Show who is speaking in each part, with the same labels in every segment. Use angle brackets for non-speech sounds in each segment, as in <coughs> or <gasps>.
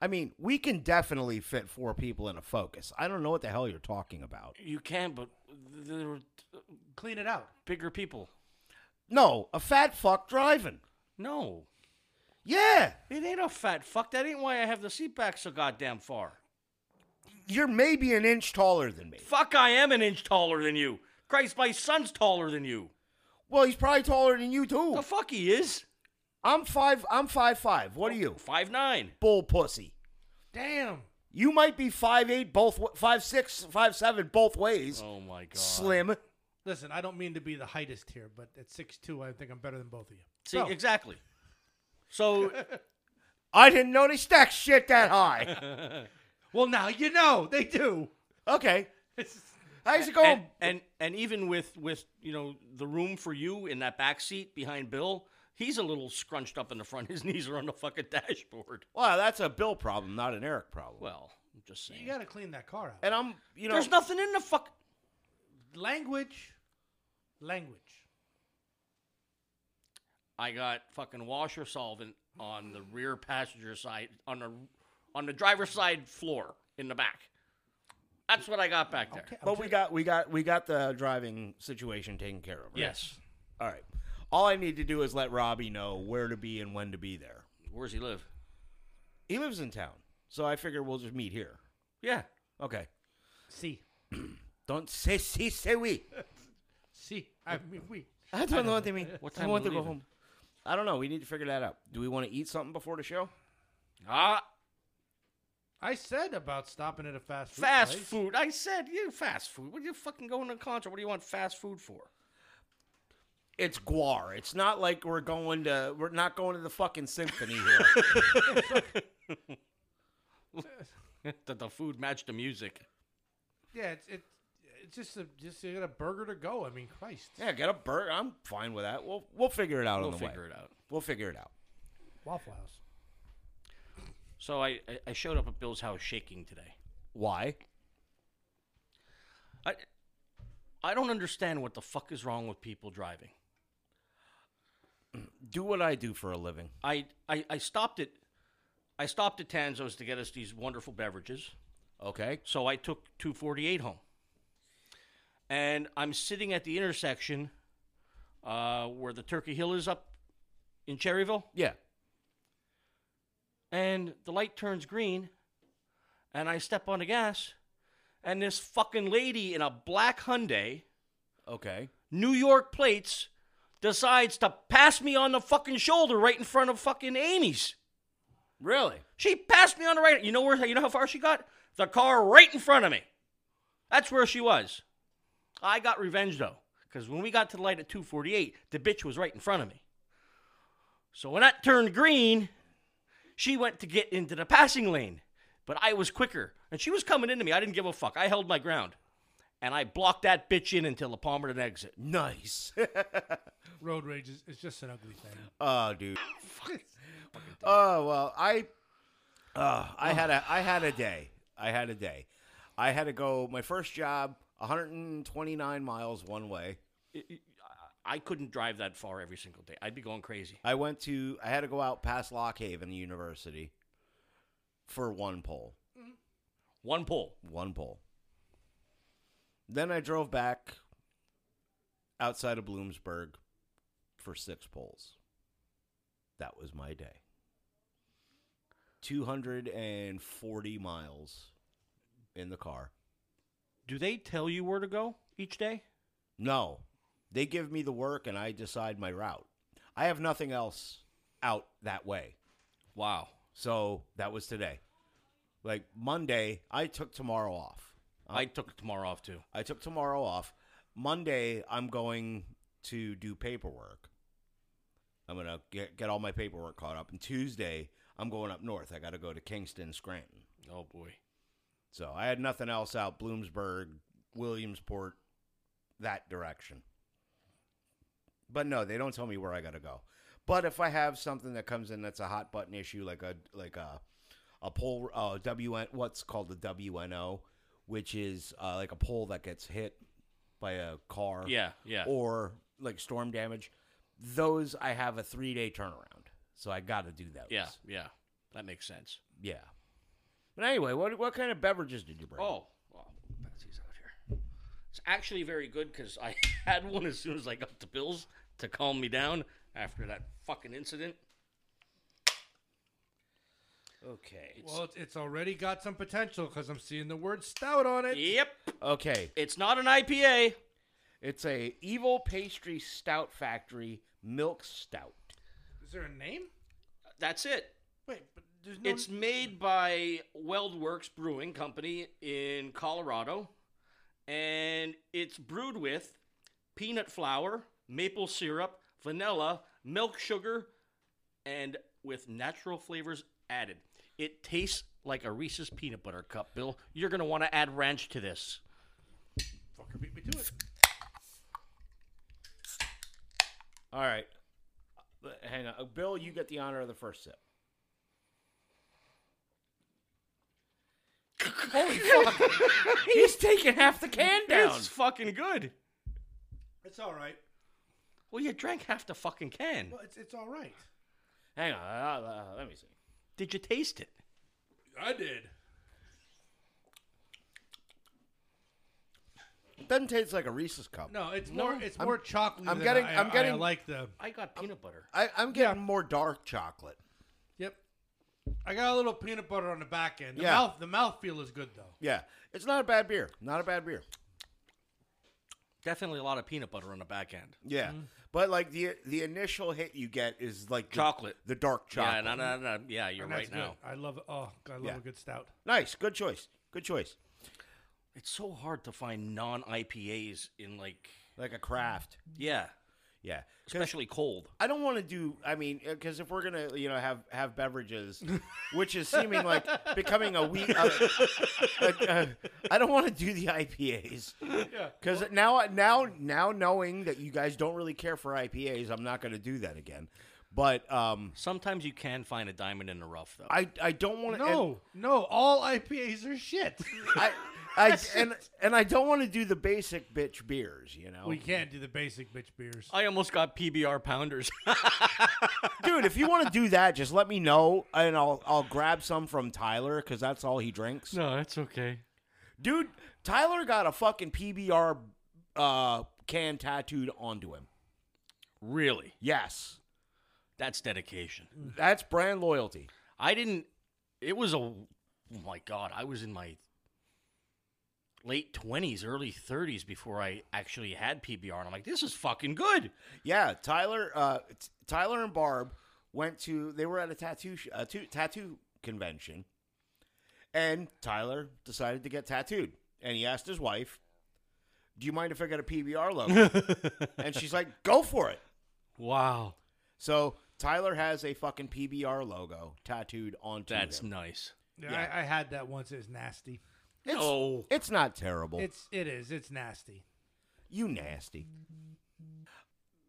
Speaker 1: I mean, we can definitely fit four people in a Focus. I don't know what the hell you're talking about.
Speaker 2: You can, but there were
Speaker 1: Clean it out.
Speaker 2: bigger people.
Speaker 1: No, a fat fuck driving.
Speaker 2: No,
Speaker 1: Yeah,
Speaker 2: it ain't a fat fuck. That ain't why I have the seat back so goddamn far.
Speaker 1: you're maybe an inch taller than me.
Speaker 2: Fuck, I am an inch taller than you. Christ, my son's taller than you.
Speaker 1: Well, he's probably taller than you too.
Speaker 2: The fuck he is?
Speaker 1: I'm five. I'm five five. What are you,
Speaker 2: Five nine.
Speaker 1: bull pussy?
Speaker 3: Damn.
Speaker 1: You might be five eight both wa- five six five seven both ways.
Speaker 2: Oh my god.
Speaker 1: Slim.
Speaker 3: Listen, I don't mean to be the heightist here, but at 6'2", I think I'm better than both of you.
Speaker 2: See,
Speaker 3: So,
Speaker 2: exactly. <laughs> So,
Speaker 1: I didn't know they stacked shit that <laughs> high.
Speaker 3: well, now you know they do. <laughs>
Speaker 1: okay, how's it going?
Speaker 2: and, and and even with with you know the room for you in that back seat behind Bill, he's a little scrunched up in the front. <laughs> His knees are on the fucking dashboard.
Speaker 1: wow, that's a Bill problem, not an Eric problem.
Speaker 2: Well, I'm just saying.
Speaker 3: You got to clean that car out.
Speaker 1: and I'm, you know,
Speaker 2: There's nothing in the fuck.
Speaker 3: Language, language.
Speaker 2: I got fucking washer solvent on the rear passenger side on the on the driver's side floor in the back. That's what I got back there.
Speaker 3: Okay, I'm
Speaker 1: but we
Speaker 3: just-
Speaker 1: got we got we got the driving situation taken care of. right?
Speaker 2: Yes.
Speaker 1: All right. All I need to do is let Robbie know where to be and when to be there.
Speaker 2: Where's he live?
Speaker 1: He lives in town, so I figure we'll just meet here.
Speaker 2: Yeah.
Speaker 1: Okay.
Speaker 3: see,
Speaker 1: Don't <laughs> say si say we.
Speaker 3: see. I mean, we.
Speaker 1: I don't know what they mean.
Speaker 2: What
Speaker 1: I
Speaker 2: time
Speaker 1: want
Speaker 2: we
Speaker 1: to go
Speaker 2: leaving?
Speaker 1: home. I don't know. We need to figure that out. Do we want to eat something before the show?
Speaker 2: Ah,
Speaker 3: I said about stopping at a fast food.
Speaker 2: fast
Speaker 3: place.
Speaker 2: food. I said you fast food. What are you fucking going to a concert? What do you want fast food for? <laughs>
Speaker 1: It's guar. It's not like we're going to. We're not going to the fucking symphony
Speaker 2: <laughs>
Speaker 1: here.
Speaker 2: that the food matched the music.
Speaker 3: <laughs> Yeah, it's it's it's just a just you got a burger to go. I mean, Christ.
Speaker 1: yeah, get a burger. I'm fine with that. We'll we'll figure it out
Speaker 2: We'll
Speaker 1: on the
Speaker 2: figure
Speaker 1: way.
Speaker 2: it out.
Speaker 1: We'll figure it out.
Speaker 3: Waffle House.
Speaker 2: So I, I- I showed up at Bill's house shaking today.
Speaker 1: Why?
Speaker 2: I I don't understand what the fuck is wrong with people driving.
Speaker 1: Do what I do for a living.
Speaker 2: I I, I stopped at I stopped at Tanzo's to get us these wonderful beverages.
Speaker 1: Okay.
Speaker 2: So I took 248 home. And I'm sitting at the intersection uh, where the Turkey Hill is up in Cherryville.
Speaker 1: Yeah.
Speaker 2: and the light turns green and I step on the gas and this fucking lady in a black Hyundai,
Speaker 1: Okay.
Speaker 2: New York plates, decides to pass me on the fucking shoulder right in front of fucking Amy's.
Speaker 1: Really?
Speaker 2: She passed me on the right. You know where you know how far she got? The car right in front of me. That's where she was. I got revenge though, because when we got to the light at 248, the bitch was right in front of me. So when that turned green, she went to get into the passing lane. But I was quicker. And she was coming into me. I didn't give a fuck. I held my ground. And I blocked that bitch in until the Palmerton exit.
Speaker 1: Nice. <laughs>
Speaker 3: Road rage is, is just an ugly thing.
Speaker 1: oh, dude. Oh well, I, uh, I had a, I had a day. I had a day. I had to go. My first job, 129 miles one way.
Speaker 2: I couldn't drive that far every single day. I'd be going crazy.
Speaker 1: I went to. I had to go out past Lock Haven University for one pole.
Speaker 2: One pull.
Speaker 1: One pole. Then I drove back outside of Bloomsburg for six poles. That was my day. 240 miles in the car.
Speaker 2: Do they tell you where to go each day?
Speaker 1: No, they give me the work and I decide my route. I have nothing else out that way.
Speaker 2: Wow.
Speaker 1: So that was today. Like Monday, I took tomorrow off.
Speaker 2: I took tomorrow off too.
Speaker 1: I took tomorrow off. Monday, I'm going to do paperwork. I'm gonna get get all my paperwork caught up. And Tuesday, I'm going up north. I got to go to Kingston, Scranton.
Speaker 2: Oh boy.
Speaker 1: So I had nothing else out Bloomsburg, Williamsport, that direction. But no, they don't tell me where I got to go. But if I have something that comes in that's a hot button issue, like a like a a poll, uh, WN, what's called the WNO, which is uh, like a pole that gets hit by a car,
Speaker 2: Yeah, yeah.
Speaker 1: or like storm damage. Those I have a three day turnaround, so I got to do those.
Speaker 2: yeah, yeah. That makes sense.
Speaker 1: yeah. But anyway, what what kind of beverages did you bring?
Speaker 2: Oh, well, Betsy's out here. It's actually very good because I <laughs> had one as soon as I got the pills to calm me down after that fucking incident. Okay. it's-
Speaker 3: Well, it's, it's already got some potential because I'm seeing the word stout on it.
Speaker 2: yep.
Speaker 1: Okay,
Speaker 2: It's not an IPA.
Speaker 1: it's a Evil Pastry Stout Factory Milk Stout.
Speaker 3: Is there a name?
Speaker 2: That's it.
Speaker 3: Wait, but there's no.
Speaker 2: It's made by Weldworks Brewing Company in Colorado, and it's brewed with peanut flour, maple syrup, vanilla, milk sugar, and with natural flavors added. It tastes like a Reese's peanut butter cup, Bill. You're going to want to add ranch to this.
Speaker 3: fucker beat me to it.
Speaker 1: All right, Uh, hang on, Uh, Bill. You get the honor of the first sip. <laughs> Holy fuck! He's taking half the can down.
Speaker 2: It's fucking good.
Speaker 3: It's all right.
Speaker 2: Well, you drank half the fucking can.
Speaker 3: Well, it's it's all right.
Speaker 1: Hang on, uh, uh, let me see.
Speaker 2: Did you taste it?
Speaker 3: I did.
Speaker 1: It doesn't taste like a Reese's cup.
Speaker 3: No, it's more. It's
Speaker 1: I'm-
Speaker 3: more chocolate.
Speaker 1: I'm
Speaker 3: than
Speaker 1: getting-
Speaker 3: I,
Speaker 1: I'm
Speaker 3: I
Speaker 1: getting-
Speaker 3: like the.
Speaker 2: I got peanut butter.
Speaker 1: I, I'm getting more dark chocolate.
Speaker 3: Yep. I got a little peanut butter on the back end. The
Speaker 1: Yeah.
Speaker 3: mouth. The mouth feel is good though.
Speaker 1: Yeah, it's not a bad beer. Not a bad beer.
Speaker 2: Definitely a lot of peanut butter on the back end.
Speaker 1: Yeah, but like the the initial hit you get is like the,
Speaker 2: Chocolate.
Speaker 1: the dark
Speaker 2: Yeah,
Speaker 1: chocolate.
Speaker 2: no, no, no. yeah, you're
Speaker 3: And that's
Speaker 2: right now.
Speaker 3: good. I love. Oh, I love
Speaker 1: Yeah.
Speaker 3: a good stout.
Speaker 1: Nice, good choice. Good choice.
Speaker 2: It's so hard to find non IPAs in like
Speaker 1: Like a craft.
Speaker 2: yeah,
Speaker 1: Yeah,
Speaker 2: especially cold.
Speaker 1: I don't want to do. I mean, because if we're gonna, you know, have have
Speaker 3: <laughs>
Speaker 1: beverages, which is seeming like becoming a week. Uh, like, uh, I don't want to do the
Speaker 3: <laughs>
Speaker 1: IPAs
Speaker 3: Yeah.
Speaker 1: because now, now, now, knowing that you guys don't really care for IPAs, I'm not going to do that again. But um,
Speaker 2: Sometimes you can find a diamond in the rough though.
Speaker 1: I I don't want to.
Speaker 3: No, no. All IPAs are shit. <laughs>
Speaker 1: I, I and and I don't want to do the basic bitch beers. You know,
Speaker 3: we can't do the basic bitch beers.
Speaker 2: I almost got PBR pounders. <laughs>
Speaker 1: dude. If you want to do that, just let me know, and I'll I'll grab some from Tyler because that's all he drinks.
Speaker 2: no, that's okay.
Speaker 1: Dude, Tyler got a fucking PBR uh, can tattooed onto him.
Speaker 2: Really,
Speaker 1: Yes.
Speaker 2: that's dedication.
Speaker 1: That's brand loyalty.
Speaker 2: I didn't. It was a. Oh my god, I was in my late twenties, early thirties before I actually had PBR, and I'm like, this is fucking good.
Speaker 1: Yeah, Tyler uh, t- Tyler and Barb went to they were at a tattoo sh- a tu- tattoo convention and Tyler decided to get tattooed and he asked his wife, "Do you mind if I get a PBR logo?" and she's like, "Go for it."
Speaker 2: Wow,
Speaker 1: So, Tyler has a fucking PBR logo tattooed onto
Speaker 2: that's
Speaker 1: him.
Speaker 2: nice.
Speaker 3: Yeah,
Speaker 1: Yeah.
Speaker 3: I, I had that once. It's nasty.
Speaker 1: It's,
Speaker 2: Oh.
Speaker 1: it's not terrible.
Speaker 3: It's it is. It's nasty.
Speaker 1: You nasty.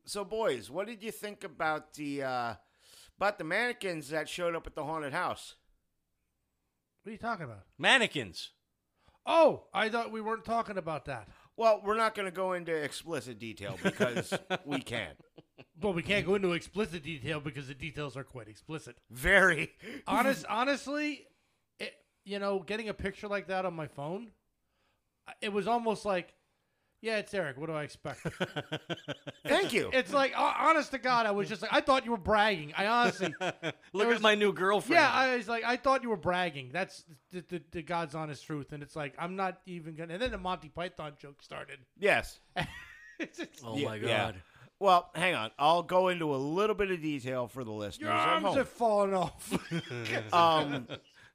Speaker 1: So, boys, what did you think about the uh, about the mannequins that showed up at the haunted house?
Speaker 3: What are you talking about?
Speaker 2: Mannequins.
Speaker 3: Oh, I thought we weren't talking about that.
Speaker 1: Well, we're not going to go into explicit detail
Speaker 2: <laughs>
Speaker 1: because we can't.
Speaker 3: Well, we can't go into explicit detail because the details are quite explicit.
Speaker 1: Very
Speaker 3: Honest, honestly, it, you know, getting a picture like that on my phone, I- it was almost like, yeah, it's Eric. What do I expect?
Speaker 1: Thank you.
Speaker 3: it's like, ho- honest to God, I was just like, I thought you were bragging. I honestly,
Speaker 2: Look at my new girlfriend.
Speaker 3: yeah, I was like, I thought you were bragging. That's the, the, the God's honest truth, and it's like, I'm not even gonna. And then the Monty Python joke started. <laughs>
Speaker 1: Yes.
Speaker 3: It's just-
Speaker 2: oh
Speaker 1: Yeah,
Speaker 2: my
Speaker 1: yeah.
Speaker 2: god.
Speaker 1: Well, hang on. I'll go into a little bit of detail for the listeners.
Speaker 3: your
Speaker 1: at
Speaker 3: arms
Speaker 1: home.
Speaker 3: have fallen off.
Speaker 1: um,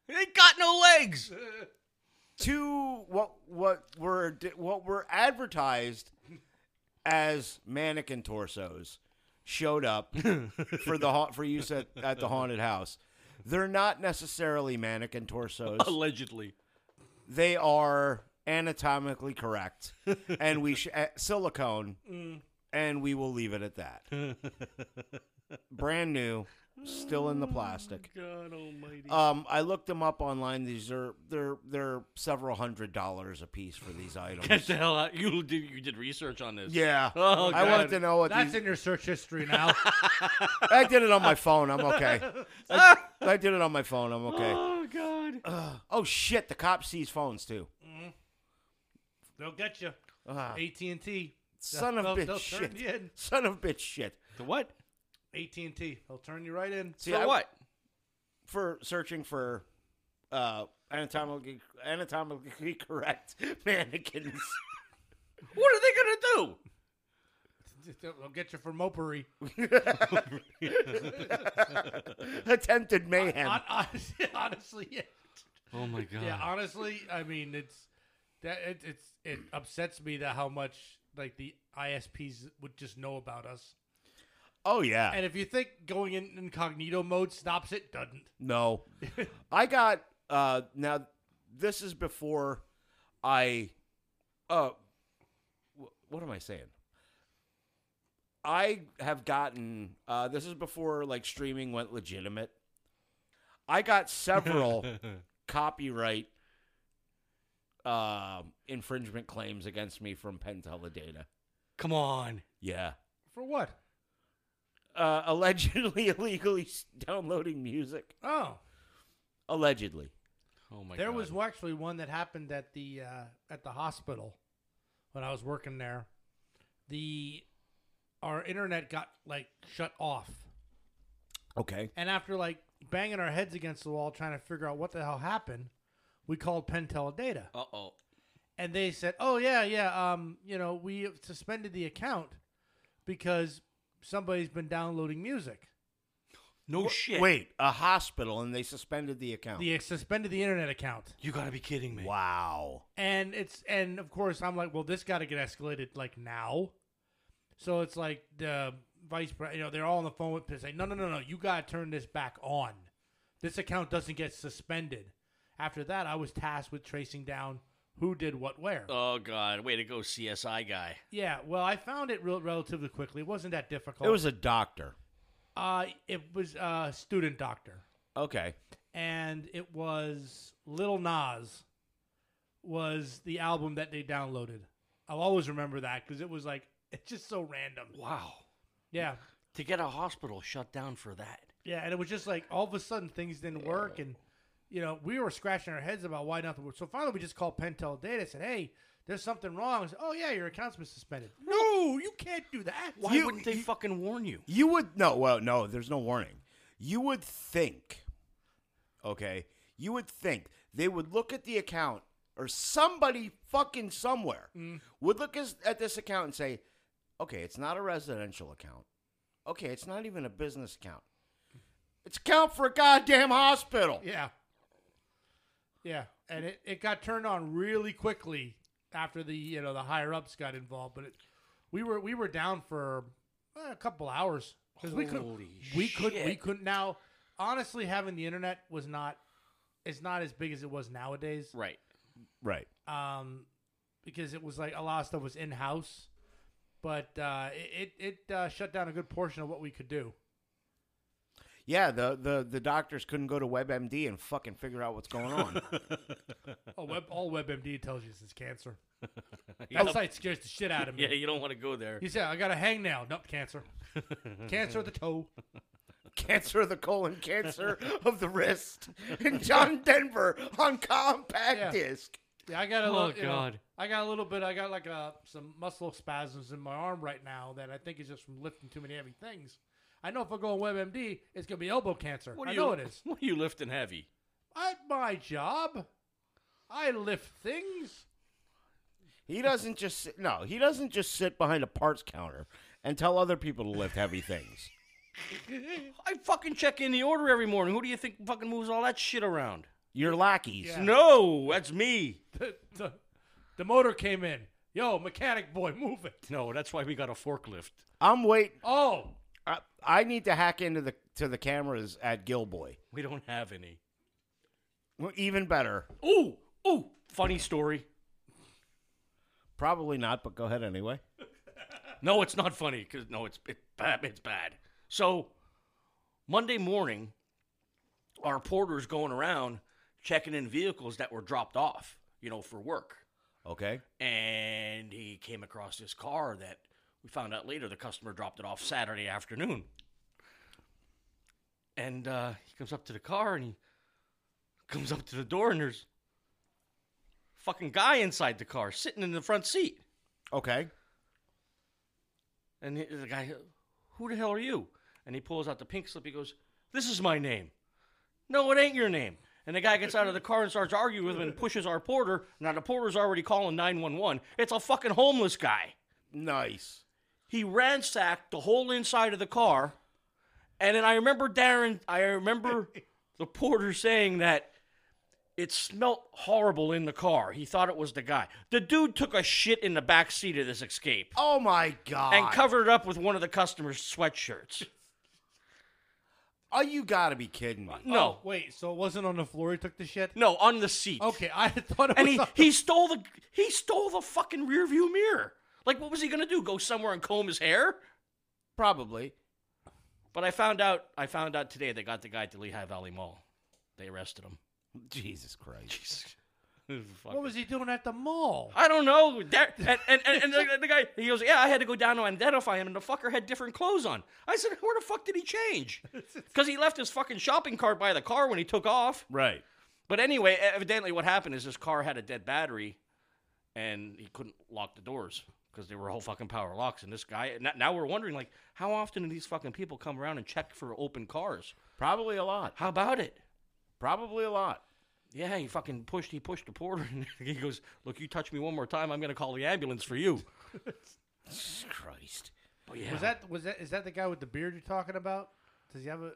Speaker 2: They ain't got no legs.
Speaker 1: two what what were what were advertised as mannequin torsos showed up for the ha- for use at, at the haunted house. They're not necessarily mannequin torsos.
Speaker 2: Allegedly.
Speaker 1: They are anatomically correct, and we sh- uh, silicone, and we will leave it at that. Brand new, still in the plastic.
Speaker 2: God almighty.
Speaker 1: Um, I looked them up online. These are they're they're several hundred dollars a piece for these
Speaker 2: Get
Speaker 3: <laughs>
Speaker 1: items.
Speaker 2: the hell out. You did, you did research on this.
Speaker 1: yeah,
Speaker 2: Oh,
Speaker 1: I wanted
Speaker 2: God.
Speaker 1: to know what
Speaker 3: That's
Speaker 1: these.
Speaker 3: in your search history now. <laughs> <gasps>
Speaker 1: I did it on my phone. I'm okay. I, I did it on my phone. I'm okay.
Speaker 2: Oh, God.
Speaker 1: Ugh. oh shit! The cop sees phones too.
Speaker 3: They'll get you.
Speaker 1: Ugh.
Speaker 3: AT and T.
Speaker 1: son of
Speaker 3: they'll,
Speaker 1: bitch
Speaker 3: they'll
Speaker 1: shit.
Speaker 3: Turn you in.
Speaker 1: Son of bitch shit.
Speaker 2: The what?
Speaker 3: AT and T. They'll turn you right in. <laughs>
Speaker 1: See
Speaker 2: so
Speaker 1: I-
Speaker 2: what?
Speaker 1: for searching for uh, anatomically anatomically <laughs> correct mannequins.
Speaker 3: <laughs>
Speaker 1: <laughs>
Speaker 2: What are they gonna do?
Speaker 3: They'll get you for mopery.
Speaker 1: Attempted mayhem.
Speaker 3: Hon- <laughs> honestly, honestly, yeah.
Speaker 2: Oh my god.
Speaker 3: yeah. Honestly, I mean, it's that it, it's it upsets me that how much like the ISPs would just know about us.
Speaker 1: oh yeah.
Speaker 3: And if you think going in incognito mode stops it, doesn't.
Speaker 1: No. I got uh now this is before I uh wh- what am I saying? I have gotten uh this is before like streaming went legitimate. I got
Speaker 2: <laughs>
Speaker 1: several copyright um infringement claims against me from Pentella Data.
Speaker 2: Come on.
Speaker 1: Yeah.
Speaker 3: For what?
Speaker 1: Uh allegedly <laughs> illegally s- downloading music.
Speaker 3: Oh,
Speaker 1: Allegedly.
Speaker 2: Oh my
Speaker 3: there
Speaker 2: god.
Speaker 3: was actually one that happened at the uh, at the hospital when I was working there. The our internet got like shut off,
Speaker 1: Okay.
Speaker 3: and after like banging our heads against the wall trying to figure out what the hell happened, we called Pentel Data,
Speaker 2: Uh oh.
Speaker 3: and they said, "Oh yeah, yeah, um, you know, we have suspended the account because somebody's been downloading music.
Speaker 2: No shit.
Speaker 1: Wait, a hospital, and they suspended the account.
Speaker 3: They suspended the internet account."
Speaker 2: You gotta be kidding me.
Speaker 1: wow.
Speaker 3: and it's and of course I'm like, well, this got to get escalated like now. So it's like the vice, pre- you know, they're all on the phone with saying, no, no, no, no, you got to turn this back on. This account doesn't get suspended. After that, I was tasked with tracing down who did what where.
Speaker 1: Uh.
Speaker 2: Oh god. Way to go, CSI guy.
Speaker 3: yeah, well, I found it real relatively quickly. It wasn't that difficult.
Speaker 1: It was a doctor.
Speaker 3: uh, it was uh, student doctor,
Speaker 1: Okay.
Speaker 3: and it was Little Nas was the album that they downloaded. I'll always remember that because it was like <laughs> it's just so random.
Speaker 2: Wow.
Speaker 3: Yeah.
Speaker 2: To get a hospital shut down for that.
Speaker 3: Yeah. And it was just like all of a sudden things didn't work. And, you know, we were scratching our heads about why nothing worked. So finally we just called Pentel Data and said, hey, there's something wrong. I said, oh, yeah, your account's been suspended. No, you can't do that.
Speaker 2: Why
Speaker 1: You-
Speaker 2: wouldn't they
Speaker 1: you-
Speaker 2: fucking warn you?
Speaker 1: You would no, well, no, there's no warning. You would think okay, you would think they would look at the account or somebody fucking somewhere would look as, at this account and say, "Okay, it's not a residential account. Okay, it's not even a business account. It's account for a goddamn hospital."
Speaker 3: Yeah. Yeah. And it, it got turned on really quickly after the, you know, the higher ups got involved. But it, we were we were down for eh, a couple hours. Because we could
Speaker 2: Holy
Speaker 3: we could we
Speaker 2: shit.
Speaker 3: couldn't now honestly having the internet was not is not as big as it was nowadays.
Speaker 2: Right.
Speaker 1: Right.
Speaker 3: um, because it was like a lot of stuff was in house, but uh, it it, it uh, shut down a good portion of what we could do.
Speaker 1: Yeah, the, the, the doctors couldn't go to WebMD and fucking figure out what's going <laughs> on.
Speaker 3: Oh, web, all WebMD tells you is
Speaker 2: <laughs>
Speaker 3: it's cancer.
Speaker 2: Yeah.
Speaker 3: That site scares the shit out of me.
Speaker 2: <laughs> Yeah, you don't want to go there.
Speaker 3: You said I got a hangnail. Nope,
Speaker 2: <laughs>
Speaker 3: cancer. cancer of the toe.
Speaker 1: cancer of the colon, cancer <laughs> of the wrist, and John Denver on compact
Speaker 3: Yeah.
Speaker 1: disc.
Speaker 3: Yeah, I got a
Speaker 2: Oh,
Speaker 3: little. you know,
Speaker 2: God.
Speaker 3: I got a little bit. I got like a, some muscle spasms in my arm right now that I think is just from lifting too many heavy things. I know if I go on WebMD, it's gonna be elbow cancer.
Speaker 2: What
Speaker 3: I
Speaker 2: are
Speaker 3: know
Speaker 2: you,
Speaker 3: it is.
Speaker 2: <laughs> What are you lifting heavy?
Speaker 3: At my job, I lift things.
Speaker 1: He doesn't just sit, no, he doesn't just sit behind a parts counter and tell other people to lift heavy things.
Speaker 2: I fucking check in the order every morning. Who do you think fucking moves all that shit around?
Speaker 1: Your lackeys.
Speaker 3: Yeah.
Speaker 2: No, that's me.
Speaker 3: the, the, the motor came in. Yo, mechanic boy, move it.
Speaker 2: No, that's why we got a forklift.
Speaker 1: I'm wait.
Speaker 3: Oh,
Speaker 1: I, I need to hack into the to the cameras at Gilboy.
Speaker 2: We don't have any.
Speaker 1: Well, Even better,
Speaker 2: Ooh, ooh. Funny story.
Speaker 1: probably not, but go ahead anyway.
Speaker 2: No, it's not funny because no, it's it's bad. It's bad. So Monday morning, our porter's going around checking in vehicles that were dropped off, you know, for work.
Speaker 1: Okay.
Speaker 2: And he came across this car that we found out later the customer dropped it off Saturday afternoon. And uh, he comes up to the car and he Comes up to the door and there's fucking guy inside the car sitting in the front seat.
Speaker 1: Okay.
Speaker 2: And the the guy, who the hell are you? And he pulls out the pink slip. He goes, This is my name. No, it ain't your name. And the guy gets out of the car and starts arguing with him and pushes our porter. Now, the porter's already calling 911. It's a fucking homeless guy.
Speaker 1: Nice.
Speaker 2: He ransacked the whole inside of the car. And then I remember Darren, I
Speaker 3: <laughs>
Speaker 2: remember the porter saying that it smelt horrible in the car. He thought it was the guy. The dude took a shit in the back seat of this escape
Speaker 1: Oh my god.
Speaker 2: and covered it up with one of the customer's sweatshirts.
Speaker 1: oh, you gotta be kidding me.
Speaker 2: No,
Speaker 3: oh, Wait, so it wasn't on the floor he took the
Speaker 2: <laughs>
Speaker 3: shit?
Speaker 2: no, on the seat.
Speaker 3: <laughs> Okay, I thought it
Speaker 2: And
Speaker 3: was
Speaker 2: he,
Speaker 3: on
Speaker 2: he stole the he stole the fucking rear view mirror. Like what was he gonna do? Go somewhere and comb his hair?
Speaker 1: Probably.
Speaker 2: But I found out I found out today they got the guy at the Lehigh Valley Mall. They arrested him. <laughs>
Speaker 1: Jesus Christ.
Speaker 2: Fuck.
Speaker 3: What was he doing at the mall?
Speaker 2: I don't know. That, and and, and, and the, the guy he goes, Yeah, I had to go down to identify him and the fucker had different clothes on. I said, Where the fuck did he
Speaker 3: <laughs>
Speaker 2: change? Because he left his fucking shopping cart by the car when he took off.
Speaker 1: Right.
Speaker 2: But anyway, e, evidently what happened is his car had a dead battery and he couldn't lock the doors because they were all fucking power locks. And this guy, n- now we're wondering, like, how often do these fucking people come around and check for open cars?
Speaker 1: Probably a lot.
Speaker 2: How about it?
Speaker 1: Probably a lot.
Speaker 2: Yeah, he fucking pushed, he pushed the porter <laughs> and he goes, Look, you touch me one more time, I'm going to call the ambulance for you.
Speaker 1: Jesus Christ.
Speaker 2: But yeah.
Speaker 3: Was that was that is that the guy with the beard you're talking about? Does he have a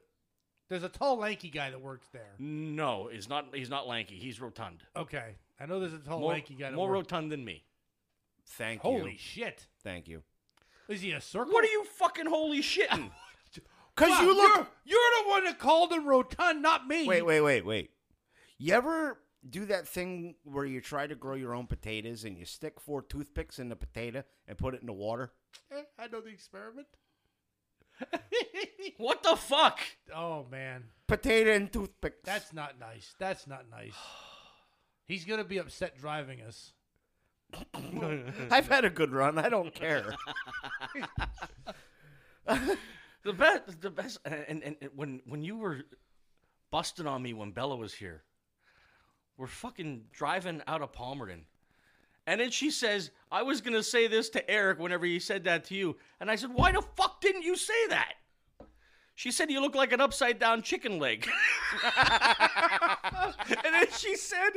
Speaker 3: There's a tall lanky guy that works there.
Speaker 2: No, he's not, he's not lanky. He's rotund.
Speaker 3: Okay. I know there's a tall
Speaker 2: More,
Speaker 3: Oh, lanky guy that
Speaker 2: more
Speaker 3: works.
Speaker 2: rotund than me.
Speaker 1: Thank
Speaker 3: Holy
Speaker 1: you.
Speaker 3: shit.
Speaker 1: Thank you.
Speaker 3: Is he a circle?
Speaker 2: What are you fucking holy
Speaker 3: <laughs>
Speaker 2: shitting?
Speaker 1: Cause
Speaker 3: Fuck,
Speaker 1: you look.
Speaker 3: You're, you're the one that called him rotund, not me.
Speaker 1: Wait, wait, wait, wait. You ever do that thing where you try to grow your own potatoes and you stick four toothpicks in the potato and put it in the water?
Speaker 3: Eh, I know the experiment.
Speaker 2: what the fuck?
Speaker 3: oh man,
Speaker 1: Potato and toothpicks.
Speaker 3: that's not nice. That's not nice. <sighs> He's gonna be upset driving us.
Speaker 1: <laughs> I've had a good run. I don't care. <laughs>
Speaker 2: The best, the best, and, and, and when when you were busting on me when Bella was here, we're fucking driving out of Palmerton, and then she says, "I was gonna say this to Eric whenever he said that to you," and I said, "Why the fuck didn't you say that?" She said, "You look like an upside down chicken leg," <laughs> and then she said,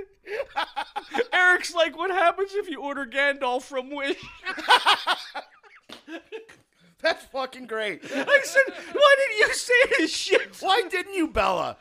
Speaker 2: <laughs> "Eric's like, what happens if you order Gandalf from Wish?" <laughs>
Speaker 1: That's fucking great.
Speaker 2: I said, "Why didn't you say this shit?"
Speaker 1: Why didn't you, Bella?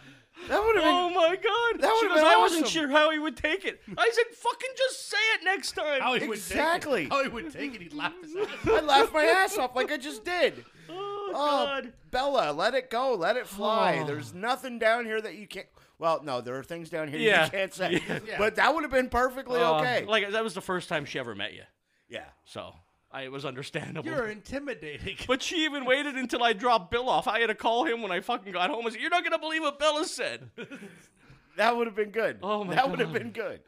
Speaker 1: That would have been.
Speaker 2: Oh my god!
Speaker 1: That
Speaker 2: she
Speaker 1: would've been
Speaker 2: goes, I wasn't
Speaker 1: awesome."
Speaker 2: sure how he would take it. I said, "Fucking just say it next time." <laughs>
Speaker 3: How he
Speaker 1: Exactly.
Speaker 3: Would take it. How he would take it. He'd laugh
Speaker 1: <laughs>
Speaker 3: his ass.
Speaker 1: I laughed my ass off like I just did.
Speaker 2: <laughs> oh
Speaker 1: Oh,
Speaker 2: god!
Speaker 1: Bella, let it go. Let it fly. There's nothing down here that you can't. Well, no, there are things down here
Speaker 2: Yeah.
Speaker 1: you can't say.
Speaker 2: Yeah.
Speaker 1: But that would have been perfectly
Speaker 2: Uh,
Speaker 1: okay.
Speaker 2: Like that was the first time she ever met you,
Speaker 1: yeah.
Speaker 2: so I, it was understandable.
Speaker 3: You're intimidating. <laughs>
Speaker 2: but she even waited until I dropped Bill off. I had to call him when I fucking got home. I said, "You're not gonna believe what Bella
Speaker 3: <laughs>
Speaker 2: said."
Speaker 1: That would have been good.
Speaker 2: Oh, my
Speaker 1: That would have
Speaker 2: God.
Speaker 1: been good.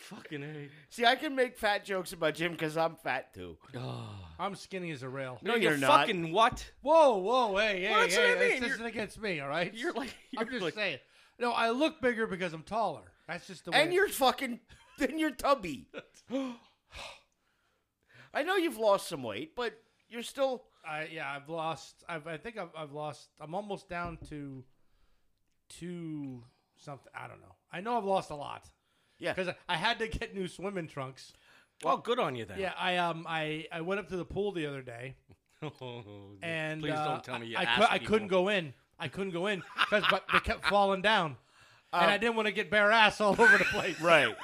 Speaker 2: fucking a.
Speaker 1: See, I can make fat jokes about Jim because I'm fat too.
Speaker 3: I'm skinny as a rail.
Speaker 1: No,
Speaker 2: You're
Speaker 1: you're not.
Speaker 2: fucking what?
Speaker 3: Whoa, whoa, hey, hey,
Speaker 2: Well, that's what
Speaker 3: hey,
Speaker 2: I
Speaker 3: this
Speaker 2: mean. You're-
Speaker 3: isn't against me, all right?
Speaker 2: You're like you're
Speaker 3: I'm just
Speaker 2: like,
Speaker 3: saying. No, I look bigger because I'm taller. That's just the way.
Speaker 1: And you're fucking. <laughs> Then you're tubby. I know you've lost some weight, but you're still.
Speaker 3: I yeah, I've lost. I've, I think I've, I've lost. I'm almost down to two something. I don't know. I know I've lost a lot
Speaker 1: Yeah.
Speaker 3: because I, I had to get new swimming trunks.
Speaker 2: <gasps> Well, good on you then. <laughs>
Speaker 3: Yeah, I um, I I went up to the pool the other day and
Speaker 2: Oh, Mm-hmm. please
Speaker 3: uh,
Speaker 2: don't tell me you
Speaker 3: I, I,
Speaker 2: asked
Speaker 3: cou- I couldn't
Speaker 2: people.
Speaker 3: go in. I couldn't go in because but they kept falling down,
Speaker 2: Um,
Speaker 3: and I didn't want to get bare ass all over the
Speaker 2: <laughs>
Speaker 3: place.
Speaker 1: right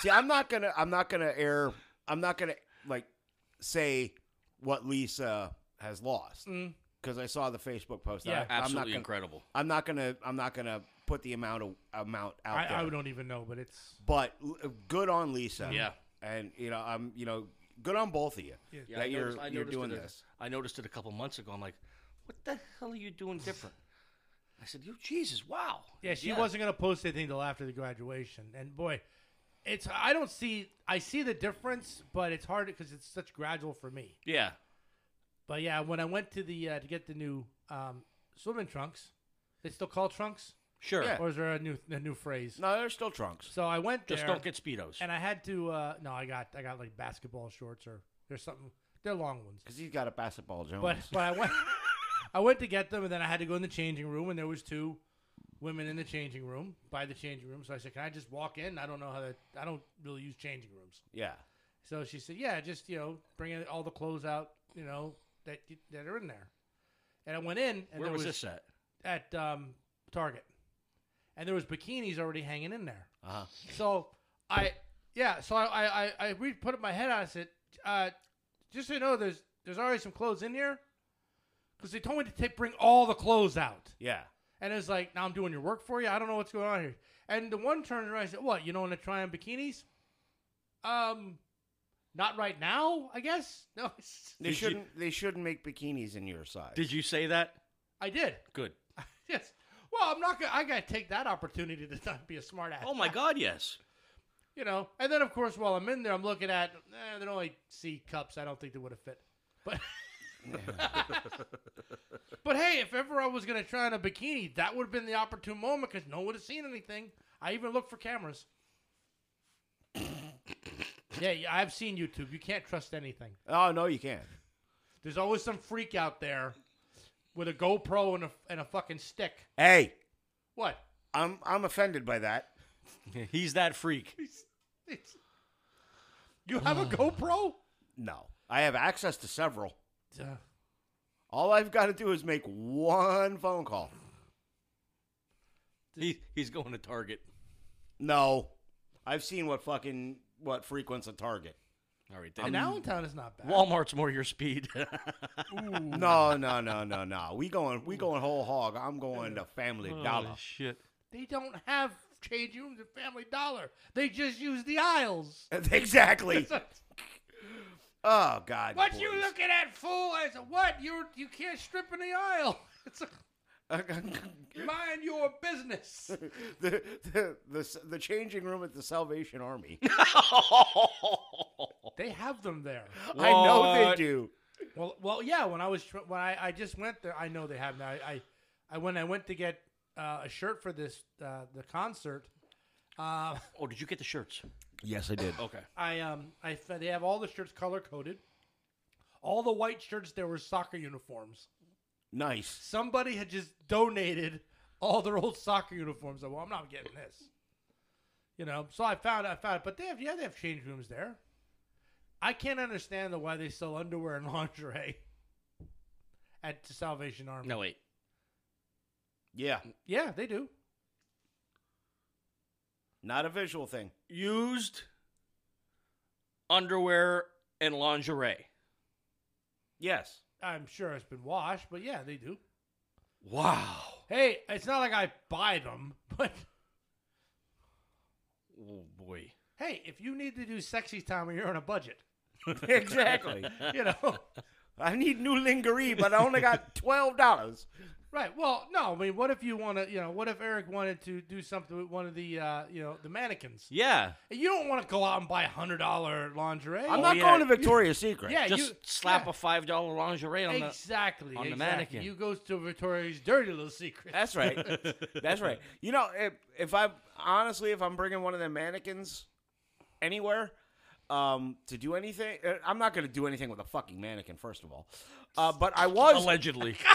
Speaker 1: see i'm not gonna i'm not gonna air i'm not gonna like say what lisa has lost because i saw the facebook post
Speaker 3: Mm. Yeah.
Speaker 1: I, am not
Speaker 2: Absolutely
Speaker 1: gonna,
Speaker 2: incredible.
Speaker 1: i'm not gonna i'm not gonna put the amount of amount out
Speaker 3: I,
Speaker 1: there
Speaker 3: I don't even know, but it's
Speaker 1: but l- uh, good on lisa
Speaker 2: Yeah.
Speaker 1: and you know i'm you know good on both of you
Speaker 2: I
Speaker 1: that you're
Speaker 2: noticed- I
Speaker 1: you're
Speaker 2: noticed
Speaker 1: doing
Speaker 2: it a-
Speaker 1: this
Speaker 2: I noticed it a couple months ago. I'm like, what the hell are you doing different? I said, you Jesus, wow.
Speaker 3: Yeah, she wasn't gonna post anything till after the graduation, and boy, it's I don't see I see the difference, but it's hard because it's such gradual for me.
Speaker 2: Yeah,
Speaker 3: But yeah, when I went to the uh, to get the new um, swimming trunks, they still call trunks.
Speaker 2: Sure.
Speaker 1: Yeah.
Speaker 3: Or is there a new a new phrase?
Speaker 1: No, they're still trunks.
Speaker 3: So I went there,
Speaker 2: Just don't get speedos.
Speaker 3: and I had to. Uh, no, I got I got like basketball shorts or there's something. They're long ones.
Speaker 1: Because he's got a basketball
Speaker 2: Oh,
Speaker 1: Jones.
Speaker 3: But but I
Speaker 2: <laughs>
Speaker 3: went I went to get them, and then I had to go in the changing room, and there was two women in the changing room by the changing room. So I said, "Can I just walk in? I don't know how to. I don't really use changing rooms."
Speaker 1: yeah.
Speaker 3: So she said, "Yeah, just you know, bring in all the clothes out, you know, that that are in there." And I went in, and
Speaker 2: Where
Speaker 3: there
Speaker 2: was,
Speaker 3: was
Speaker 2: this at?
Speaker 3: at um, Target, and there was bikinis already hanging in there.
Speaker 1: Uh
Speaker 2: Uh-huh.
Speaker 1: huh.
Speaker 3: So I yeah, so I I I, I re- put up my head on. I said, uh, just so you know, there's there's already some clothes in here, because they told me to take, bring all the clothes out.
Speaker 1: Yeah.
Speaker 3: And it's like, now I'm doing your work for you. I don't know what's going on here. And the one turned around and said, What, you don't want to try on bikinis? Um, not right now, I guess. <laughs> No,
Speaker 1: They
Speaker 2: Did you-
Speaker 1: shouldn't. They shouldn't make bikinis in your size.
Speaker 2: Did you say that?
Speaker 3: I did.
Speaker 2: Good.
Speaker 3: yes. Well, I'm not gonna. I gotta take that opportunity to not be a smart ass.
Speaker 2: Oh my God, yes. <laughs>
Speaker 3: You know. And then, of course, while I'm in there, I'm looking at. Eh, they're only C cups. I don't think they would have fit. But. <laughs> but hey, if ever I was gonna try on a bikini, that would have been the opportune moment because no one would have seen anything. I even looked for cameras. <coughs> yeah, yeah, I've seen YouTube. You can't trust anything.
Speaker 1: Oh no, you can't.
Speaker 3: There's always some freak out there with a GoPro and a and a fucking stick.
Speaker 1: Hey,
Speaker 3: What?
Speaker 1: I'm I'm offended by that.
Speaker 2: He's that freak.
Speaker 3: <laughs> you have a GoPro?
Speaker 1: No, I have access to several.
Speaker 3: Uh,
Speaker 1: All I've got to do is make one phone call.
Speaker 2: He, he's going to Target.
Speaker 1: No, I've seen what fucking what frequents a <laughs> target.
Speaker 2: All right.
Speaker 3: an
Speaker 1: <laughs>
Speaker 2: then.
Speaker 3: Allentown is not bad.
Speaker 2: Walmart's more your speed. <laughs>
Speaker 1: No, no, no, no, no. We going we going whole hog. I'm going to Family Dollar.
Speaker 3: Oh,
Speaker 2: Holy shit.
Speaker 3: They don't have change rooms at Family Dollar. They just use the aisles.
Speaker 1: <laughs> <laughs> exactly. Oh God.
Speaker 3: what
Speaker 1: boys.
Speaker 3: you looking at, fool? I said, what? You you can't strip in the aisle. <laughs> It's a, mind your business.
Speaker 1: <laughs> the, the the the changing room at the Salvation <laughs> Army.
Speaker 3: they have them there.
Speaker 1: I know they
Speaker 2: What?
Speaker 1: do.
Speaker 3: Well, well, yeah. When I was tr- when I, I just went there, I know they have now. I, I, I when I went to get uh, a shirt for this uh, the concert, uh,
Speaker 2: <laughs> oh, did you get the shirts?
Speaker 1: Yes, I did.
Speaker 2: Okay.
Speaker 3: I um I f- they have all the shirts color coded. All the white shirts there were soccer uniforms.
Speaker 1: Nice.
Speaker 3: Somebody had just donated all their old soccer uniforms. Well, I'm not getting this. You know, so I found I found it, but they have yeah they have change rooms there. I can't understand the why they sell underwear and <laughs> lingerie at the Salvation Army.
Speaker 2: No, wait.
Speaker 1: Yeah,
Speaker 3: Yeah, they do.
Speaker 1: not a visual <laughs> thing.
Speaker 2: Used underwear and lingerie.
Speaker 1: Yes.
Speaker 3: I'm sure it's been washed, but yeah, they do.
Speaker 2: Wow.
Speaker 3: Hey, it's not like I buy them, <laughs> but
Speaker 2: Oh, boy.
Speaker 3: hey, if you need to do sexy time and you're on a budget,
Speaker 1: Exactly.
Speaker 3: you know.
Speaker 1: I need new lingerie, but I only <laughs> got twelve dollars.
Speaker 3: right. Well, no, I mean, what if you want to, you know, what if Eric wanted to do something with one of the, uh, you know, the mannequins?
Speaker 2: <laughs> Yeah.
Speaker 3: You don't want to go out and buy $100 lingerie.
Speaker 1: I'm
Speaker 2: Oh,
Speaker 1: not
Speaker 2: yeah.
Speaker 1: going to Victoria's Secret.
Speaker 3: yeah,
Speaker 2: Just
Speaker 3: you,
Speaker 2: slap
Speaker 3: yeah,
Speaker 2: a five dollar lingerie on the.
Speaker 3: Exactly.
Speaker 2: on the
Speaker 3: exactly.
Speaker 2: mannequin.
Speaker 3: You goes to Victoria's Dirty
Speaker 2: <laughs>
Speaker 3: Little Secret.
Speaker 1: that's right. That's right. You know, if, if I honestly, if I'm bringing one of them mannequins anywhere um, to do anything, uh, I'm not going to do anything with a fucking mannequin. First of all, uh, but I was
Speaker 2: <laughs> Allegedly.
Speaker 1: <laughs>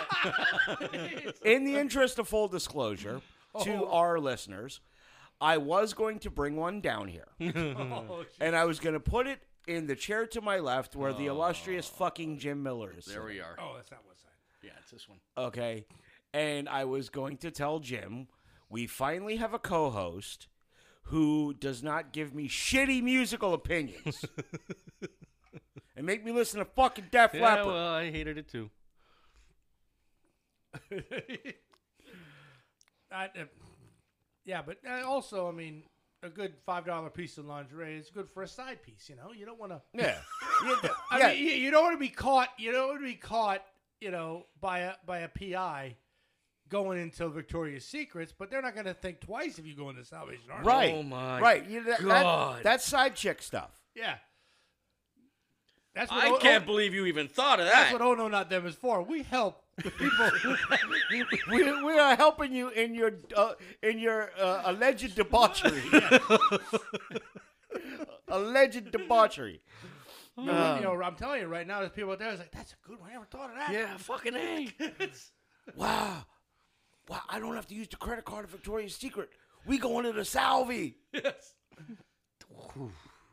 Speaker 1: in the interest of full <laughs> disclosure to
Speaker 3: Oh.
Speaker 1: our listeners, I was going to bring one down here. <laughs>
Speaker 3: Oh, shit.
Speaker 1: and I was going to put it in the chair to my left where the illustrious fucking Jim Miller is.
Speaker 2: there we are.
Speaker 3: oh, that's not what's side.
Speaker 2: Yeah, it's this one.
Speaker 1: sitting, Okay. And I was going to tell Jim, we finally have a co host who does not give me shitty musical
Speaker 2: <laughs>
Speaker 1: opinions and make me listen to fucking Def Leppard.
Speaker 2: I hated it too.
Speaker 3: <laughs> I, uh, yeah, but uh, also, I mean, a good five dollar piece of lingerie is good for a side piece. You know, you don't want to.
Speaker 1: Yeah. Yeah, th-
Speaker 3: I
Speaker 1: yeah.
Speaker 3: mean, you, you don't want to be caught. You don't want to be caught. You know, by a by a PI going into Victoria's Secrets, but they're not going to think twice if you go into Salvation Army.
Speaker 1: right.
Speaker 2: Oh my
Speaker 1: right. You- that- that-
Speaker 2: God.
Speaker 1: that's side chick stuff.
Speaker 3: Yeah. That's what
Speaker 2: I
Speaker 3: O-
Speaker 2: can't Oh,
Speaker 3: O-
Speaker 2: believe you even thought of
Speaker 3: That's
Speaker 1: <laughs>
Speaker 2: that.
Speaker 3: what Oh No Not Them is for. We help People,
Speaker 1: We, we are helping you in your uh, in your uh, alleged
Speaker 2: <laughs>
Speaker 1: debauchery. alleged debauchery.
Speaker 3: you
Speaker 1: Um.
Speaker 3: know, I'm telling you right now, there's people out there. It's like that's a good one. I never thought of
Speaker 2: <laughs>
Speaker 3: that. <laughs>
Speaker 2: Yeah, fucking A.
Speaker 1: Wow. Wow, I don't have to use the credit card at Victoria's Secret. We going to the Salvi. <sighs>
Speaker 3: Yes.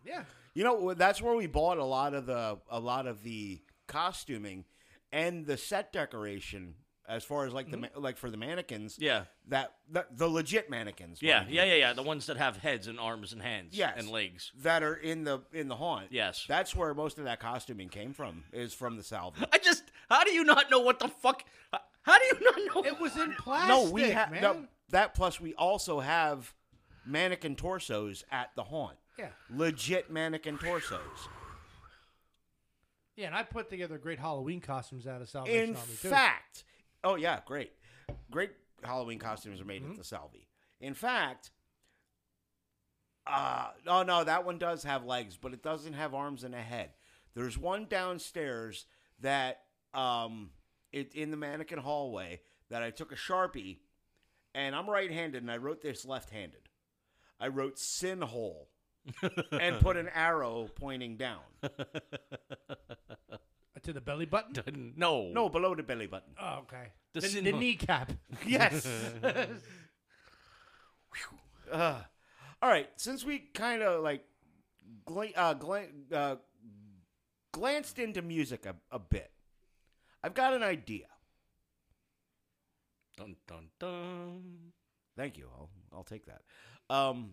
Speaker 3: yeah.
Speaker 1: You know, that's where we bought a lot of the a lot of the costuming and the set decoration as far as like the ma- like for the mannequins.
Speaker 2: Yeah.
Speaker 1: That the, the legit mannequins.
Speaker 2: Yeah,
Speaker 1: mind you,
Speaker 2: yeah, yeah, yeah. The ones that have heads and arms and hands
Speaker 1: Yes.
Speaker 2: and legs.
Speaker 1: That are in the in the haunt.
Speaker 2: Yes.
Speaker 1: That's where most of that costuming came from is from the Salvi.
Speaker 2: I just, how do you not know what the fuck? How do you not know?
Speaker 3: It was in plastic,
Speaker 1: no, we have
Speaker 3: man.
Speaker 1: that plus we also have mannequin torsos at the haunt.
Speaker 3: Yeah.
Speaker 1: Legit mannequin torsos.
Speaker 3: Yeah, and I put together great Halloween costumes out of Salvation
Speaker 1: In
Speaker 3: Army
Speaker 1: fact, oh yeah, great, great Halloween costumes are made at the Salvi. In fact, uh no, no, that one does have legs, but it doesn't have arms and a head. There's one downstairs that um it in the mannequin hallway that I took a sharpie, and I'm right-handed, and I wrote this left-handed. I wrote sin hole and put an arrow pointing down.
Speaker 3: too. to the belly button.
Speaker 2: <laughs> no.
Speaker 1: No, below the belly button.
Speaker 3: Oh, okay.
Speaker 2: The
Speaker 3: The, the,
Speaker 2: sin-
Speaker 3: kneecap.
Speaker 1: <laughs> Yes. Uh, all right. Since we kind of like gla- uh, gla- uh, glanced into music a, a bit, I've got an idea.
Speaker 2: Dun, dun, dun.
Speaker 1: Thank you. I'll, I'll take that. Um,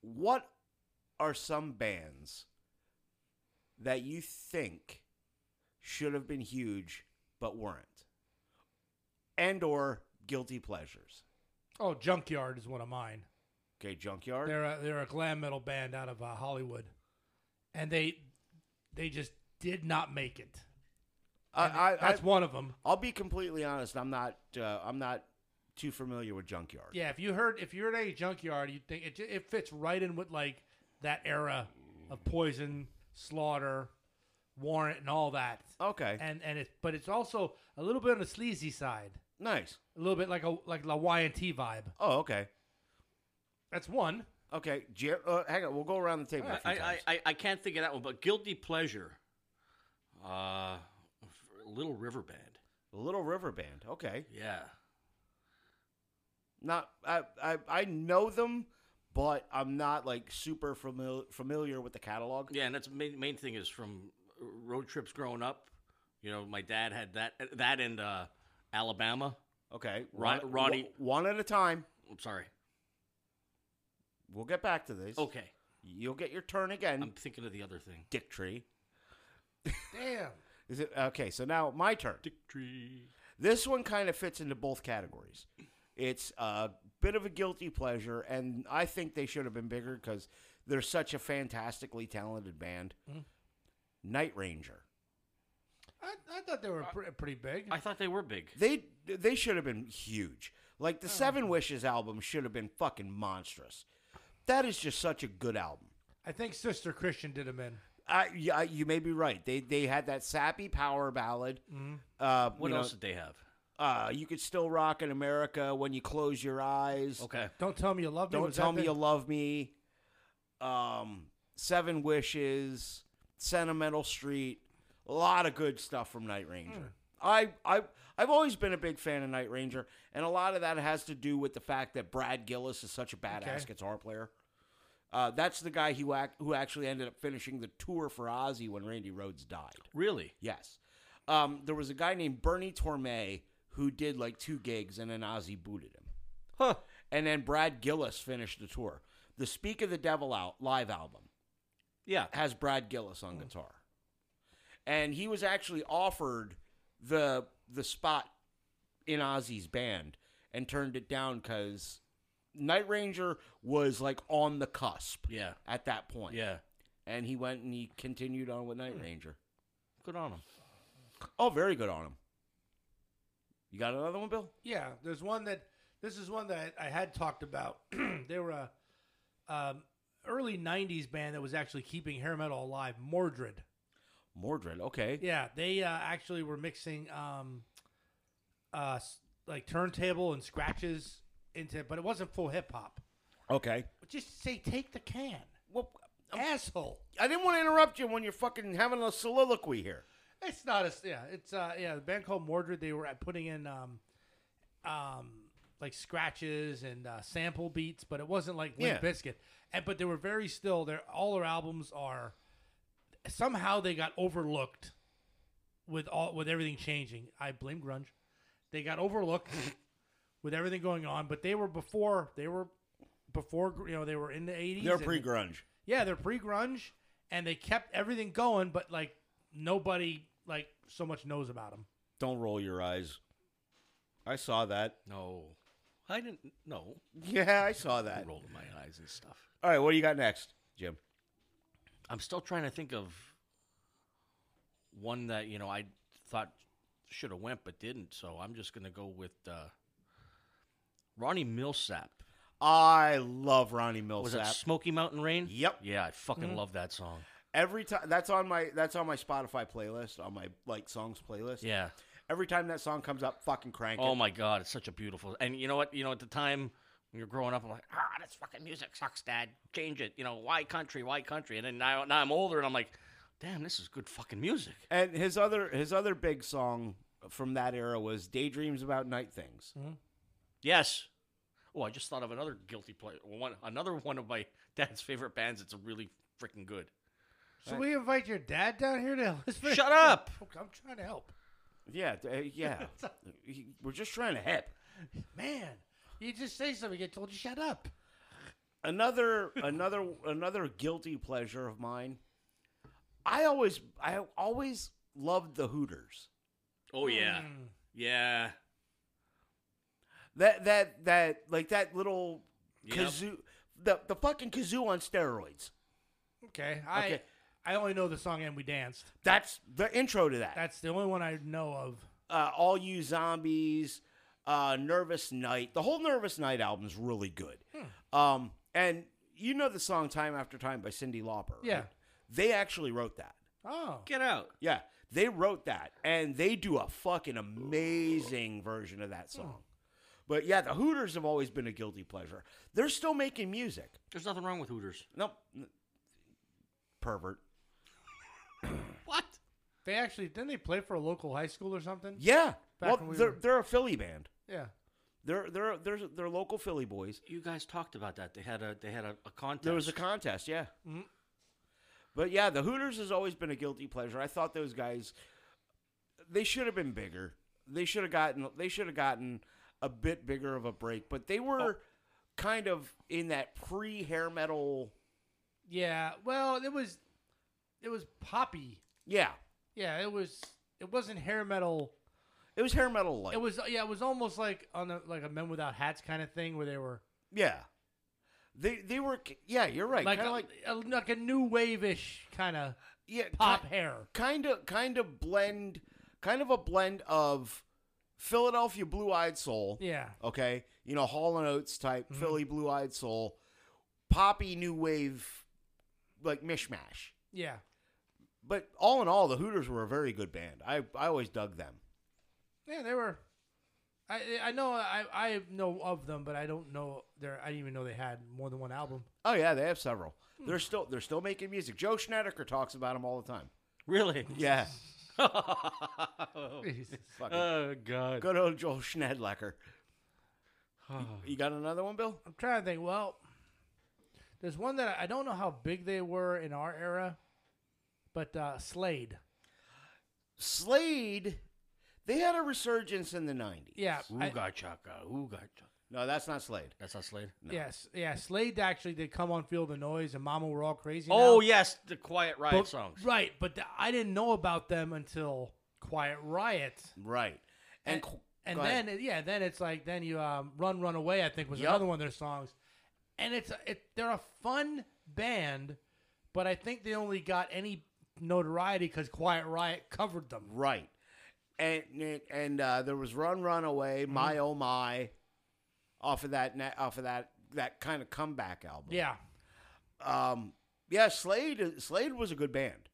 Speaker 1: what are some bands that you think should have been huge but weren't, and or guilty pleasures?
Speaker 3: Oh, Junkyard is one of mine.
Speaker 1: Okay, Junkyard.
Speaker 3: They're a, they're a glam metal band out of uh, Hollywood, and they they just did not make it.
Speaker 1: I,
Speaker 3: And
Speaker 1: I, I,
Speaker 3: that's one of them.
Speaker 1: I'll be completely honest. I'm not. Uh, I'm not too familiar with Junkyard.
Speaker 3: Yeah, if you heard if you're at a Junkyard, you think it ju- it fits right in with like that era of Poison, Slaughter, Warrant, and all that.
Speaker 1: Okay.
Speaker 3: And and it's but it's also a little bit on the sleazy side,
Speaker 1: nice.
Speaker 3: a little bit like a like La YNT vibe.
Speaker 1: Oh, okay.
Speaker 3: That's one.
Speaker 1: Okay. Jer- uh, hang on. We'll go around the table. a few
Speaker 2: I, I,
Speaker 1: times.
Speaker 2: I, I can't think of that one, but Guilty Pleasure. Uh, Little River Band.
Speaker 1: Little River Band. Okay.
Speaker 2: Yeah.
Speaker 1: Not. I. I, I know them, but I'm not like super famil- familiar with the catalog.
Speaker 2: Yeah, and that's the main, main thing is from road trips growing up. You know, my dad had that that and uh, Alabama.
Speaker 1: Okay.
Speaker 2: Ron-
Speaker 1: one-
Speaker 2: Ronnie-
Speaker 1: w- One at a time.
Speaker 2: I'm sorry.
Speaker 1: We'll get back to this.
Speaker 2: Okay,
Speaker 1: You'll get your turn again.
Speaker 2: I'm thinking of the other thing.
Speaker 1: Dick Tree.
Speaker 3: Damn.
Speaker 1: Is it okay? So now my turn.
Speaker 2: Dick Tree.
Speaker 1: This one kind of fits into both categories. It's a bit of a guilty pleasure, and I think they should have been bigger because they're such a fantastically talented band.
Speaker 2: Mm-hmm.
Speaker 1: Night Ranger.
Speaker 3: I, I thought they were
Speaker 1: Uh,
Speaker 3: pre- pretty big.
Speaker 2: I thought they were big.
Speaker 1: They they should have been huge. Like
Speaker 2: Oh.
Speaker 1: the Seven Wishes album should have been fucking monstrous. That is just such a good album.
Speaker 3: I think Sister Christian did them in.
Speaker 1: I, yeah, you may be right. They they had that sappy power ballad. Uh,
Speaker 2: Mm-hmm. What
Speaker 1: you know,
Speaker 2: else did they have?
Speaker 1: uh, you could still rock in America when you close your eyes.
Speaker 2: Okay.
Speaker 3: Don't tell me you love me.
Speaker 1: Don't
Speaker 3: was that
Speaker 1: tell me
Speaker 3: the-
Speaker 1: you love me. Um, Seven Wishes, Sentimental Street, a lot of good stuff from Night Ranger. I I I've always been a big fan of Night Ranger, and a lot of that has to do with the fact that Brad Gillis is such a badass
Speaker 3: Okay.
Speaker 1: guitar player. Uh, that's the guy who ac- who actually ended up finishing the tour for Ozzy when Randy Rhodes died.
Speaker 2: Really?
Speaker 1: Yes. Um, there was a guy named Bernie Torme who did like two gigs and then Ozzy booted him.
Speaker 2: Huh.
Speaker 1: And then Brad Gillis finished the tour. The Speak of the Devil out live album
Speaker 2: Yeah.
Speaker 1: has Brad Gillis on guitar. And he was actually offered the the spot in Ozzy's band and turned it down cuz Night Ranger was like on the cusp
Speaker 2: Yeah.
Speaker 1: at that point.
Speaker 2: Yeah.
Speaker 1: And he went and he continued on with Night Ranger.
Speaker 2: Good on them.
Speaker 1: Oh, very good on him. You got another one, Bill?
Speaker 3: Yeah, there's one that this is one that I, I had talked about. <clears throat> they were a um, early '90s band that was actually keeping hair metal alive. Mordred.
Speaker 1: Mordred. Okay.
Speaker 3: Yeah, they uh, actually were mixing um, uh, s- like turntable and scratches into, but it wasn't full hip hop.
Speaker 1: Okay.
Speaker 3: Just say take the can,
Speaker 1: Well,
Speaker 3: asshole.
Speaker 1: I didn't want to interrupt you when you're fucking having a soliloquy here.
Speaker 3: It's not a yeah. It's uh yeah. The band called Mordred. They were uh, putting in um, um like scratches and uh, sample beats, but it wasn't like Limp
Speaker 1: Yeah.
Speaker 3: Biscuit. And but they were very still. Their all their albums are somehow they got overlooked with all with everything changing. I blame grunge. They got overlooked with everything going on, but they were before they were before you know they were in the eighties.
Speaker 1: They're pre-grunge.
Speaker 3: Yeah, they're pre grunge, and they kept everything going, but like nobody like so much knows about them.
Speaker 1: Don't roll your eyes. I saw that.
Speaker 2: No, I didn't. No,
Speaker 1: Yeah, I saw
Speaker 2: I
Speaker 1: that.
Speaker 2: rolled my eyes and stuff.
Speaker 1: All right, what do you got next, Jim?
Speaker 2: I'm still trying to think of one that you know I thought should have went but didn't. So I'm just gonna go with uh, Ronnie Millsap.
Speaker 1: I love Ronnie Millsap.
Speaker 2: Was that Smoky Mountain Rain?
Speaker 1: Yep. Mm-hmm.
Speaker 2: Yeah, I fucking love that song.
Speaker 1: Every time that's on my that's on my Spotify playlist, on my like songs playlist.
Speaker 2: Yeah.
Speaker 1: Every time that song comes up, fucking crank
Speaker 2: Oh
Speaker 1: it.
Speaker 2: my god, it's such a beautiful. And you know what? You know at the time when you're growing up, I'm like, ah, this fucking music sucks, Dad. Change it. You know why country? Why country? And then now, now I'm older and I'm like, damn, this is good fucking music.
Speaker 1: And his other his other big song from that era was "Daydreams About Night Things."
Speaker 2: Yes. Oh, I just thought of another guilty pleasure. One, another one of my <laughs> dad's favorite bands. It's really freaking good.
Speaker 3: So we invite your dad down here to listen.
Speaker 2: Shut up.
Speaker 3: I'm trying to help,
Speaker 1: Yeah, uh, yeah. He- We're just trying to help.
Speaker 3: man. You just say something, get told you shut up.
Speaker 1: Another another another guilty pleasure of mine. I always I always loved the Hooters.
Speaker 2: Oh yeah,
Speaker 3: Mm.
Speaker 2: yeah.
Speaker 1: That that that like that little
Speaker 2: Yep.
Speaker 1: kazoo the the fucking kazoo on steroids.
Speaker 3: Okay, I
Speaker 1: Okay.
Speaker 3: I only know the song "And We Danced."
Speaker 1: That's the intro to that.
Speaker 3: That's the only one I know of.
Speaker 1: uh, All You Zombies, uh, Nervous Night. The whole Nervous Night album's really good. Um, and you know the song Time After Time by Cindy Lauper. right?
Speaker 3: Yeah.
Speaker 1: They actually wrote that.
Speaker 3: Oh,
Speaker 2: Get out.
Speaker 1: Yeah. They wrote that. And they do a fucking amazing version of
Speaker 3: Hmm.
Speaker 1: that song. But yeah, the Hooters have always been a guilty pleasure. They're still making music.
Speaker 2: There's nothing wrong with Hooters.
Speaker 1: Nope. N- Pervert.
Speaker 2: What?
Speaker 3: they actually didn't they play for a local high school or something?
Speaker 1: Yeah.
Speaker 3: Back
Speaker 1: well,
Speaker 3: when we
Speaker 1: they're,
Speaker 3: were-
Speaker 1: they're a Philly band.
Speaker 3: Yeah.
Speaker 1: They're, they're, they're, they're local Philly boys.
Speaker 2: You guys talked about that. They had a they had a, a contest.
Speaker 1: There was a contest, yeah.
Speaker 3: Mhm.
Speaker 1: But yeah, the Hooters has always been a guilty pleasure. I thought those guys, they should have been bigger. They should have gotten. They should have gotten a bit bigger of a break. But they
Speaker 3: Oh.
Speaker 1: were kind of in that pre hair metal.
Speaker 3: Yeah. Well, it was it was poppy.
Speaker 1: Yeah,
Speaker 3: Yeah, it was it wasn't hair metal.
Speaker 1: it was hair metal like.
Speaker 3: It was uh, yeah, it was almost like on a, like a Men Without Hats kind of thing where they were
Speaker 1: yeah, they they were. Yeah, you're right.
Speaker 3: like
Speaker 1: kinda
Speaker 3: a,
Speaker 1: like
Speaker 3: like a, like a new wave-ish kind of
Speaker 1: yeah,
Speaker 3: pop hair.
Speaker 1: kind of kind of blend, kind of a blend of Philadelphia Blue Eyed Soul.
Speaker 3: Yeah.
Speaker 1: okay? You know, Hall and Oates type, Philly Blue Eyed Soul, poppy new wave, like mishmash.
Speaker 3: Yeah.
Speaker 1: But all in all, the Hooters were a very good band. I, I always dug them.
Speaker 3: Yeah, they were I I know I I know of them, but I don't know their I didn't even know they had more than one album.
Speaker 1: Oh yeah, they have several. They're still they're still making music. Joe Schnedeker talks about them all the time.
Speaker 2: <laughs> really.
Speaker 1: Yeah,
Speaker 2: <laughs> oh
Speaker 1: fucking
Speaker 2: God.
Speaker 1: good old Joe Schnedlecker. You got another one, Bill?
Speaker 3: I'm trying to think. Well, there's one that I, I don't know how big they were in our era, but uh Slade.
Speaker 1: Slade. They had a resurgence in the '90s.
Speaker 3: Yeah. I-
Speaker 2: Ooga chaka. Ooga chaka.
Speaker 1: No, that's not Slade.
Speaker 2: That's not Slade.
Speaker 3: Yes, yeah. Slade actually did come on Feel the Noise and Mama We're All Crazy.
Speaker 2: Oh
Speaker 3: Now.
Speaker 2: yes, the Quiet Riot
Speaker 3: But-
Speaker 2: songs.
Speaker 3: Right, but th- I didn't know about them until Quiet Riot.
Speaker 1: Right. And
Speaker 3: And- And
Speaker 1: go ahead.
Speaker 3: then yeah, then it's like then you um, Run Run Away I think was
Speaker 1: Yup.
Speaker 3: another one of their songs. And it's it, they're a fun band, but I think they only got any notoriety cuz Quiet Riot covered them.
Speaker 1: Right. And and uh, there was Run Runaway,
Speaker 3: Mm-hmm.
Speaker 1: My Oh My, off of that na- off of that that kind of comeback album.
Speaker 3: Yeah.
Speaker 1: Um. Yeah. Slade Slade was a good band.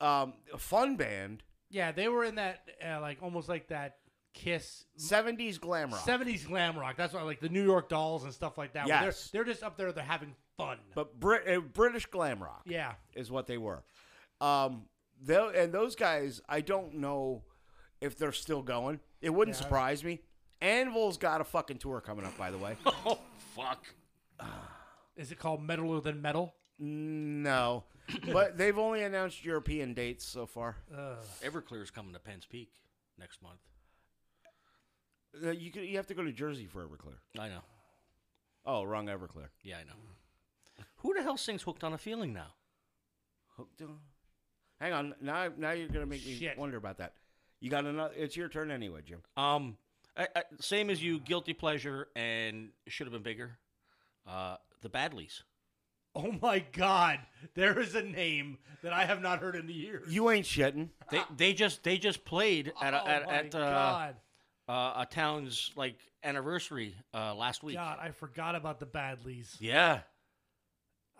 Speaker 1: Um, fun band,
Speaker 3: Yeah, they were in that uh, like almost like that Kiss
Speaker 1: seventies glam rock.
Speaker 3: seventies glam rock. That's why like the New York Dolls and stuff like that. where they're-
Speaker 1: Yes.
Speaker 3: they're, just up there. They're having fun.
Speaker 1: but Brit- uh, British glam rock
Speaker 3: yeah,
Speaker 1: is what they were. Um, tho- and those guys, I don't know if they're still going. It wouldn't
Speaker 3: Yeah.
Speaker 1: surprise me. Anvil's got a fucking tour coming up, by the way.
Speaker 2: <laughs> Oh fuck.
Speaker 3: is it called Metaler Than Metal?
Speaker 1: no, but they've only announced European dates so far.
Speaker 3: Ugh.
Speaker 2: Everclear's coming to Penn's Peak next month.
Speaker 1: Uh, you could, you have to go to Jersey for Everclear.
Speaker 2: I know.
Speaker 1: Oh, wrong Everclear.
Speaker 2: Yeah, I know. Who the hell sings "Hooked on a Feeling" now?
Speaker 1: Hooked on. Hang on, now now you're gonna make me
Speaker 3: Shit.
Speaker 1: wonder about that. You got another. It's your turn anyway, Jim.
Speaker 2: Um, I, I, same as you, guilty pleasure, and should have been bigger. Uh, the Badleys.
Speaker 3: Oh my God! There is a name that I have not heard in the years.
Speaker 1: You ain't shitting.
Speaker 2: They they just they just played at
Speaker 3: oh
Speaker 2: a, at,
Speaker 3: my
Speaker 2: at uh,
Speaker 3: God!
Speaker 2: uh, a town's like anniversary uh, last week.
Speaker 3: God, I forgot about the Badleys.
Speaker 2: Yeah,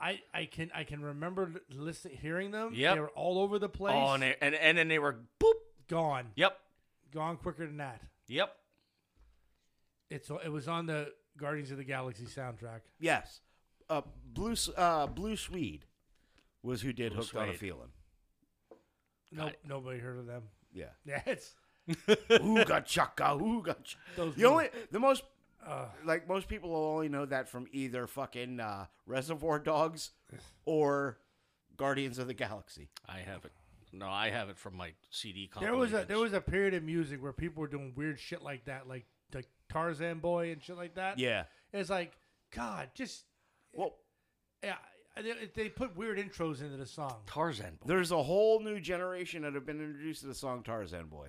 Speaker 3: I, I can I can remember l- listen, hearing them.
Speaker 2: Yep.
Speaker 3: they were all over the place.
Speaker 2: Oh, and, they, and and then they were boop.
Speaker 3: gone,
Speaker 2: Yep,
Speaker 3: gone quicker than that.
Speaker 2: yep.
Speaker 3: It's it was on the Guardians of the Galaxy soundtrack.
Speaker 1: Yes. Uh, Blue S- uh, Blue Swede was who did
Speaker 2: Blue
Speaker 1: Hooked on a
Speaker 2: Suede.
Speaker 1: Feeling.
Speaker 3: No,
Speaker 2: Got it.
Speaker 3: nobody heard of them. <laughs>
Speaker 1: Yeah.
Speaker 3: Yeah, it's
Speaker 1: ooga chaka, ooga. Ch-
Speaker 3: Those
Speaker 1: the
Speaker 3: little-
Speaker 1: only the most
Speaker 3: Ugh.
Speaker 1: like most people will only know that from either fucking uh, Reservoir Dogs or Guardians of the Galaxy.
Speaker 2: I have it. No, I have it from Oh my CD.
Speaker 3: there was a
Speaker 2: compilations.
Speaker 3: there was a period of music where people were doing weird shit like that, like like Tarzan Boy and shit like that.
Speaker 1: Yeah.
Speaker 3: it's like God, just
Speaker 1: Well,
Speaker 3: yeah, they, they put weird intros into the song. <laughs>
Speaker 2: Tarzan. Boy.
Speaker 1: there's a whole new generation that have been introduced to the song Tarzan Boy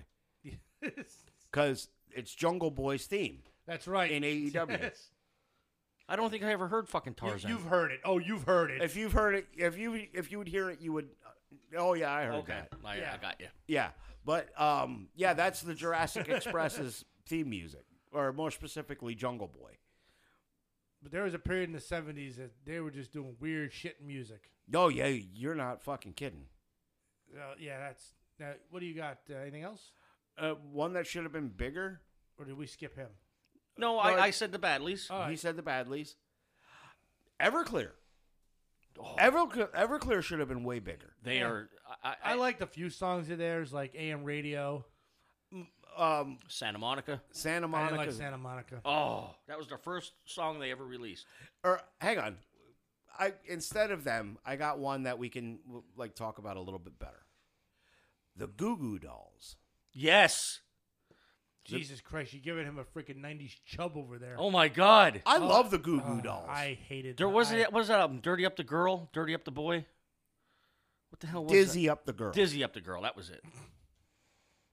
Speaker 1: because it's Jungle Boy's theme.
Speaker 3: That's right.
Speaker 1: In E AEW.
Speaker 3: <laughs> Yes.
Speaker 2: I don't think I ever heard fucking
Speaker 3: You-
Speaker 2: Tarzan.
Speaker 3: You've heard it. Oh, you've heard it.
Speaker 1: If you've heard it, if you if you would hear it, you would. Oh yeah, I heard
Speaker 2: okay,
Speaker 1: that.
Speaker 2: I,
Speaker 3: Yeah.
Speaker 2: I got you.
Speaker 1: Yeah, but um, yeah, that's the
Speaker 3: <laughs>
Speaker 1: Jurassic Express's theme music, or more specifically, Jungle Boy.
Speaker 3: But there was a period in the '70s that they were just doing weird shit in music.
Speaker 1: Oh yeah, you're not fucking kidding.
Speaker 3: Uh, yeah, that's. Now, what do you got? Uh, anything else,
Speaker 1: Uh, one that should have been bigger.
Speaker 3: or did we skip him?
Speaker 2: No,
Speaker 1: No,
Speaker 2: I,
Speaker 1: I-
Speaker 2: I said the Badleys.
Speaker 3: All
Speaker 1: He
Speaker 3: right.
Speaker 1: said the Badleys. Everclear.
Speaker 2: Oh.
Speaker 1: Everclear, Everclear should have been way bigger.
Speaker 2: they
Speaker 3: yeah.
Speaker 2: are. I, I,
Speaker 3: I liked a few songs of theirs, like AM Radio.
Speaker 1: Um,
Speaker 2: Santa Monica.
Speaker 1: Santa
Speaker 3: I
Speaker 1: Monica.
Speaker 3: didn't like Santa Monica.
Speaker 2: Oh, that was the first song they ever released.
Speaker 1: or hang on, I instead of them, I got one that we can w- like talk about a little bit better. The Goo Goo Dolls.
Speaker 2: Yes.
Speaker 3: Jesus Christ, you're giving him a freaking '90s chub over there.
Speaker 2: Oh my God.
Speaker 1: I love the Goo Goo
Speaker 3: Ugh,
Speaker 1: Dolls.
Speaker 3: uh, I hated.
Speaker 2: There
Speaker 3: that.
Speaker 2: was
Speaker 3: I-
Speaker 2: that. Was that album? Dirty up the girl. Dirty up the boy. What the hell was
Speaker 1: Dizzy up the girl.
Speaker 2: That? Dizzy up the girl. That was it.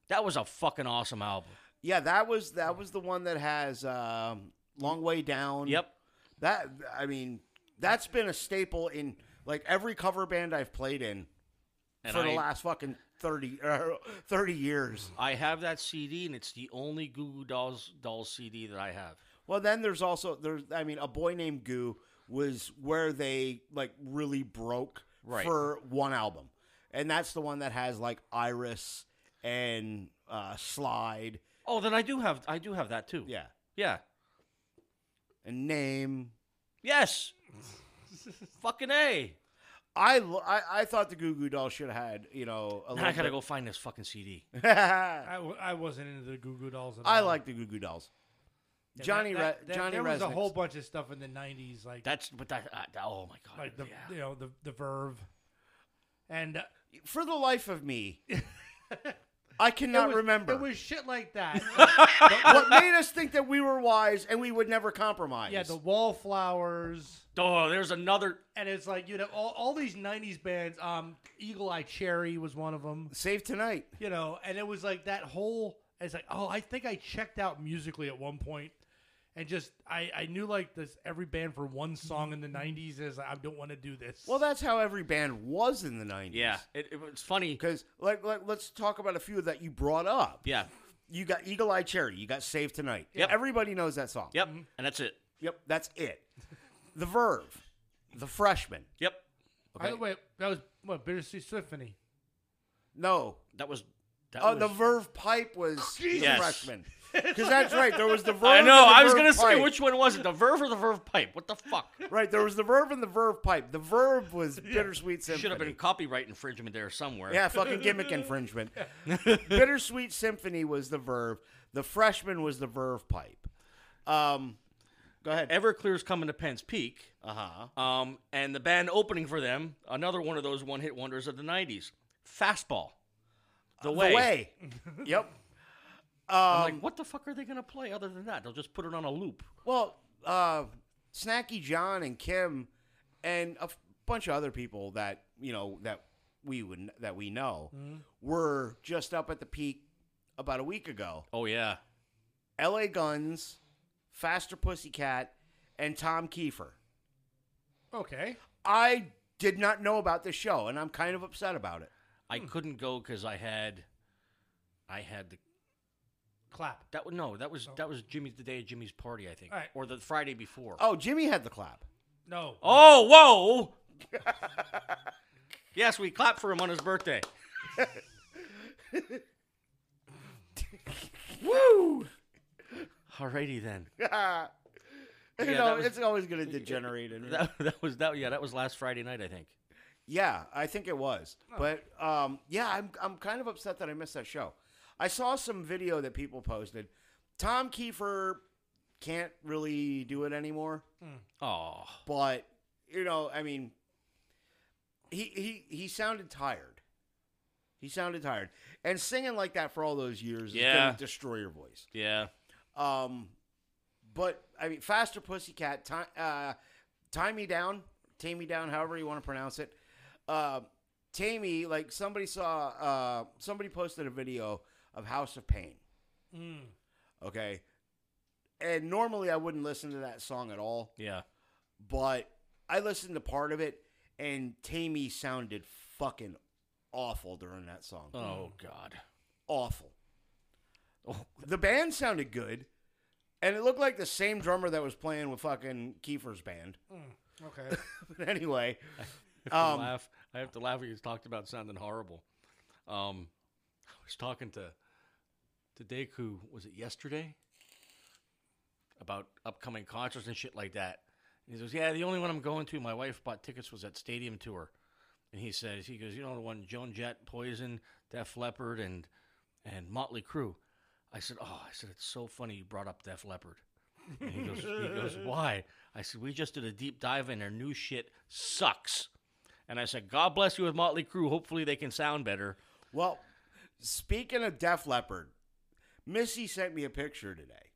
Speaker 2: That was a fucking awesome album.
Speaker 1: Yeah, that was that was the one that has um, long way down.
Speaker 2: Yep.
Speaker 1: That I mean, that's been a staple in like every cover band I've played in
Speaker 2: And
Speaker 1: for
Speaker 2: I,
Speaker 1: the last fucking thirty uh, thirty years.
Speaker 2: I have that CD, and it's the only Goo Goo Dolls Dolls CD that I have.
Speaker 1: Well, then there's also there's I mean, a boy named Goo was where they like really broke
Speaker 2: Right.
Speaker 1: for one album, and that's the one that has like Iris and uh, Slide.
Speaker 2: Oh, then I do have. I do have that too.
Speaker 1: Yeah,
Speaker 2: Yeah.
Speaker 1: and Name.
Speaker 2: Yes. fucking a.
Speaker 1: I, lo- I I thought the Goo Goo Dolls should have had you know a
Speaker 2: Now <laughs> I
Speaker 1: little
Speaker 2: gotta
Speaker 1: bit
Speaker 2: go find this fucking CD.
Speaker 1: I <laughs>
Speaker 3: I, w- I wasn't into the Goo Goo Dolls at all.
Speaker 1: like the Goo Goo Dolls.
Speaker 3: Yeah,
Speaker 1: Johnny
Speaker 3: that- that-
Speaker 1: Re-
Speaker 3: that-
Speaker 1: Johnny
Speaker 3: There was a
Speaker 1: Resnick's-
Speaker 3: whole bunch of stuff in the '90s, like
Speaker 2: That's but that. Uh, that- oh my god.
Speaker 3: like the
Speaker 2: yeah.
Speaker 3: you know the the Verve, and uh,
Speaker 1: For the life of
Speaker 2: <laughs>
Speaker 1: me, I
Speaker 3: it
Speaker 1: cannot
Speaker 3: was-
Speaker 1: remember. <laughs>
Speaker 3: It was shit like that.
Speaker 1: what made us think that we were wise and we would never compromise?
Speaker 3: yeah, the Wallflowers.
Speaker 2: Oh, there's another.
Speaker 3: And it's like you know all, all these '90s bands. Um, Eagle Eye Cherry was one of them.
Speaker 1: Save tonight.
Speaker 3: You know, and it was like that whole. It's like oh, I think I checked out musically at one point, and just I I knew like this every band for one song in the '90s is I don't want to do this.
Speaker 1: Well, that's how every band was in the nineties.
Speaker 2: Yeah, it, it, it's funny.
Speaker 1: Because like, like let's talk about a few that you brought up.
Speaker 2: Yeah.
Speaker 1: You got Eagle Eye Cherry. You got Save Tonight.
Speaker 2: Yep.
Speaker 1: Everybody knows that song.
Speaker 2: Yep. And that's it.
Speaker 1: Yep. That's it. The Verve. The Freshman.
Speaker 2: Yep.
Speaker 1: Okay.
Speaker 3: By the way, that was what Bittersweet Symphony.
Speaker 1: No.
Speaker 2: That was. That
Speaker 1: Oh,
Speaker 2: was,
Speaker 1: the Verve pipe was the
Speaker 2: Yes. <laughs>
Speaker 1: freshman. Because that's right. There was the Verve.
Speaker 2: I
Speaker 1: and
Speaker 2: know.
Speaker 1: the
Speaker 2: I was
Speaker 1: Verve
Speaker 2: gonna say
Speaker 1: pipe.
Speaker 2: which one was it, the Verve or the Verve pipe? What the fuck?
Speaker 1: Right. There was the Verve and the Verve pipe. The Verve
Speaker 2: <laughs>
Speaker 1: was bittersweet symphony.
Speaker 2: Should have been copyright infringement there somewhere.
Speaker 1: Yeah, fucking
Speaker 2: <laughs>
Speaker 1: gimmick infringement. <laughs> Bittersweet Symphony was the verve. The freshman was the verve pipe. Um, go ahead.
Speaker 2: Everclear's coming to Penn's Peak.
Speaker 1: Uh huh.
Speaker 2: Um, and the band opening for them, another one of those one hit wonders of the 90s, Fastball. The
Speaker 1: Uh,
Speaker 2: way.
Speaker 1: The
Speaker 2: <laughs>
Speaker 1: way. Um, yep.
Speaker 2: I'm like, what the fuck are they going to play other than that? They'll just put it on a loop.
Speaker 1: Well, uh, Snacky John and Kim, and a f- bunch of other people that you know that we would that we know
Speaker 2: Mm-hmm.
Speaker 1: were just up at the peak about a week ago.
Speaker 2: Oh, yeah.
Speaker 1: L.A. Guns, Faster Pussycat, and Tom Kiefer.
Speaker 3: Okay.
Speaker 1: I did not know about this show, and I'm kind of upset about it.
Speaker 2: I couldn't go because I had, I had the,
Speaker 3: Clap.
Speaker 2: that was, no, that
Speaker 1: Oh.
Speaker 2: was, that was Jimmy's, the day of Jimmy's party, I think.
Speaker 3: All right.
Speaker 2: Or the Friday before.
Speaker 1: Oh, Jimmy had the clap. <laughs>
Speaker 3: No.
Speaker 2: Oh, whoa. yes, we clapped for him on his birthday.
Speaker 1: <laughs> Woo!
Speaker 2: Alrighty then.
Speaker 1: you know,
Speaker 2: that was-
Speaker 1: it's always going to degenerate. in
Speaker 2: <laughs>
Speaker 1: me.
Speaker 2: That, that was that. Yeah, that was last Friday night, I think.
Speaker 1: yeah, I think it was.
Speaker 2: Oh.
Speaker 1: But um, yeah, I'm, I'm kind of upset that I missed that show. I saw some video that people posted. Tom Kiefer can't really do it anymore,
Speaker 2: Oh,
Speaker 1: but, you know, I mean, he, he, he sounded tired. He sounded tired. And singing like that for all those years is
Speaker 2: Yeah.
Speaker 1: going to destroy your voice.
Speaker 2: yeah.
Speaker 1: Um, but I mean, faster pussycat, time, uh, time me down, tame me down, however you want to pronounce it. Uh, Tammy, like somebody saw, uh, somebody posted a video of House of Pain.
Speaker 3: Mm.
Speaker 1: Okay, and normally I wouldn't listen to that song at all,
Speaker 2: Yeah.
Speaker 1: but I listened to part of it, and Tammy sounded fucking awful during that song.
Speaker 2: Oh God.
Speaker 1: Awful.
Speaker 2: Oh,
Speaker 1: the band sounded good, and it looked like the same drummer that was playing with fucking Kiefer's band. <laughs>
Speaker 3: Okay. <laughs>
Speaker 1: But anyway,
Speaker 2: <laughs> I
Speaker 1: Um,
Speaker 2: laugh. I have to laugh when you talked about sounding horrible. Um, I was talking to to Deku. Was it yesterday? About upcoming concerts and shit like that. And he goes, "Yeah, the only one I'm going to. My wife bought tickets was that stadium tour." And he says, "He goes, you know the one Joan Jett, Poison, Def Leppard, and and Motley Crue." I said, "Oh, I said it's so funny you brought up Def Leppard." And he goes, he goes, why? I said, we just did a deep dive and their new shit sucks. And I said, God bless you with Motley Crue. Hopefully they can sound better.
Speaker 1: well, speaking of Def Leppard, Missy sent me a picture today.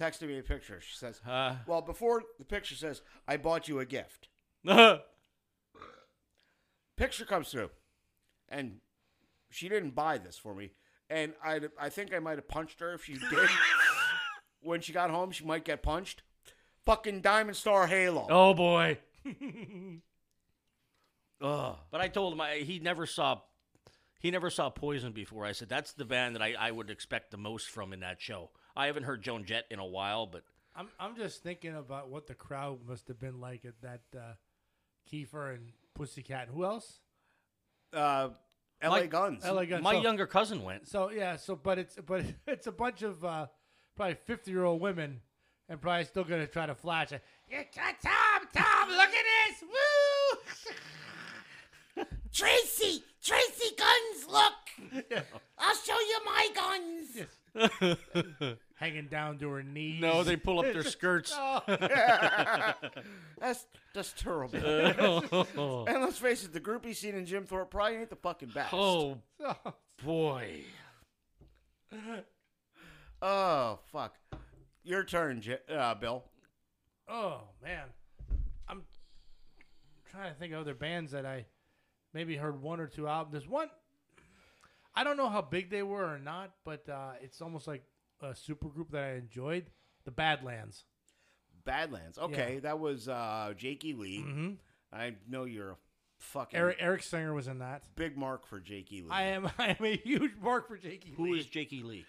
Speaker 1: Texted me a picture. She says,
Speaker 2: Uh, <laughs>
Speaker 1: "Well, before the picture says, I bought you a gift."
Speaker 2: oh,
Speaker 1: Picture comes through, and she didn't buy this for me. And I, I think I might have punched her if she did. when she got home, she might get punched. Fucking Diamond Star Halo.
Speaker 2: oh boy. But I told him I, he never saw he never saw Poison before. I said that's the band that I, I would expect the most from in that show. I haven't heard Joan Jett in a while, but
Speaker 3: I'm I'm just thinking about what the crowd must have been like at that uh, Kiefer and Pussycat. Who else?
Speaker 1: uh, LA
Speaker 2: Mike-
Speaker 1: Guns.
Speaker 3: LA Gun.
Speaker 2: my
Speaker 3: so,
Speaker 2: younger cousin went.
Speaker 3: So yeah. So but it's but <laughs> it's a bunch of uh, probably 50 year old women and probably still gonna try to flash. it. You got Tom, Tom, look at this, woo!
Speaker 4: Tracy, Tracy guns, look. I'll show you my guns.
Speaker 3: <laughs> Hanging down to her knees. Oh,
Speaker 2: No,
Speaker 3: <laughs>
Speaker 2: they pull up their skirts.
Speaker 1: That's that's terrible.
Speaker 2: Uh. <laughs> oh
Speaker 1: and let's face it, the groupie scene in Jim Thorpe probably ain't the fucking best.
Speaker 2: Oh. boy.
Speaker 1: Oh, fuck. Your turn, J- uh, Bill.
Speaker 3: Oh man, I'm trying to think of other bands that I maybe heard one or two albums. There's one I don't know how big they were or not, but uh, it's almost like a supergroup that I enjoyed, the Badlands.
Speaker 1: Badlands. Okay,
Speaker 3: Yeah.
Speaker 1: that was uh, Jakey Lee.
Speaker 3: Mhm.
Speaker 1: I know you're a fucking
Speaker 3: Eric Eric Singer was in that.
Speaker 1: big mark for Jakey Lee.
Speaker 3: I am <laughs> I am a huge mark for Jakey.
Speaker 2: Who
Speaker 3: Lee.
Speaker 2: is Jakey Lee?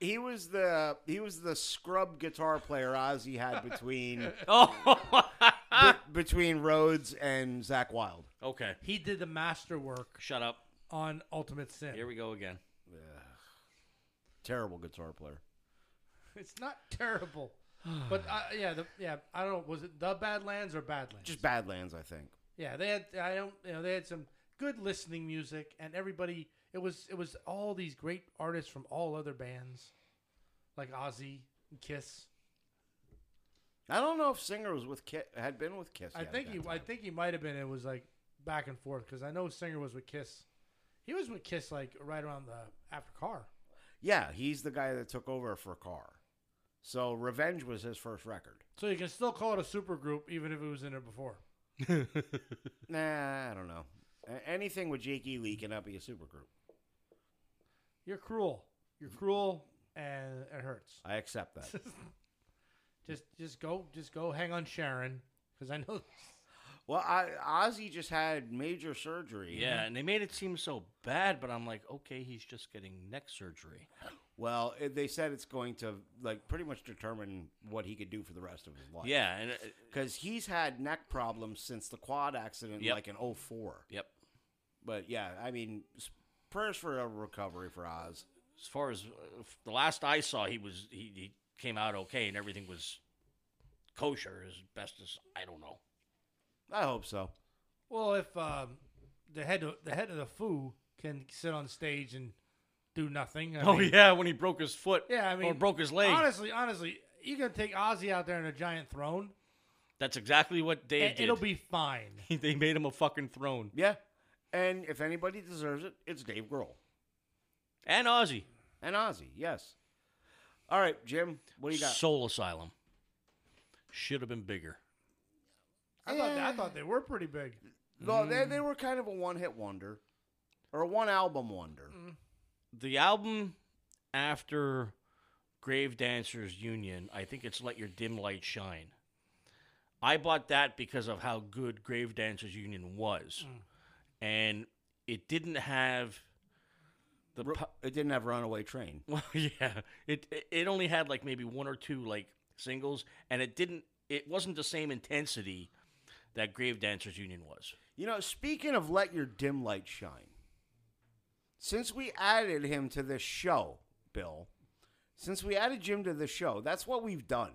Speaker 1: he was the he was the scrub guitar player Ozzy had
Speaker 3: <laughs>
Speaker 1: between
Speaker 2: <laughs> Oh,
Speaker 3: Ah!
Speaker 1: be- between Rhodes and Zach Wild.
Speaker 2: <laughs> okay.
Speaker 3: He did the masterwork
Speaker 2: Shut up.
Speaker 3: on Ultimate Sin.
Speaker 2: Here we go <laughs> again.
Speaker 1: Ugh. Terrible guitar player.
Speaker 3: It's not terrible, but uh, yeah, the, yeah. I don't know. Was it the Badlands or Badlands?
Speaker 1: Just Badlands, I think.
Speaker 3: yeah. They had. I don't. You know, they had some good listening music, and everybody. It was. It was all these great artists from all other bands, like Ozzy and Kiss.
Speaker 1: I don't know if Singer was with Ki- had been with Kiss.
Speaker 3: I
Speaker 1: yet at
Speaker 3: think
Speaker 1: that
Speaker 3: he. I
Speaker 1: time.
Speaker 3: think he might have been. It was like back and forth because I know Singer was with Kiss. He was with Kiss like right around the after Car.
Speaker 1: Yeah, he's the guy that took over for Carr. So Revenge was his first record.
Speaker 3: So you can still call it a supergroup even if it was in there before.
Speaker 1: Nah, I don't know. A- Anything with Jake E. Lee cannot be a supergroup.
Speaker 3: You're cruel. You're cruel, and it hurts. <laughs>
Speaker 1: I accept that.
Speaker 3: Just, just go, just go. Hang on, Sharon, because I know.
Speaker 1: well, I, Ozzy just had major surgery.
Speaker 2: Yeah, and they made it seem so bad, but I'm like, okay, he's just getting neck surgery.
Speaker 1: Well, it, they said it's going to like pretty much determine what he could do for the rest of his life.
Speaker 2: Yeah, and uh,
Speaker 1: Because he's had neck problems since the quad accident,
Speaker 2: Yep.
Speaker 1: like in 04.
Speaker 2: yep.
Speaker 1: But yeah, I mean, s- prayers for a recovery for Oz.
Speaker 2: As far as uh, f- the last I saw, he was he, he came out okay, and everything was kosher as best as I don't know.
Speaker 1: I hope so.
Speaker 3: Well, if um, the head, of, the head of the foo can sit on stage and do nothing. I mean-
Speaker 2: Oh, yeah, when he broke his foot,
Speaker 3: yeah. I mean,
Speaker 2: or broke his leg.
Speaker 3: Honestly, honestly, you can take Ozzy out there in a giant throne,
Speaker 2: That's exactly what Dave
Speaker 3: and
Speaker 2: did.
Speaker 3: it'll be fine.
Speaker 2: they made him a fucking throne.
Speaker 1: Yeah. And if anybody deserves it, it's Dave Grohl
Speaker 2: And Ozzy,
Speaker 1: and Ozzy. Yes. All right, Jim, what do you got?
Speaker 2: Soul Asylum, should have been bigger.
Speaker 3: I thought, I thought they were pretty big.
Speaker 1: Well, they,
Speaker 2: mm.
Speaker 1: they were kind of a one hit wonder or a one album wonder.
Speaker 2: the album after Grave Dancers Union, I think it's Let Your Dim Light Shine. I bought that because of how good Grave Dancers Union was. And it didn't have <laughs> the
Speaker 1: Ru-
Speaker 2: pu-
Speaker 1: It didn't have Runaway Train.
Speaker 2: well, yeah. It it- it only had like maybe one or two like singles and it didn't it wasn't the same intensity that Grave Dancers Union was.
Speaker 1: You know, speaking of Let Your Dim Light Shine, since we added him to this show, Bill, since we added Jim to the show, that's what we've done.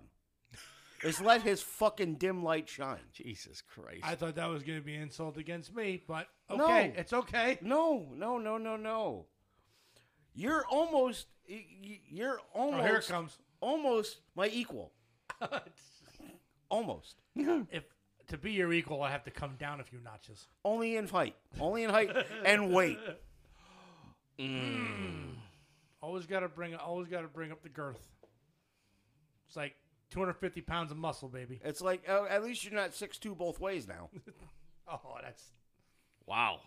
Speaker 1: is let his fucking dim light shine.
Speaker 2: Jesus Christ.
Speaker 3: I thought that was going to be an insult against me, but okay,
Speaker 1: No.
Speaker 3: it's okay.
Speaker 1: No, no, no, no, no. You're almost y- y- you're
Speaker 3: Oh,
Speaker 1: almost
Speaker 3: here it comes.
Speaker 1: almost my
Speaker 3: <laughs>
Speaker 1: equal. Almost.
Speaker 3: if to be your equal, I have to come down a few notches.
Speaker 1: Only in height. Only in height and weight.
Speaker 3: Always got to bring. Always got to bring up the girth. It's like 250 pounds of muscle, baby. <laughs>
Speaker 1: It's like oh, at least you're not six two both ways now.
Speaker 3: Oh, that's
Speaker 2: wow.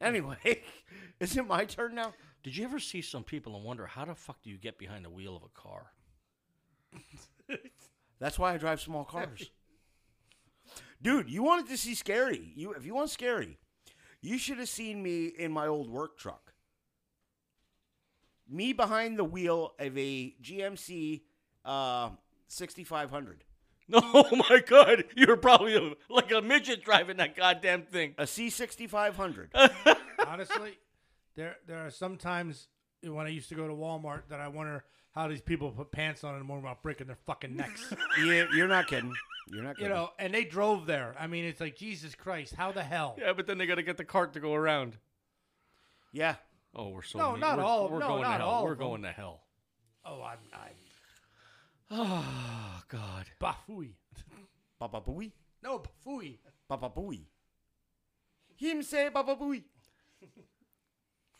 Speaker 1: Anyway, <laughs> is it my turn now?
Speaker 2: Did you ever see some people and wonder how the fuck do you get behind the wheel of a car?
Speaker 1: That's why I drive small cars. <laughs> Dude, you wanted to see scary. You if you want scary, you should have seen me in my old work truck. Me behind the wheel of a GMC uh, 6500,
Speaker 2: <laughs> Oh my god, you were probably a, like a midget driving that goddamn thing.
Speaker 1: a C6500. <laughs>
Speaker 3: honestly. there, there are sometimes when I used to go to Walmart that I wonder how these people put pants on and worry about breaking their fucking necks.
Speaker 1: you, you're not kidding. You're not
Speaker 3: you
Speaker 1: kidding.
Speaker 3: know, and they drove there. I mean, it's like Jesus Christ, how the hell?
Speaker 2: Yeah, but then they got to get the cart to go around.
Speaker 1: yeah.
Speaker 2: Oh, we're so
Speaker 3: No,
Speaker 2: mean.
Speaker 3: not
Speaker 2: we're,
Speaker 3: all-
Speaker 2: We're
Speaker 3: no,
Speaker 2: going to
Speaker 3: not
Speaker 2: hell.
Speaker 3: all
Speaker 2: We're
Speaker 3: of them.
Speaker 2: going to hell.
Speaker 3: Oh, I'm, I'm
Speaker 2: Oh god. <laughs>
Speaker 3: bafooey.
Speaker 1: Papa Booey.
Speaker 3: <laughs> No, bafooey.
Speaker 1: Papa Booey. Him say Papa Booey.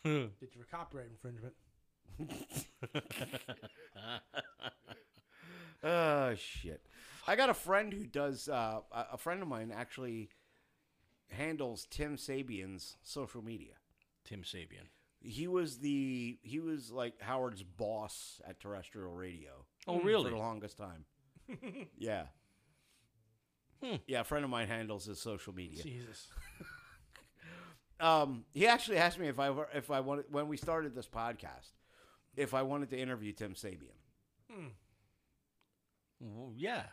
Speaker 3: Did you for copyright infringement?
Speaker 1: Oh shit! I got a friend who does. Uh, a a friend of mine actually handles Tim Sabian's social media.
Speaker 2: Tim Sabian.
Speaker 1: He was the he was like Howard's boss at terrestrial radio
Speaker 2: Oh
Speaker 1: for
Speaker 2: really?
Speaker 1: the longest time. yeah. Yeah, a friend of mine handles his social media.
Speaker 3: Jesus.
Speaker 1: Um, he actually asked me if I were, if I wanted when we started this podcast if I wanted to interview Tim Sabian.
Speaker 2: Well, yeah.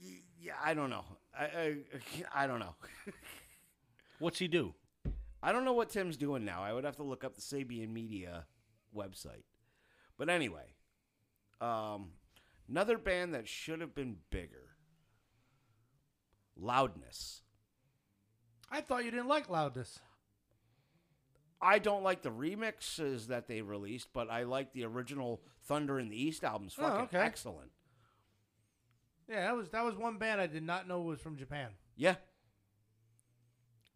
Speaker 1: Y- Yeah, I don't know. I I, I don't know.
Speaker 2: What's he do?
Speaker 1: I don't know what Tim's doing now. I would have to look up the Sabian Media website. But anyway, um, another band that should have been bigger. Loudness.
Speaker 3: I thought you didn't like loudness.
Speaker 1: I don't like the remixes that they released, but I like the original Thunder in the East albums.
Speaker 3: Oh,
Speaker 1: Fucking
Speaker 3: okay.
Speaker 1: excellent.
Speaker 3: Yeah, that was that was one band I did not know was from Japan.
Speaker 1: Yeah.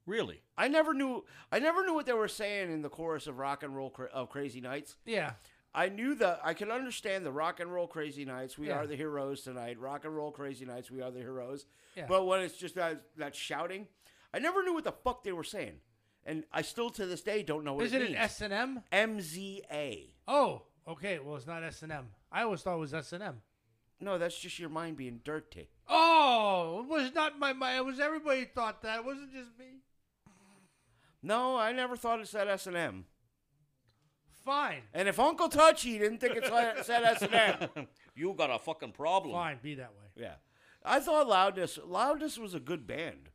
Speaker 2: Really?
Speaker 1: I never knew I never knew what they were saying in the chorus of Rock and Roll Cra- of Crazy Nights.
Speaker 3: Yeah,
Speaker 1: I knew the I could understand the Rock and Roll Crazy Nights. We
Speaker 3: Yeah.
Speaker 1: are the heroes tonight. Rock and Roll Crazy Nights. We are the heroes.
Speaker 3: Yeah.
Speaker 1: But when it's just that that shouting, I never knew what the fuck they were saying, and I still to this day don't know what
Speaker 3: is
Speaker 1: it,
Speaker 3: it an
Speaker 1: means.
Speaker 3: S and M?
Speaker 1: MZA.
Speaker 3: Oh, okay. Well, it's not S and M. I always thought it was S and M.
Speaker 1: No, that's just your mind being dirty.
Speaker 3: Oh, it was not my my. It was everybody thought that. It wasn't just me.
Speaker 1: No, I never thought it said S and M.
Speaker 3: Fine,
Speaker 1: And if Uncle Touchy didn't think it said- said S and M,
Speaker 2: <laughs> You got a fucking problem.
Speaker 3: fine. Be that way. <laughs>
Speaker 1: Yeah. I thought Loudness Loudness was a good band.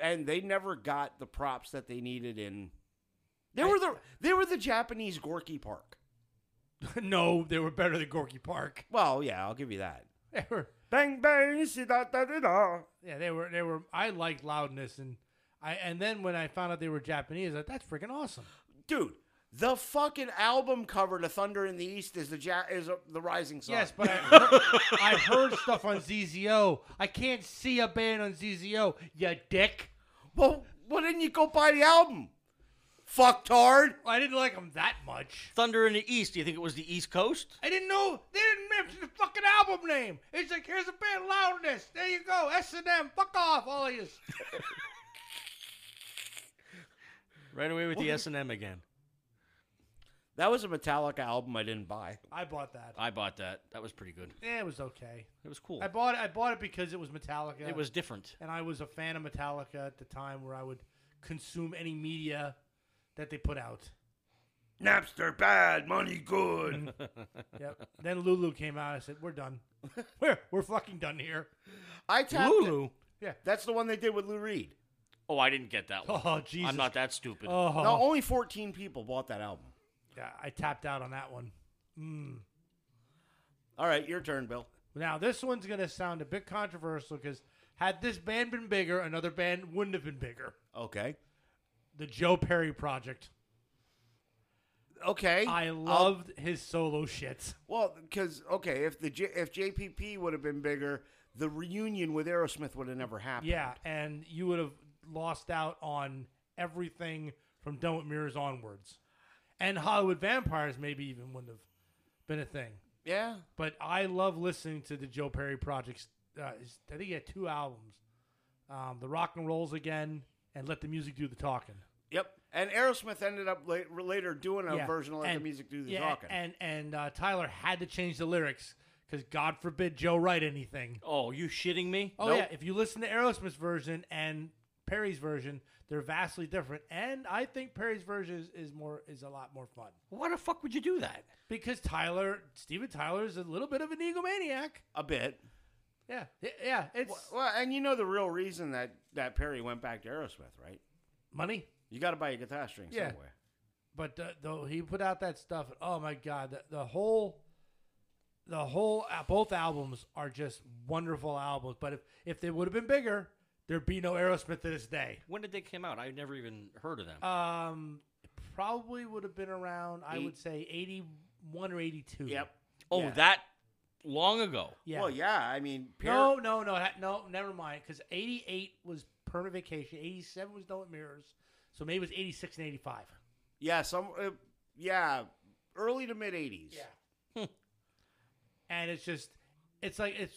Speaker 1: And they never got the props that they needed in They were the they were the Japanese Gorky Park.
Speaker 3: no, they were better than Gorky Park. <laughs>
Speaker 1: Well, yeah, I'll give you that.
Speaker 3: They were,
Speaker 1: Bang bang si da da da da.
Speaker 3: yeah, they were, they were. I liked loudness, and I, and then when I found out they were Japanese, I thought that's freaking awesome.
Speaker 1: Dude, the fucking album cover to Thunder in the East is the ja- is uh, the Rising Sun.
Speaker 3: Yes, <laughs> but I heard, I heard stuff on ZZO. I can't see a band on ZZO, you dick.
Speaker 1: well, why didn't you go buy the album? Fucktard.
Speaker 3: I didn't like them that much.
Speaker 2: Thunder in the East. Do you think it was the East Coast?
Speaker 3: I didn't know they didn't mention the fucking album name. It's like here's a band, Loudness. There you go, S and M. Fuck off, all of you.
Speaker 2: Right away with the S and M again.
Speaker 1: That was a Metallica album I didn't buy.
Speaker 3: I bought that.
Speaker 2: I bought that. That was pretty good.
Speaker 3: Yeah, it was okay.
Speaker 2: It was cool.
Speaker 3: I bought it. I bought it because it was Metallica.
Speaker 2: It was different.
Speaker 3: and I was a fan of Metallica at the time, where I would consume any media that they put out.
Speaker 1: Napster bad, money good.
Speaker 2: <laughs>
Speaker 3: Yep. then Lulu came out. I said, "We're done. we're we're fucking done here."
Speaker 1: I tapped it.
Speaker 2: Lulu.
Speaker 1: That's the one they did with Lou Reed.
Speaker 2: <laughs> Oh, I didn't get that one.
Speaker 3: Oh Jesus!
Speaker 2: I'm not that stupid.
Speaker 3: Oh,
Speaker 1: No, only 14 people bought that album.
Speaker 3: yeah, I tapped out on that one. Mm.
Speaker 1: All right, your turn, Bill.
Speaker 3: Now this one's gonna sound a bit controversial because had this band been bigger, another band wouldn't have been bigger.
Speaker 1: Okay.
Speaker 3: The Joe Perry Project.
Speaker 1: Okay.
Speaker 3: I
Speaker 1: I'll-
Speaker 3: loved his solo shit.
Speaker 1: well, because okay, if the J, if JPP would have been bigger, the reunion with Aerosmith would have never happened.
Speaker 3: Yeah, and you would have lost out on everything from Done with Mirrors onwards. And Hollywood Vampires maybe even wouldn't have been a thing.
Speaker 1: Yeah.
Speaker 3: But I love listening to the Joe Perry Project's. Uh, his- I think he had two albums um, The Rock and Rolls Again and Let the Music Do the Talking.
Speaker 1: Yep. And Aerosmith ended up late, later doing a
Speaker 3: Yeah,
Speaker 1: version of Let the
Speaker 3: and-
Speaker 1: Music Do the
Speaker 3: yeah,
Speaker 1: Talking.
Speaker 3: And, and uh, Tyler had to change the lyrics because God forbid Joe write anything.
Speaker 2: oh, you shitting me?
Speaker 3: Oh
Speaker 1: Nope.
Speaker 3: yeah, if you listen to Aerosmith's version and Perry's version, they're vastly different. And I think Perry's version is, is more is a lot more fun
Speaker 2: Why the fuck would you do that?
Speaker 3: because Tyler, Steven Tyler, is a little bit of an egomaniac.
Speaker 1: a bit.
Speaker 3: Yeah, y- yeah, it's
Speaker 1: Well, and you know the real reason that, that Perry went back to Aerosmith, right?
Speaker 3: money.
Speaker 1: You got to buy a guitar string
Speaker 3: Yeah.
Speaker 1: somewhere.
Speaker 3: But uh, though he put out that stuff, and oh my god, the, the whole, the whole uh, both albums are just wonderful albums. But if if they would have been bigger, there'd be no Aerosmith to this day.
Speaker 2: When did they come out? I never even heard of them.
Speaker 3: Um, probably would have been around. I
Speaker 1: Eight-
Speaker 3: would say eighty-one or eighty-two.
Speaker 1: Yep.
Speaker 2: oh,
Speaker 1: yeah.
Speaker 2: that long ago.
Speaker 3: Yeah.
Speaker 1: Well, yeah. I mean, Perry.
Speaker 3: No, no, no, ha- no. Never mind. Because eighty-eight was Permanent Vacation. Eighty-seven was Don't Mirrors. So maybe it was eighty-six and eighty-five.
Speaker 1: Yeah. Some. Uh, yeah. Early to mid '80s.
Speaker 3: <laughs> And it's just, it's like it's.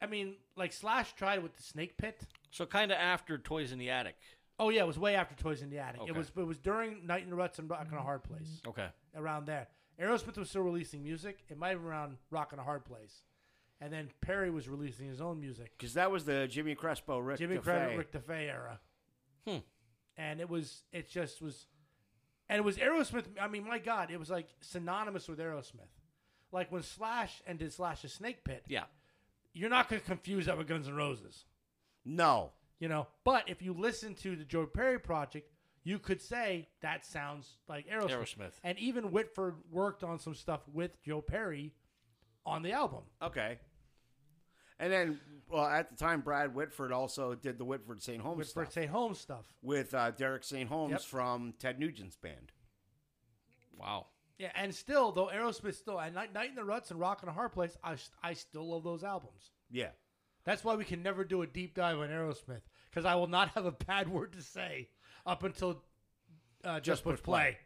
Speaker 3: I mean, like Slash tried with the Snake Pit.
Speaker 2: So kind of after Toys in the Attic.
Speaker 3: Oh yeah, it was way after Toys in the Attic.
Speaker 2: Okay.
Speaker 3: It was it was during Night in the Ruts and Rock on a Hard Place.
Speaker 2: Okay.
Speaker 3: around there. Aerosmith was still releasing music. It might have been around Rockin' a Hard Place. And then Perry was releasing his own music.
Speaker 1: Because that was the Jimmy Crespo, Rick
Speaker 3: Jimmy
Speaker 1: DeFay.
Speaker 3: Credit, Rick DeFay era.
Speaker 2: Hmm.
Speaker 3: And it was, it just was, and it was Aerosmith. I mean, my God, it was like synonymous with Aerosmith. Like when Slash and did Slash's Snake Pit,
Speaker 2: Yeah.
Speaker 3: you're not going to confuse that with Guns N' Roses,
Speaker 1: No.
Speaker 3: you know? But if you listen to the Joe Perry project, you could say that sounds like Aerosmith.
Speaker 2: Aerosmith.
Speaker 3: And even Whitford worked on some stuff with Joe Perry on the album.
Speaker 1: Okay. And then, well, at the time, Brad Whitford also did the Whitford St. Holmes
Speaker 3: Whitford
Speaker 1: stuff
Speaker 3: St. Holmes stuff.
Speaker 1: with uh, Derek St. Holmes
Speaker 3: Yep.
Speaker 1: from Ted Nugent's band.
Speaker 2: Wow.
Speaker 3: Yeah, and still though Aerosmith still and Night, Night in the Ruts and Rock and a Hard Place, I s- I still love those albums.
Speaker 1: Yeah.
Speaker 3: That's why we can never do a deep dive on Aerosmith because I will not <laughs> have a bad word to say up until uh, just, push play.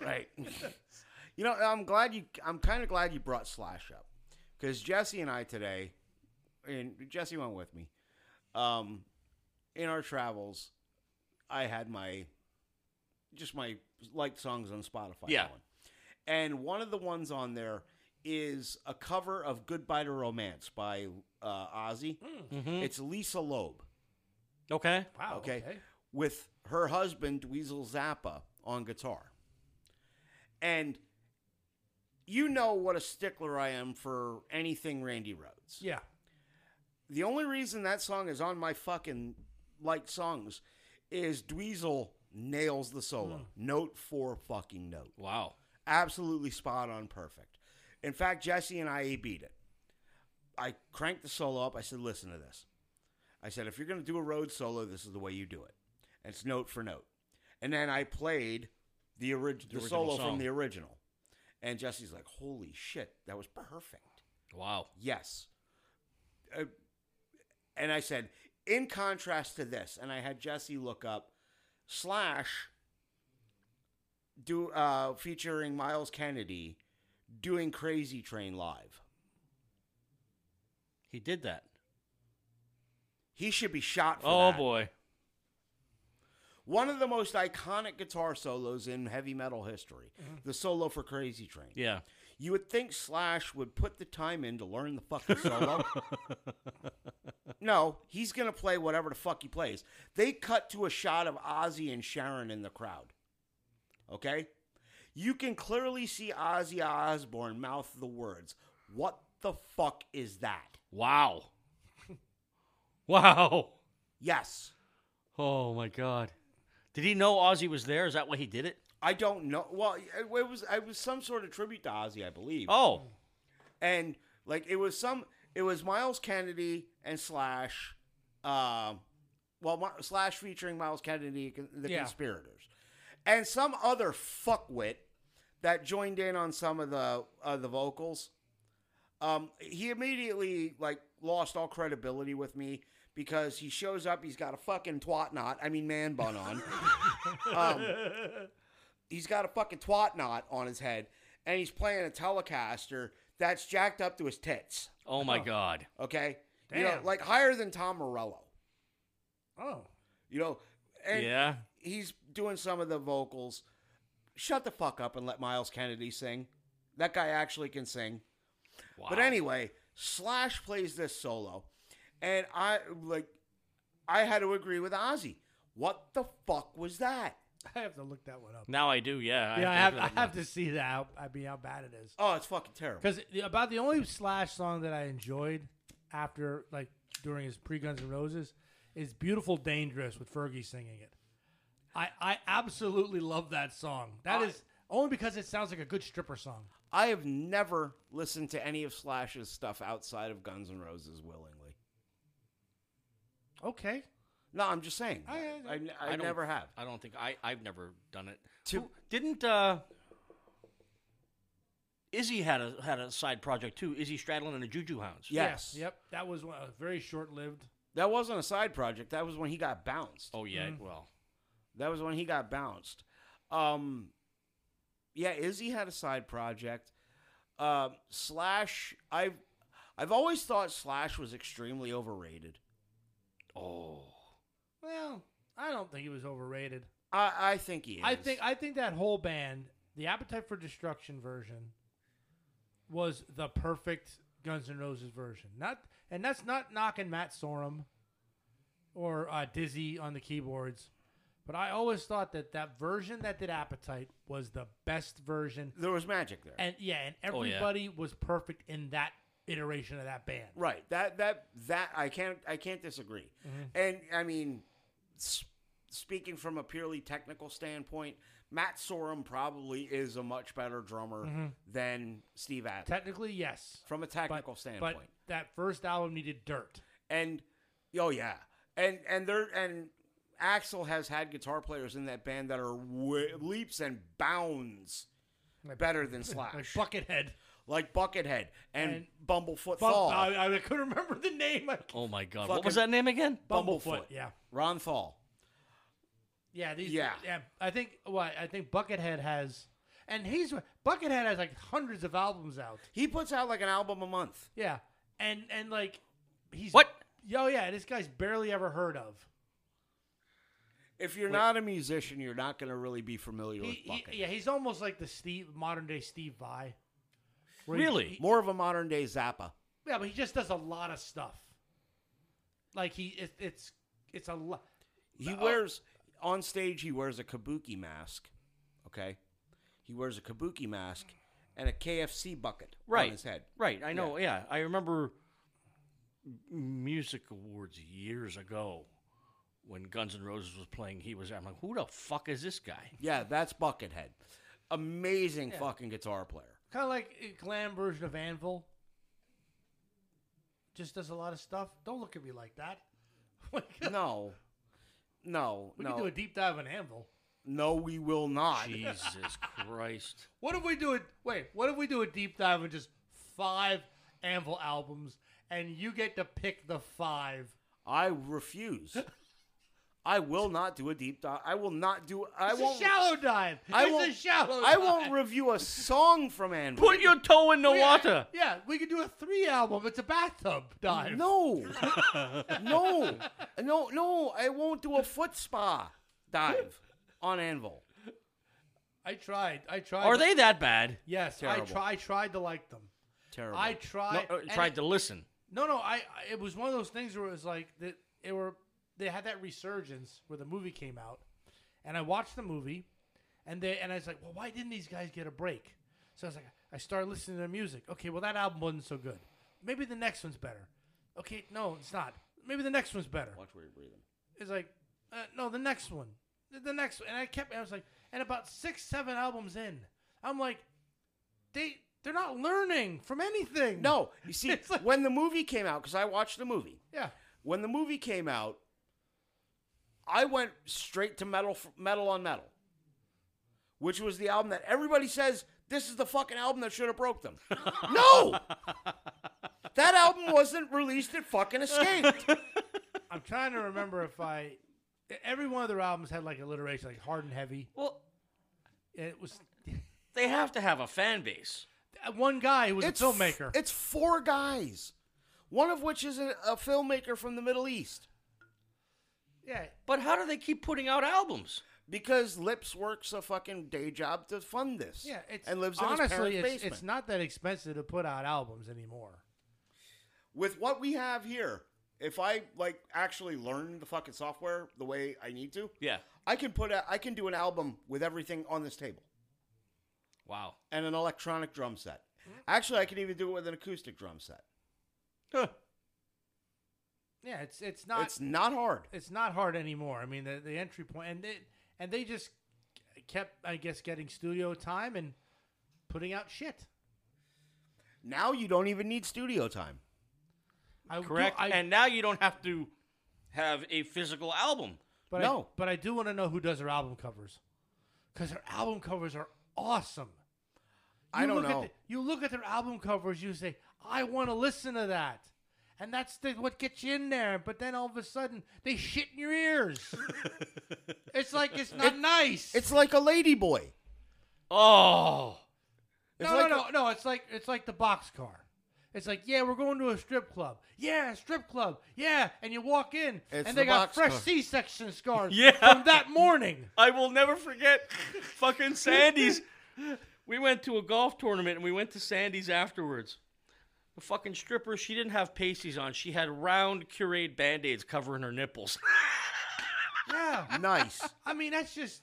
Speaker 1: Right. <laughs> you know, I'm glad you. I'm kind of glad you brought Slash up because Jesse and I today, and Jesse went with me. Um, in our travels, I had my just my liked songs on Spotify.
Speaker 2: Yeah.
Speaker 1: going. And one of the ones on there is a cover of "Goodbye to Romance" by uh, Ozzy.
Speaker 2: Mm-hmm.
Speaker 1: It's Lisa Loeb
Speaker 2: Okay.
Speaker 3: <laughs> Wow.
Speaker 1: okay, with her husband Dweezil Zappa on guitar. And you know what a stickler I am for anything Randy Rhodes.
Speaker 3: Yeah.
Speaker 1: The only reason that song is on my fucking like songs is Dweezil nails the solo, note for fucking note
Speaker 2: Wow.
Speaker 1: absolutely spot on perfect. In fact, Jesse and I beat it. I cranked the solo up. I said, listen to this. I said, if you're going to do a road solo, this is the way you do it. And it's note for note. And then I played the, orig- the,
Speaker 2: original
Speaker 1: solo
Speaker 2: song.
Speaker 1: from the original. And Jesse's like, holy shit, that was perfect.
Speaker 2: Wow.
Speaker 1: Yes. Uh, and I said, in contrast to this, and I had Jesse look up Slash do uh, featuring Miles Kennedy doing Crazy Train live.
Speaker 2: He did that.
Speaker 1: He should be shot for
Speaker 2: Oh
Speaker 1: that.
Speaker 2: boy.
Speaker 1: One of the most iconic guitar solos in heavy metal history,
Speaker 2: Mm-hmm.
Speaker 1: the solo for Crazy Train.
Speaker 2: Yeah.
Speaker 1: You would think Slash would put the time in to learn the fucking solo. no, he's going to play whatever the fuck he plays. They cut to a shot of Ozzy and Sharon in the crowd. Okay? You can clearly see Ozzy Osbourne mouth the words. What the fuck is that?
Speaker 2: Wow. wow.
Speaker 1: Yes.
Speaker 2: Oh my god. Did he know Ozzy was there? Is that why he did it?
Speaker 1: I don't know. Well, it it was it was some sort of tribute to Ozzy, I believe.
Speaker 2: Oh.
Speaker 1: and like it was some it was miles kennedy and slash um well Mi- slash featuring miles kennedy con- the
Speaker 3: Yeah.
Speaker 1: conspirators and some other fuckwit that joined in on some of the uh, the vocals um he immediately like lost all credibility with me because he shows up he's got a fucking twat knot i mean man bun on um, he's got a fucking twat knot on his head and he's playing a telecaster that's jacked up to his tits.
Speaker 2: Oh my god.
Speaker 1: Okay. You know,
Speaker 3: Damn.
Speaker 1: like higher than Tom Morello.
Speaker 3: <laughs> Oh.
Speaker 1: You know, and
Speaker 2: yeah.
Speaker 1: he's doing some of the vocals. Shut the fuck up and let Miles Kennedy sing. That guy actually can sing.
Speaker 2: Wow.
Speaker 1: But anyway, Slash plays this solo, and I like I had to agree with Ozzy. What the fuck was that?
Speaker 3: I have to look that one up.
Speaker 2: now I do. Yeah.
Speaker 3: yeah, I have,
Speaker 2: to
Speaker 3: I
Speaker 2: look
Speaker 3: have
Speaker 2: it
Speaker 3: to see that. How, I mean, how bad it is.
Speaker 1: Oh, it's fucking terrible.
Speaker 3: Because about the only Slash song that I enjoyed after, like, during his pre Guns N' Roses is Beautiful Dangerous with Fergie singing it. I, I absolutely love that song. That
Speaker 2: I-
Speaker 3: is only because it sounds like a good stripper song.
Speaker 1: I have never listened to any of Slash's stuff outside of Guns N' Roses willingly.
Speaker 3: Okay.
Speaker 1: No, I'm just saying. I,
Speaker 3: I- I-
Speaker 1: I
Speaker 2: I don't-
Speaker 1: never have.
Speaker 2: I don't think I. I've never done it.
Speaker 1: To-
Speaker 2: Who- didn't uh, Izzy had a had a side project too? Izzy Stradlin and the Juju Hounds.
Speaker 1: Yes.
Speaker 3: Yeah, yep. That was one, uh, very short lived.
Speaker 1: That wasn't a side project. That was when he got bounced.
Speaker 2: Oh yeah. Well.
Speaker 1: That was when he got bounced. Um, yeah, Izzy had a side project. Um, Slash, I've, I've always thought Slash was extremely overrated.
Speaker 2: Oh.
Speaker 3: Well, I don't think he was overrated.
Speaker 1: I, I think he is.
Speaker 3: I think I think that whole band, the Appetite for Destruction version, was the perfect Guns N' Roses version. Not and that's not knocking Matt Sorum or uh, Dizzy on the keyboards, but I always thought that that version that did Appetite was the best version.
Speaker 1: there was magic there.
Speaker 3: And yeah, and
Speaker 2: Oh, yeah.
Speaker 3: everybody was perfect in that iteration of that band. Mm-hmm.
Speaker 1: Right. That that that I can't I can't disagree. And I mean, s- speaking from a purely technical standpoint, Matt Sorum probably is a much better drummer
Speaker 3: Mm-hmm.
Speaker 1: than Steve Adler
Speaker 3: Technically, yes.
Speaker 1: from a
Speaker 3: But,
Speaker 1: technical
Speaker 3: but
Speaker 1: standpoint.
Speaker 3: that first album needed dirt.
Speaker 1: and oh yeah, and and there and Axel has had guitar players in that band that are w- leaps and bounds better than
Speaker 3: <laughs> Like
Speaker 1: Slash,
Speaker 3: Buckethead.
Speaker 1: like, Buckethead and,
Speaker 3: And-
Speaker 1: Bumblefoot
Speaker 3: Bum- uh,
Speaker 1: Thal,
Speaker 3: I, I couldn't remember the name. I-
Speaker 2: Oh my God! What
Speaker 1: Fucking-
Speaker 2: was that name again?
Speaker 1: Bumblefoot.
Speaker 3: Yeah.
Speaker 1: Ron Thal.
Speaker 3: Yeah, these.
Speaker 1: Yeah.
Speaker 3: I think what I think Buckethead has, and he's Buckethead has like hundreds of albums out.
Speaker 1: He puts out like an album a month.
Speaker 3: Yeah, and and like he's
Speaker 2: What?
Speaker 3: Yo, yeah, this guy's barely ever heard of.
Speaker 1: If you're not a musician, you're not going to really be familiar
Speaker 3: He,
Speaker 1: with
Speaker 3: he-
Speaker 1: Buckethead.
Speaker 3: yeah, he's almost like the Steve modern day Steve Vai. Where he-
Speaker 2: Really?
Speaker 3: he-
Speaker 1: More of a modern day Zappa.
Speaker 3: yeah, but he just does a lot of stuff. Like he, it, it's it's a lot.
Speaker 1: He wears on stage. He wears a kabuki mask. Okay, he wears a kabuki mask and a KFC bucket
Speaker 2: Right.
Speaker 1: on his head.
Speaker 2: Right. I know. Yeah. I remember music awards years ago when Guns N' Roses was playing. He was. there. I'm like, who the fuck is this guy?
Speaker 1: Yeah, that's Buckethead. Amazing fucking guitar player.
Speaker 3: <laughs> Kind of like a glam version of Anvil. Just does a lot of stuff. Don't look at me like that. <laughs>
Speaker 1: No, no,
Speaker 3: we
Speaker 1: no,
Speaker 3: can do a deep dive on Anvil.
Speaker 1: no. We will not.
Speaker 2: Jesus Christ!
Speaker 3: What if we do it? Wait, what if we do a deep dive on just five Anvil albums, and you get to pick the five?
Speaker 1: I
Speaker 3: <laughs>
Speaker 1: refuse. I will not do a deep dive. I will not do. I
Speaker 3: It's
Speaker 1: won't.
Speaker 3: a shallow dive.
Speaker 1: I
Speaker 3: it's
Speaker 1: won't.
Speaker 3: a shallow.
Speaker 1: I
Speaker 3: dive.
Speaker 1: won't review a song from Anvil.
Speaker 2: Put your toe in the
Speaker 3: Yeah,
Speaker 2: water.
Speaker 3: Yeah, we could do a three album. It's a bathtub dive. <laughs>
Speaker 1: No, no, no, no! I won't do a foot spa dive on Anvil.
Speaker 3: I tried. I tried.
Speaker 2: Are they that bad?
Speaker 3: Yes, I
Speaker 1: Terrible.
Speaker 3: tried. I tried to like them.
Speaker 1: Terrible.
Speaker 3: I tried.
Speaker 2: No, uh,
Speaker 3: and
Speaker 2: tried
Speaker 3: it-
Speaker 2: to listen.
Speaker 3: No, no. I, I. It was one of those things where it was like that. It were they had that resurgence where the movie came out, and I watched the movie, and they and I was like, well, why didn't these guys get a break? So I was like, I started listening to their music. Okay, well that album wasn't so good. Maybe the next one's better. Okay, no, it's not. Maybe the next one's better.
Speaker 1: Watch where you're breathing.
Speaker 3: It's like, uh, no, the next one, The- the next one, and I kept. I was like, and about six, seven albums in, I'm like, they they're not learning from anything.
Speaker 1: No,
Speaker 3: <laughs>
Speaker 1: you see,
Speaker 3: It's like-
Speaker 1: when the movie came out, because I watched the movie.
Speaker 3: yeah,
Speaker 1: When the movie came out, I went straight to metal, f- metal on metal, which was the album that everybody says this is the fucking album that should have broke
Speaker 3: <laughs>
Speaker 1: them. no, that album wasn't released. It fucking escaped.
Speaker 3: I'm trying to remember if I. Every one of their albums had like alliteration, like hard and heavy.
Speaker 2: Well,
Speaker 3: It was
Speaker 2: they have to have a fan base.
Speaker 3: one guy who was a
Speaker 1: f-
Speaker 3: filmmaker.
Speaker 1: it's four guys, one of which is a, a filmmaker from the Middle East.
Speaker 3: yeah,
Speaker 2: But how do they keep putting out albums?
Speaker 1: Because Lips works a fucking day job to fund this.
Speaker 3: yeah. It's
Speaker 1: and lives in his
Speaker 3: honestly,
Speaker 1: parents'
Speaker 3: it's,
Speaker 1: basement.
Speaker 3: it's not that expensive to put out albums anymore.
Speaker 1: With what we have here, if I like actually learn the fucking software the way I need to,
Speaker 2: Yeah.
Speaker 1: I can put a, I can do an album with everything on this table
Speaker 2: Wow.
Speaker 1: and an electronic drum set.
Speaker 3: Hmm?
Speaker 1: Actually, I can even do it with an acoustic drum set.
Speaker 3: Yeah, it's it's not
Speaker 1: it's not hard.
Speaker 3: it's not hard anymore. I mean, the, the entry point and they and they just kept, I guess, getting studio time and putting out shit.
Speaker 1: Now you don't even need studio time.
Speaker 3: I do-
Speaker 2: Correct.
Speaker 3: I,
Speaker 2: and now you don't have to have a physical album.
Speaker 3: but I,
Speaker 1: no.
Speaker 3: but I do want to know who does their album covers because their album covers are awesome.
Speaker 1: I
Speaker 3: You
Speaker 1: don't
Speaker 3: look at
Speaker 1: know.
Speaker 3: the- you look at their album covers, you say, "I want to listen to that," and that's the, what gets you in there. But then all of a sudden, they shit in
Speaker 1: <laughs>
Speaker 3: your ears. it's like it's not nice. <laughs>
Speaker 1: It's like a ladyboy.
Speaker 2: Oh.
Speaker 1: It's
Speaker 3: no,
Speaker 1: like
Speaker 3: no, no, no. It's like it's like the box car. It's like, yeah, we're going to a strip club. Yeah, strip club. Yeah, and you walk in,
Speaker 1: It's
Speaker 3: and they
Speaker 1: the
Speaker 3: got
Speaker 1: box
Speaker 3: fresh
Speaker 1: car.
Speaker 3: C-section
Speaker 1: <laughs>
Speaker 3: scars
Speaker 2: Yeah.
Speaker 3: from that morning.
Speaker 2: I will never forget <laughs> fucking Sandy's. We went to a golf tournament and we went to Sandy's afterwards. The fucking stripper, she didn't have pasties on. She had round Curate band aids covering her nipples. <laughs>
Speaker 3: Yeah,
Speaker 1: nice.
Speaker 3: I mean that's just,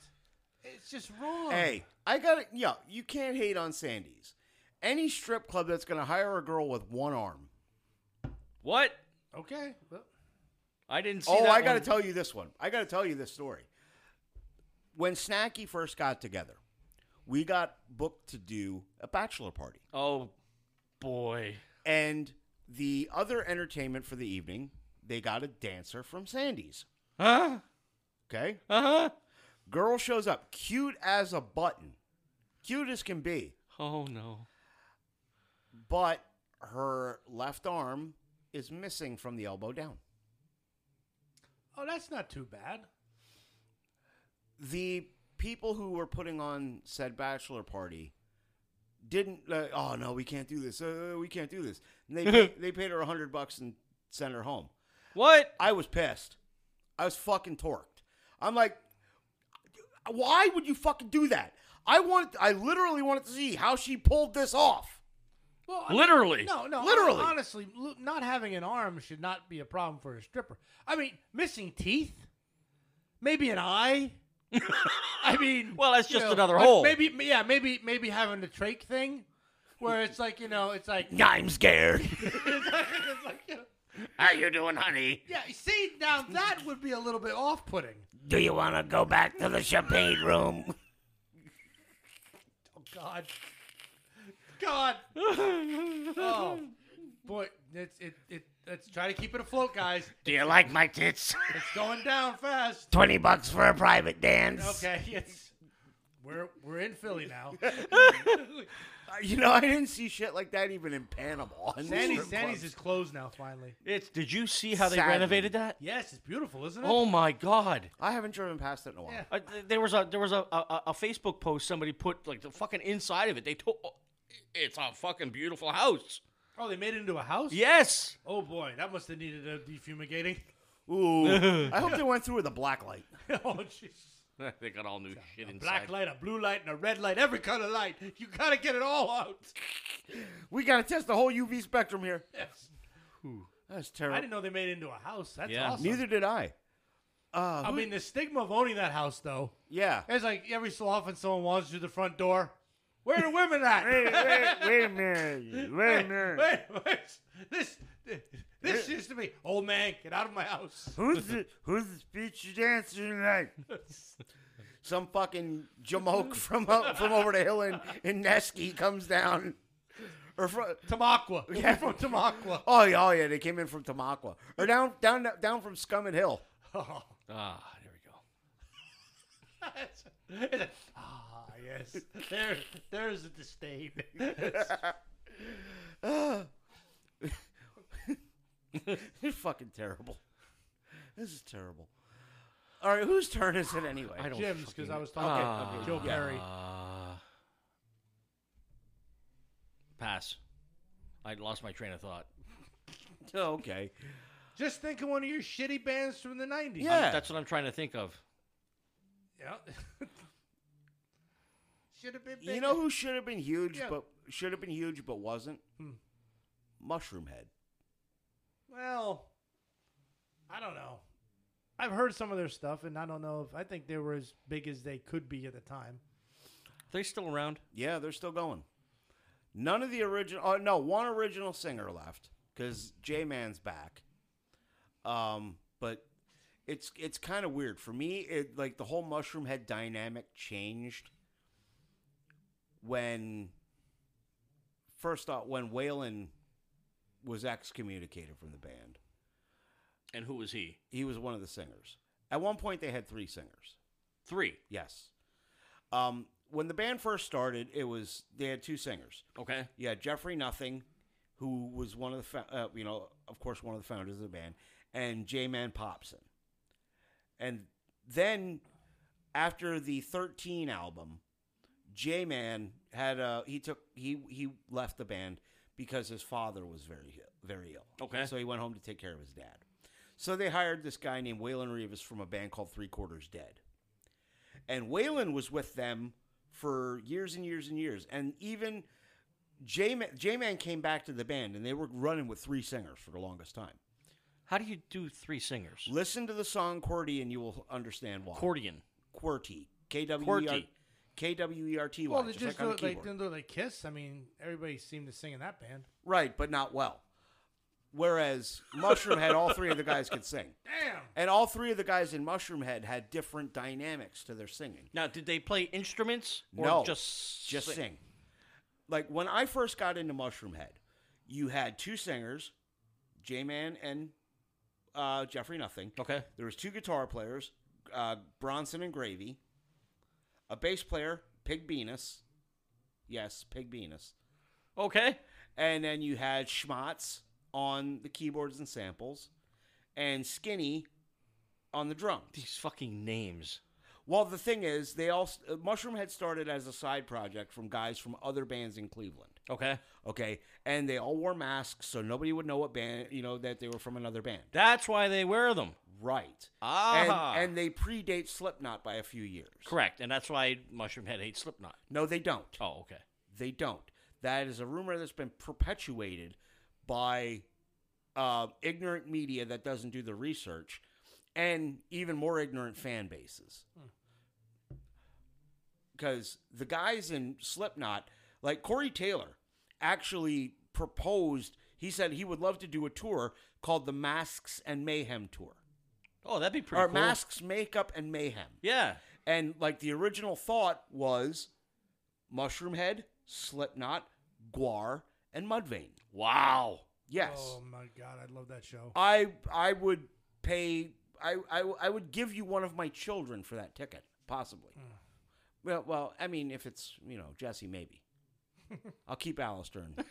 Speaker 3: it's just wrong.
Speaker 1: Hey, I got it. Yeah, you can't hate on Sandy's. Any strip club that's going to hire a girl with one arm.
Speaker 2: what?
Speaker 3: okay, well,
Speaker 2: I didn't see
Speaker 1: Oh,
Speaker 2: that
Speaker 1: I got to
Speaker 2: one. Oh,
Speaker 1: Oh, tell you this one. I got to tell you this story. when Snacky first got together, we got booked to do a bachelor party.
Speaker 2: Oh boy.
Speaker 1: And the other entertainment for the evening, they got a dancer from Sandy's.
Speaker 2: Huh?
Speaker 1: Okay?
Speaker 2: Uh huh.
Speaker 1: Girl shows up, cute as a button, cute as can be,
Speaker 2: Oh no.
Speaker 1: but her left arm is missing from the elbow down.
Speaker 3: Oh, that's not too bad.
Speaker 1: the people who were putting on said bachelor party didn't uh, oh no we can't do this uh, we can't do this and they paid, they paid her a hundred bucks and sent her home
Speaker 2: What?
Speaker 1: i was pissed i was fucking torqued i'm like why would you fucking do that i wanted i literally wanted to see how she pulled this off
Speaker 3: Well, I mean,
Speaker 2: Literally.
Speaker 3: no, no,
Speaker 1: Literally.
Speaker 3: Honestly, lo- not having an arm should not be a problem for a stripper. I mean, missing teeth, maybe an eye. I mean,
Speaker 2: Well, that's
Speaker 3: you
Speaker 2: just
Speaker 3: know,
Speaker 2: another
Speaker 3: like,
Speaker 2: hole.
Speaker 3: Maybe, yeah, maybe, maybe having the trach thing, where it's like you know, it's like, <laughs>
Speaker 1: i'm scared
Speaker 3: it's like, you know,
Speaker 1: <laughs> how you doing honey
Speaker 3: yeah. See, now that would be a little bit off-putting.
Speaker 1: do you want to go back to the champagne room
Speaker 3: Oh God, God, oh boy, it's it it. Let's try to keep it afloat, guys.
Speaker 1: do you like my tits
Speaker 3: It's going down fast.
Speaker 1: 20 bucks for a private dance
Speaker 3: Okay, it's we're we're in Philly now.
Speaker 1: Uh, You know, I didn't see shit like that even in Panama.
Speaker 3: Sandy's, Sandy's is closed now finally.
Speaker 2: <laughs> It's. Did you see how they
Speaker 1: Sadly.
Speaker 2: renovated that?
Speaker 3: Yes, it's beautiful, isn't it?
Speaker 2: Oh my God.
Speaker 1: I haven't driven past it in a while.
Speaker 3: Yeah.
Speaker 2: Uh, th- there was a there was a, a a Facebook post somebody put like the fucking inside of it. They told oh, it's a fucking beautiful house.
Speaker 3: Oh, they made it into a house.
Speaker 2: Yes.
Speaker 3: Oh boy, that must have needed a defumigating. <laughs>
Speaker 1: <laughs> Ooh, I hope they went through with a black light.
Speaker 3: oh jeez.
Speaker 2: <laughs> they got all new shit inside.
Speaker 3: Black light, a blue light, and a red light, every kind of light. You gotta get it all out.
Speaker 1: We gotta test the whole UV spectrum here.
Speaker 3: Yes.
Speaker 1: That's
Speaker 3: I
Speaker 1: terrible.
Speaker 3: didn't know they made it into a house. That's
Speaker 2: Yeah.
Speaker 3: awesome.
Speaker 1: Neither did I. Uh,
Speaker 3: I
Speaker 1: who-
Speaker 3: mean, the stigma of owning that house, though.
Speaker 1: <laughs> yeah.
Speaker 3: It's like every so often someone walks through the front door. Where are the women at?
Speaker 1: a minute.
Speaker 3: Wait, wait, wait. This, this used to be, old man, get out of my house.
Speaker 1: Who's the, who's the speech dancer tonight? <laughs> Some fucking jamoke from up, from over the hill in, in Nesky comes down. Or from,
Speaker 3: Tamaqua.
Speaker 1: <laughs> Yeah.
Speaker 3: Yeah. from Tamaqua. <laughs>
Speaker 1: oh, yeah, oh, yeah, they came in from Tamaqua. Or down down down from Scummit Hill. <laughs>
Speaker 3: Oh,
Speaker 2: Ah, there we go.
Speaker 3: that's- it's- ah, yes. There, there's a disdain. <laughs>
Speaker 1: It's fucking terrible. This is terrible. All right, whose turn is it anyway?
Speaker 2: I don't.
Speaker 3: Jim's, because
Speaker 2: fucking-
Speaker 3: I was talking
Speaker 2: Ah.
Speaker 3: to Joe Perry.
Speaker 2: Ah. pass. I lost my train of thought.
Speaker 1: Oh, <laughs> okay.
Speaker 3: Just think of one of your shitty bands from the 90s.
Speaker 1: Yeah.
Speaker 2: That's what I'm trying to think of.
Speaker 3: Yeah. <laughs> Should have been
Speaker 1: You
Speaker 3: big.
Speaker 1: know who should have been huge,
Speaker 3: Yeah.
Speaker 1: but should have been huge, but wasn't?
Speaker 3: Hmm.
Speaker 1: Mushroom Head.
Speaker 3: Well, I don't know. I've heard some of their stuff, and I don't know if I think they were as big as they could be at the time.
Speaker 2: Are they still around?
Speaker 1: Yeah, they're still going. None of the original. Oh no, one original singer left because J Man's back. Um, but it's it's kind of weird for me. It like the whole Mushroom Head dynamic changed when first off when Waylon was excommunicated from the band.
Speaker 2: And who was he?
Speaker 1: He was one of the singers. At one point, they had three singers.
Speaker 2: Three.
Speaker 1: Yes. Um, when the band first started, it was they had two singers.
Speaker 2: Okay.
Speaker 1: Yeah, Jeffrey Nothing, who was one of the, fo- uh, you know, of course, one of the founders of the band, and J Man Popson. And then after the 13 album, J Man had, uh, he took, he, he left the band because his father was very, ill- very ill.
Speaker 2: Okay.
Speaker 1: So he went home to take care of his dad. So they hired this guy named Waylon Rivas from a band called Three Quarters Dead. And Waylon was with them for years and years and years. And even J Man came back to the band and they were running with three singers for the longest time.
Speaker 2: How do you do three singers?
Speaker 1: Listen to the song QWERTY and you will understand why.
Speaker 2: Accordion.
Speaker 1: QWERTY. K-W-E-R-
Speaker 2: QWERTY.
Speaker 1: K-W-E-R-T-Y.
Speaker 3: Well, they
Speaker 1: just
Speaker 3: just
Speaker 1: like on the
Speaker 3: do it like
Speaker 1: keyboard.
Speaker 3: didn't do it like Kiss. I mean, everybody seemed to sing in that band.
Speaker 1: Right, but not well. Whereas Mushroom Head, all three of the guys could sing.
Speaker 3: Damn.
Speaker 1: And all three of the guys in Mushroom Head had different dynamics to their singing.
Speaker 2: Now, did they play instruments or
Speaker 1: no,
Speaker 2: just
Speaker 1: just sing. Like when I first got into Mushroom Head, you had two singers, J Man and uh, Jeffrey Nothing.
Speaker 2: Okay.
Speaker 1: There was two guitar players, uh, Bronson and Gravy, a bass player, Pig Venus. Yes, Pig Venus.
Speaker 2: Okay.
Speaker 1: And then you had Schmatz on the keyboards and samples, and Skinny on the drums.
Speaker 2: These fucking names.
Speaker 1: Well, the thing is, they all uh, Mushroom had started as a side project from guys from other bands in Cleveland.
Speaker 2: Okay.
Speaker 1: Okay, and they all wore masks, so nobody would know what band you know that they were from another band.
Speaker 2: That's why they wear them.
Speaker 1: Right.
Speaker 2: Ah.
Speaker 1: And, and they predate Slipknot by a few years.
Speaker 2: Correct. And that's why Mushroom Head hates Slipknot.
Speaker 1: No, they don't.
Speaker 2: Oh, okay.
Speaker 1: They don't. That is a rumor that's been perpetuated by uh, ignorant media that doesn't do the research and even more ignorant fan bases.
Speaker 2: Hmm.
Speaker 1: Because the guys in Slipknot, like Corey Taylor, actually proposed, he said he would love to do a tour called the Masks and Mayhem Tour.
Speaker 2: Oh, that'd be pretty
Speaker 1: or
Speaker 2: cool.
Speaker 1: Masks, Makeup, and Mayhem.
Speaker 2: Yeah.
Speaker 1: And like the original thought was Mushroom Head, Slipknot, Guar, and Mudvayne.
Speaker 2: Wow.
Speaker 1: Yes.
Speaker 3: Oh my god, I love that show.
Speaker 1: I I would pay I, I I would give you one of my children for that ticket, possibly.
Speaker 3: Hmm.
Speaker 1: Well well, I mean if it's you know, Jesse
Speaker 3: <laughs>
Speaker 1: maybe. I'll keep Alistair and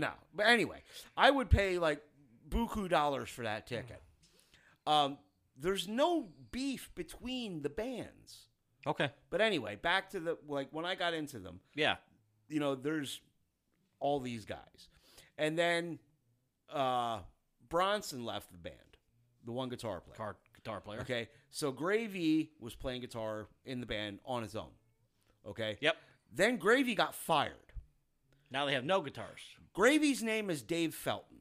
Speaker 1: No. But anyway, I would pay like buku dollars for
Speaker 3: Hmm.
Speaker 1: that ticket. Um there's no beef between the bands.
Speaker 2: Okay.
Speaker 1: But anyway, back to the like when I got into them,
Speaker 2: Yeah.
Speaker 1: you know, there's all these guys. And then uh Bronson left the band, the one guitar player.
Speaker 2: Guitar, guitar player.
Speaker 1: Okay. So Gravy was playing guitar in the band on his own. Okay.
Speaker 2: Yep.
Speaker 1: Then Gravy got fired.
Speaker 2: Now they have no guitars.
Speaker 1: Gravy's name is Dave Felton.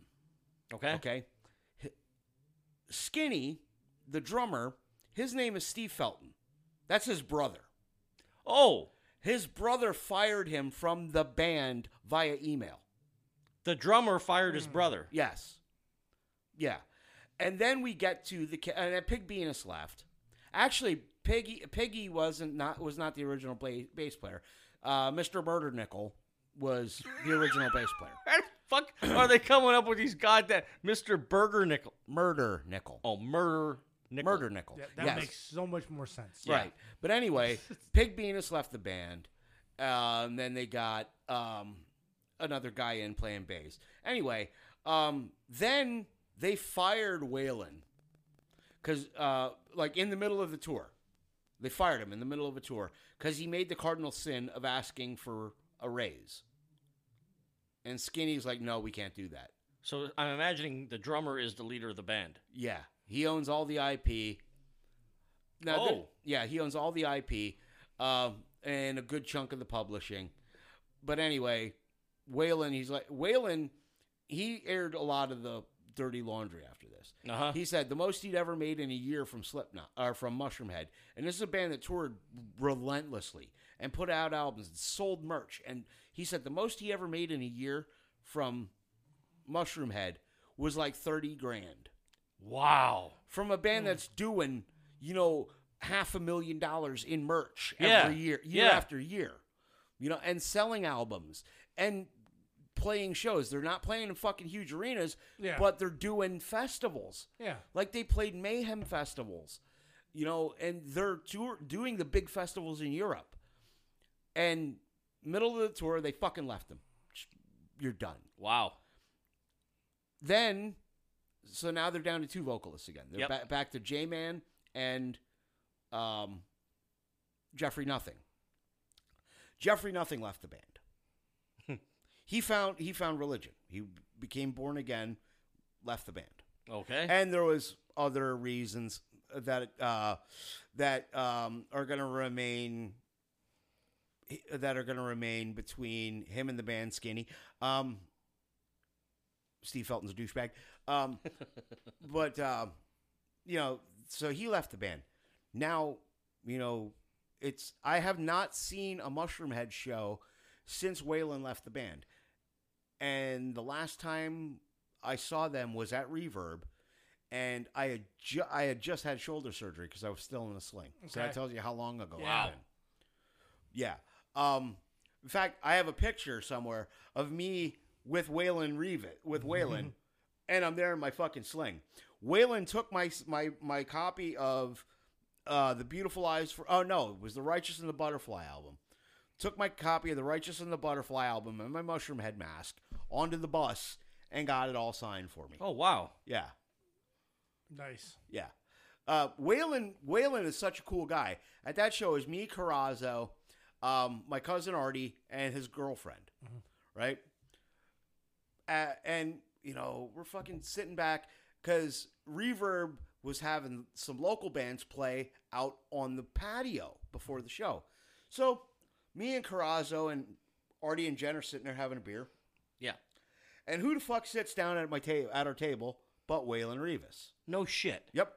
Speaker 2: Okay.
Speaker 1: Okay. H- Skinny, the drummer, his name is Steve Felton. That's his brother.
Speaker 2: Oh,
Speaker 1: His brother fired him from the band via email.
Speaker 2: the drummer fired
Speaker 1: Hmm.
Speaker 2: his brother.
Speaker 1: Yes. Yeah. And then we get to the ca- and then Pig Venus left. Actually, Piggy Piggy wasn't not was not the original bla- bass player. Uh, Mr. Murder Nickel was the original bass player.
Speaker 2: Where the fuck are they coming up with these goddamn Mr. Burger Nickel?
Speaker 1: Murder Nickel.
Speaker 2: Oh, murder Nickel.
Speaker 1: Murder Nickel.
Speaker 3: Yeah, that
Speaker 1: yes.
Speaker 3: makes so much more sense.
Speaker 1: Right. But anyway, Pig Venus left the band. Um, then they got um, another guy in playing bass. Anyway, um, then they fired Waylon. Because, uh, like, in the middle of the tour, they fired him in the middle of a tour because he made the cardinal sin of asking for a raise. And Skinny's like, no, we can't do that.
Speaker 2: So I'm imagining the drummer is the leader of the band.
Speaker 1: Yeah, he owns all the IP. Now, the-
Speaker 2: Oh.
Speaker 1: yeah, he owns all the IP um, and a good chunk of the publishing. But anyway, Waylon, he's like Waylon. He aired a lot of the dirty laundry after this.
Speaker 2: Uh huh.
Speaker 1: He said the most he'd ever made in a year from Slipknot or from Mushroomhead, and this is a band that toured relentlessly and put out albums and sold merch. And he said the most he ever made in a year from Mushroomhead was like thirty grand
Speaker 2: Wow.
Speaker 1: from a
Speaker 2: Hmm.
Speaker 1: band that's doing, you know, half a million dollars in merch
Speaker 2: Yeah.
Speaker 1: every year, year
Speaker 2: Yeah.
Speaker 1: after year, you know, and selling albums and playing shows. They're not playing in fucking huge arenas,
Speaker 3: Yeah.
Speaker 1: but they're doing festivals.
Speaker 3: Yeah.
Speaker 1: Like they played mayhem festivals, you know, and they're tour- doing the big festivals in Europe. And middle of the tour, they fucking left them. You're done
Speaker 2: Wow.
Speaker 1: then so now they're down to two vocalists again. They're
Speaker 2: Yep.
Speaker 1: ba- back to J Man and um, Jeffrey Nothing. Jeffrey Nothing left the band. he found he found religion. He became born again, left the band
Speaker 2: Okay.
Speaker 1: and there was other reasons that uh, that um, are going to remain that are going to remain between him and the band Skinny. Um, Steve Felton's a douchebag, um, <laughs> but um you know, so he left the band. Now, you know, it's I have not seen a Mushroom Head show since Waylon left the band, and the last time I saw them was at Reverb, and I had ju- I had just had shoulder surgery because I was still in a sling. So
Speaker 3: Okay.
Speaker 1: that tells you how long ago.
Speaker 3: Wow.
Speaker 1: I've been. Yeah. Um. In fact, I have a picture somewhere of me with Waylon Reeve
Speaker 3: <laughs>
Speaker 1: with Waylon, and I'm there in my fucking sling. Waylon took my s- my my copy of uh, the Beautiful Eyes for oh no, it was the Righteous and the Butterfly album. Took my copy of the Righteous and the Butterfly album and my mushroom head mask onto the bus and got it all signed for me.
Speaker 2: Oh wow.
Speaker 1: Yeah,
Speaker 3: Nice.
Speaker 1: yeah. Uh, Waylon Waylon is such a cool guy. At that show is me, Carrazzo, um, my cousin Artie, and his girlfriend, right? Uh, and you know we're fucking sitting back because Reverb was having some local bands play out on the patio before the show. So me and Carrazzo and Artie and Jen are sitting there having a beer.
Speaker 2: Yeah.
Speaker 1: And who the fuck sits down at my table at our table but Waylon Revis?
Speaker 2: No shit.
Speaker 1: Yep.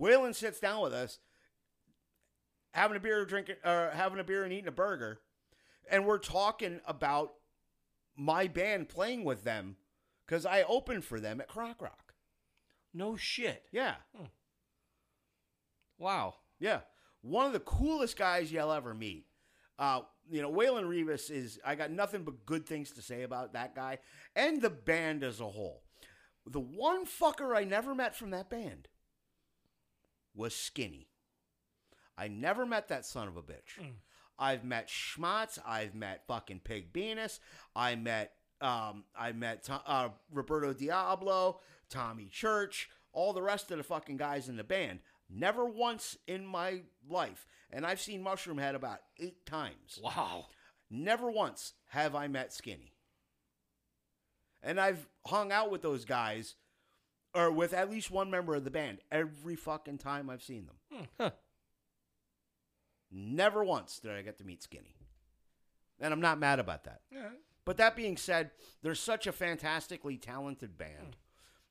Speaker 1: Waylon sits down with us, having a beer, drinking, or having a beer and eating a burger, and we're talking about my band playing with them because I opened for them at Crock Rock.
Speaker 2: No shit.
Speaker 1: Yeah,
Speaker 2: Wow.
Speaker 1: yeah. One of the coolest guys you'll ever meet. Uh, you know, Waylon Revis is. I got nothing but good things to say about that guy and the band as a whole. The one fucker I never met from that band was Skinny. I never met that son of a bitch. I've met Schmatz. I've met fucking Pig Venus. I met um, I met To- uh, Roberto Diablo, Tommy Church, all the rest of the fucking guys in the band. Never once in my life, and I've seen Mushroom Head about eight times.
Speaker 2: Wow.
Speaker 1: Never once have I met Skinny. And I've hung out with those guys, or with at least one member of the band, every fucking time I've seen them.
Speaker 2: Huh.
Speaker 1: Never once did I get to meet Skinny. And I'm not mad about that.
Speaker 3: Yeah.
Speaker 1: But that being said, they're such a fantastically talented band.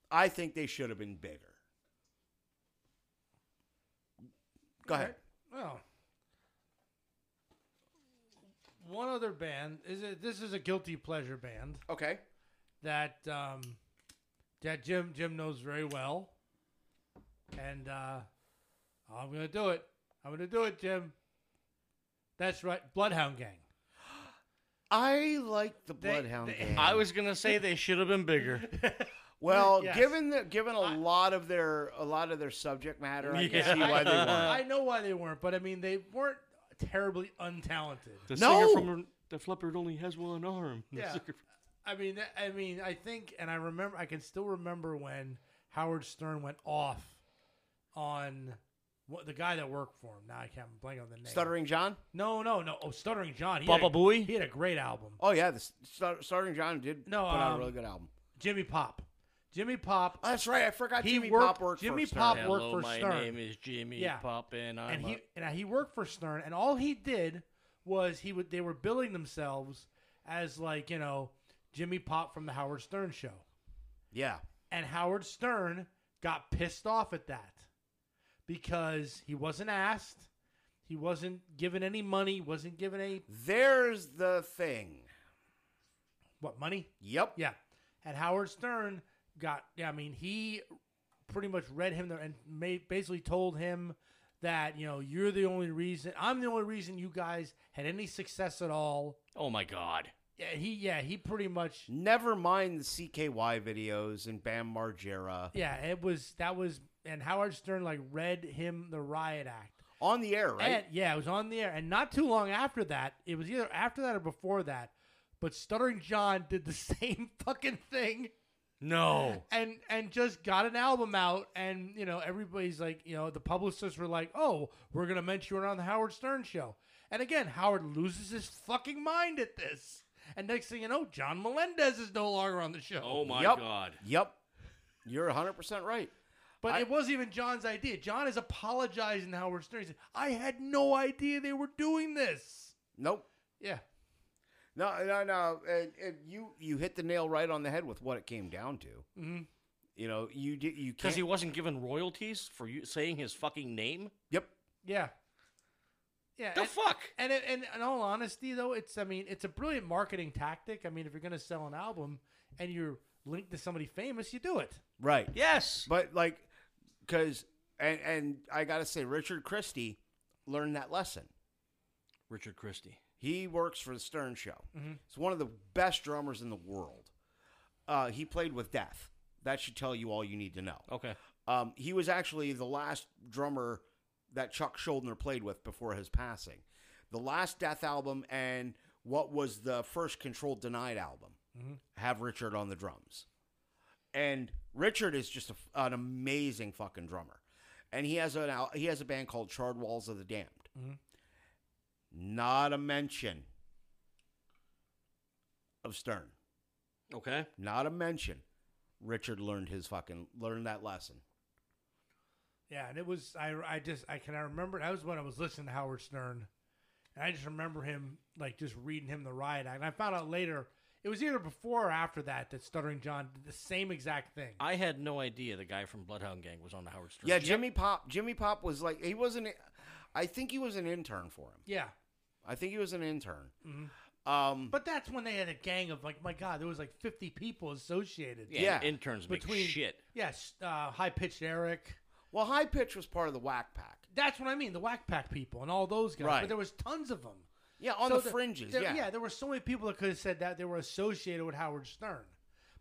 Speaker 1: I think they should have been bigger. Go ahead.
Speaker 3: Well, one other band is it? This is a guilty pleasure band
Speaker 1: Okay.
Speaker 3: that um, that Jim Jim knows very well, and uh, I'm gonna do it. I'm gonna do it, Jim. That's right,
Speaker 1: <laughs>
Speaker 3: Bloodhound Gang.
Speaker 1: I like the
Speaker 3: They-
Speaker 1: Bloodhound
Speaker 3: they-
Speaker 1: Gang.
Speaker 2: I was gonna say they should have been bigger.
Speaker 1: well,
Speaker 3: Yes.
Speaker 1: given the, given a lot of their a lot of their subject matter, I
Speaker 2: Yeah.
Speaker 1: can see
Speaker 3: <laughs>
Speaker 1: why they weren't.
Speaker 3: I know why they weren't, but I mean they weren't terribly untalented.
Speaker 2: The
Speaker 1: No!
Speaker 2: singer from the flipper only has one arm. The
Speaker 3: Yeah.
Speaker 2: singer-
Speaker 3: I mean, that- I mean, I think, and I remember, I can still remember when Howard Stern went off on what the guy that worked for him. Now I can't blank on the name.
Speaker 1: Stuttering John.
Speaker 3: No, no, no. Oh, Stuttering John. He had
Speaker 2: Baba
Speaker 3: a-
Speaker 2: Booey?
Speaker 3: He had a great album.
Speaker 1: Oh yeah, the Stu- Stuttering John did
Speaker 3: No,
Speaker 1: put out a
Speaker 3: um,
Speaker 1: really good album.
Speaker 3: Jimmy Pop. Jimmy Pop.
Speaker 1: Oh, that's right. I forgot
Speaker 3: he
Speaker 1: Jimmy
Speaker 3: worked-
Speaker 1: Pop worked
Speaker 3: Jimmy
Speaker 1: for
Speaker 3: Pop
Speaker 1: Stern.
Speaker 3: worked for Stern.
Speaker 2: is Jimmy
Speaker 3: Yeah.
Speaker 2: Pop, and I'm
Speaker 3: and he
Speaker 2: a-
Speaker 3: and he worked for Stern, and all he did was he would they were billing themselves as like you know Jimmy Pop from the Howard Stern show.
Speaker 1: Yeah.
Speaker 3: And Howard Stern got pissed off at that because he wasn't asked, he wasn't given any money, wasn't given any
Speaker 1: There's the thing.
Speaker 3: what money?
Speaker 1: Yep.
Speaker 3: Yeah. And Howard Stern got yeah, I mean, he pretty much read him there and made, basically told him that, you know, you're the only reason I'm the only reason you guys had any success at all.
Speaker 2: oh my god.
Speaker 3: Yeah, he yeah, he pretty much
Speaker 1: Never mind the CKY videos and Bam Margera
Speaker 3: yeah, it was that was and Howard Stern like read him the riot act.
Speaker 1: on the air, right?
Speaker 3: And, yeah, it was on the air. And not too long after that, it was either after that or before that, but Stuttering John did the <laughs> same fucking thing
Speaker 2: No.
Speaker 3: and and just got an album out and you know, everybody's like, you know, the publicists were like, "Oh, we're going to mention you on the Howard Stern show." And again, Howard loses his fucking mind at this. And next thing you know, John Melendez is no longer on the show.
Speaker 2: Oh my
Speaker 1: Yep.
Speaker 2: god.
Speaker 1: Yep. You're 100% right.
Speaker 3: but
Speaker 1: I-
Speaker 3: it wasn't even John's idea. John is apologizing to Howard Stern. He said, "I had no idea they were doing this."
Speaker 1: Nope.
Speaker 3: Yeah.
Speaker 1: No, no, no. And, and you you hit the nail right on the head with what it came down to.
Speaker 3: Mhm.
Speaker 1: You know, you did you
Speaker 2: Because
Speaker 1: can't.
Speaker 2: he wasn't given royalties for you saying his fucking name.
Speaker 1: yep.
Speaker 3: Yeah. Yeah.
Speaker 2: The
Speaker 3: and-
Speaker 2: fuck.
Speaker 3: And it, and in all honesty, though, it's I mean, it's a brilliant marketing tactic. I mean, if you're going to sell an album and you're linked to somebody famous, you do it.
Speaker 1: Right.
Speaker 2: Yes.
Speaker 1: But like, because and and I gotta say, Richard Christie learned that lesson.
Speaker 2: Richard Christie.
Speaker 1: He works for the Stern Show. He's one of the best drummers in the world. Uh, he played with Death. That should tell you all you need to know.
Speaker 2: Okay.
Speaker 1: Um, he was actually the last drummer that Chuck Schuldner played with before his passing. The last Death album and what was the first Control Denied album have Richard on the drums. And Richard is just a f an amazing fucking drummer. And he has an al- he has a band called Charred Walls of the Damned. Not a mention of Stern.
Speaker 2: Okay.
Speaker 1: Not a mention. Richard learned his fucking learned that lesson.
Speaker 3: Yeah, and it was I I just I can I remember that was when I was listening to Howard Stern, and I just remember him like just reading him the riot act. And I found out later it was either before or after that that Stuttering John did the same exact thing.
Speaker 2: I had no idea the guy from Bloodhound Gang was on the Howard Stern.
Speaker 1: Yeah,
Speaker 2: show.
Speaker 1: Jimmy Pop. Jimmy Pop was like he wasn't. I think he was an intern for him.
Speaker 3: yeah,
Speaker 1: I think he was an intern.
Speaker 3: Mm-hmm.
Speaker 1: Um,
Speaker 3: but that's when they had a gang of like my God, there was like fifty people associated.
Speaker 2: Yeah,
Speaker 1: yeah.
Speaker 2: interns make
Speaker 3: between
Speaker 2: shit.
Speaker 3: Yes, uh, high pitched Eric.
Speaker 1: well, High Pitch was part of the Whack Pack.
Speaker 3: That's what I mean, the Whack Pack people and all those guys.
Speaker 1: Right.
Speaker 3: But there was tons of them
Speaker 1: Yeah, on
Speaker 3: So
Speaker 1: the fringes.
Speaker 3: there-
Speaker 1: yeah.
Speaker 3: yeah, there were so many people that could have said that they were associated with Howard Stern.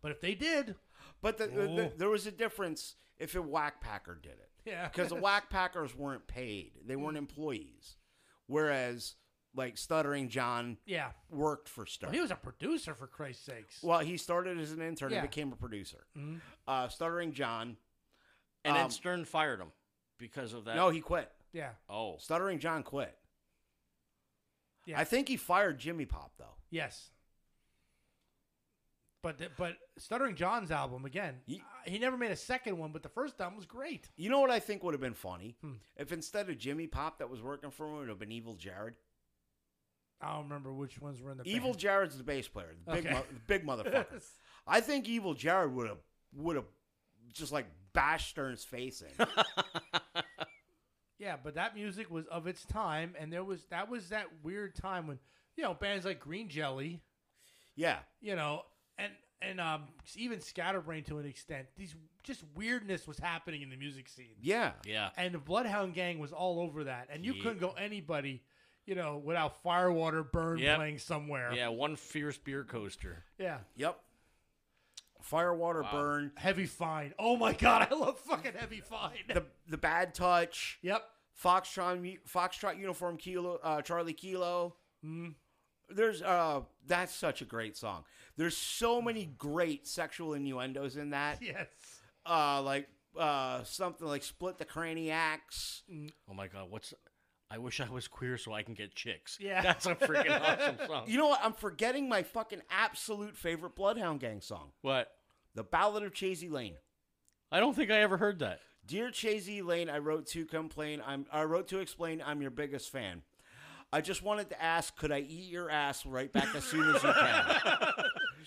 Speaker 3: But if they did,
Speaker 1: but the, the, the-
Speaker 3: Ooh.
Speaker 1: there was a difference if a Whack Packer did it.
Speaker 3: <laughs> Yeah. Mm.
Speaker 1: because the Whack Packers weren't paid; they weren't employees. Whereas, like Stuttering John
Speaker 3: yeah.
Speaker 1: worked for Stern.
Speaker 3: Well, he was a producer for Christ's sakes. Mm-hmm.
Speaker 1: Well, he started as an intern
Speaker 3: Yeah.
Speaker 1: and became a producer. Uh, Stuttering John.
Speaker 2: And then
Speaker 1: Um,
Speaker 2: Stern fired him because of that.
Speaker 1: No, he quit.
Speaker 3: yeah,
Speaker 2: Oh.
Speaker 1: Stuttering John quit.
Speaker 3: yeah,
Speaker 1: I think he fired Jimmy Pop though.
Speaker 3: yes. But th- but Stuttering John's album again.
Speaker 1: Ye-
Speaker 3: uh, he never made a second one, but the first album was great.
Speaker 1: You know what I think would have been funny?
Speaker 3: Hmm.
Speaker 1: If instead of Jimmy Pop that was working for him, it would have been Evil Jared.
Speaker 3: I don't remember which ones were in the
Speaker 1: Evil
Speaker 3: band.
Speaker 1: Jared's the bass player, the big,
Speaker 3: Okay.
Speaker 1: mo- the big
Speaker 3: <laughs>
Speaker 1: motherfucker. I think Evil Jared would have would have just like bashed Stern's face
Speaker 3: <laughs>
Speaker 1: in.
Speaker 3: Yeah, but that music was of its time, and there was that was that weird time when you know bands like Green Jelly,
Speaker 1: yeah,
Speaker 3: you know, and and um even Scatterbrain to an extent. These just weirdness was happening in the music scene.
Speaker 1: yeah,
Speaker 2: Yeah.
Speaker 3: and the Bloodhound Gang was all over that, and you
Speaker 2: Yeah.
Speaker 3: couldn't go anybody, you know, without Firewater Burn
Speaker 2: Yep.
Speaker 3: playing somewhere.
Speaker 2: Yeah, one fierce beer coaster.
Speaker 3: Yeah.
Speaker 1: yep. Firewater burn
Speaker 3: Heavy Fine. Oh my God, I love fucking Heavy Fine. <laughs>
Speaker 1: the the bad touch.
Speaker 3: yep.
Speaker 1: Foxtrot mu- Foxtrot uniform Kilo uh, Charlie Kilo.
Speaker 3: Hmm.
Speaker 1: There's uh that's such a great song. There's so many great sexual innuendos in that.
Speaker 3: Yes. <laughs>
Speaker 1: uh, like uh, something like split the craniacs.
Speaker 2: Oh my God, what's. I wish I was queer so I can get chicks. <laughs>
Speaker 3: Yeah.
Speaker 2: That's a freaking awesome song.
Speaker 1: You know what? I'm forgetting my fucking absolute favorite Bloodhound Gang song,
Speaker 2: What?
Speaker 1: "The Ballad of Chasey Lane."
Speaker 2: I don't think I ever heard that.
Speaker 1: Dear Chasey Lane, I wrote to complain. I'm I wrote to explain. I'm your biggest fan. I just wanted to ask, could I eat your ass right back as soon as you
Speaker 2: <laughs>
Speaker 1: can?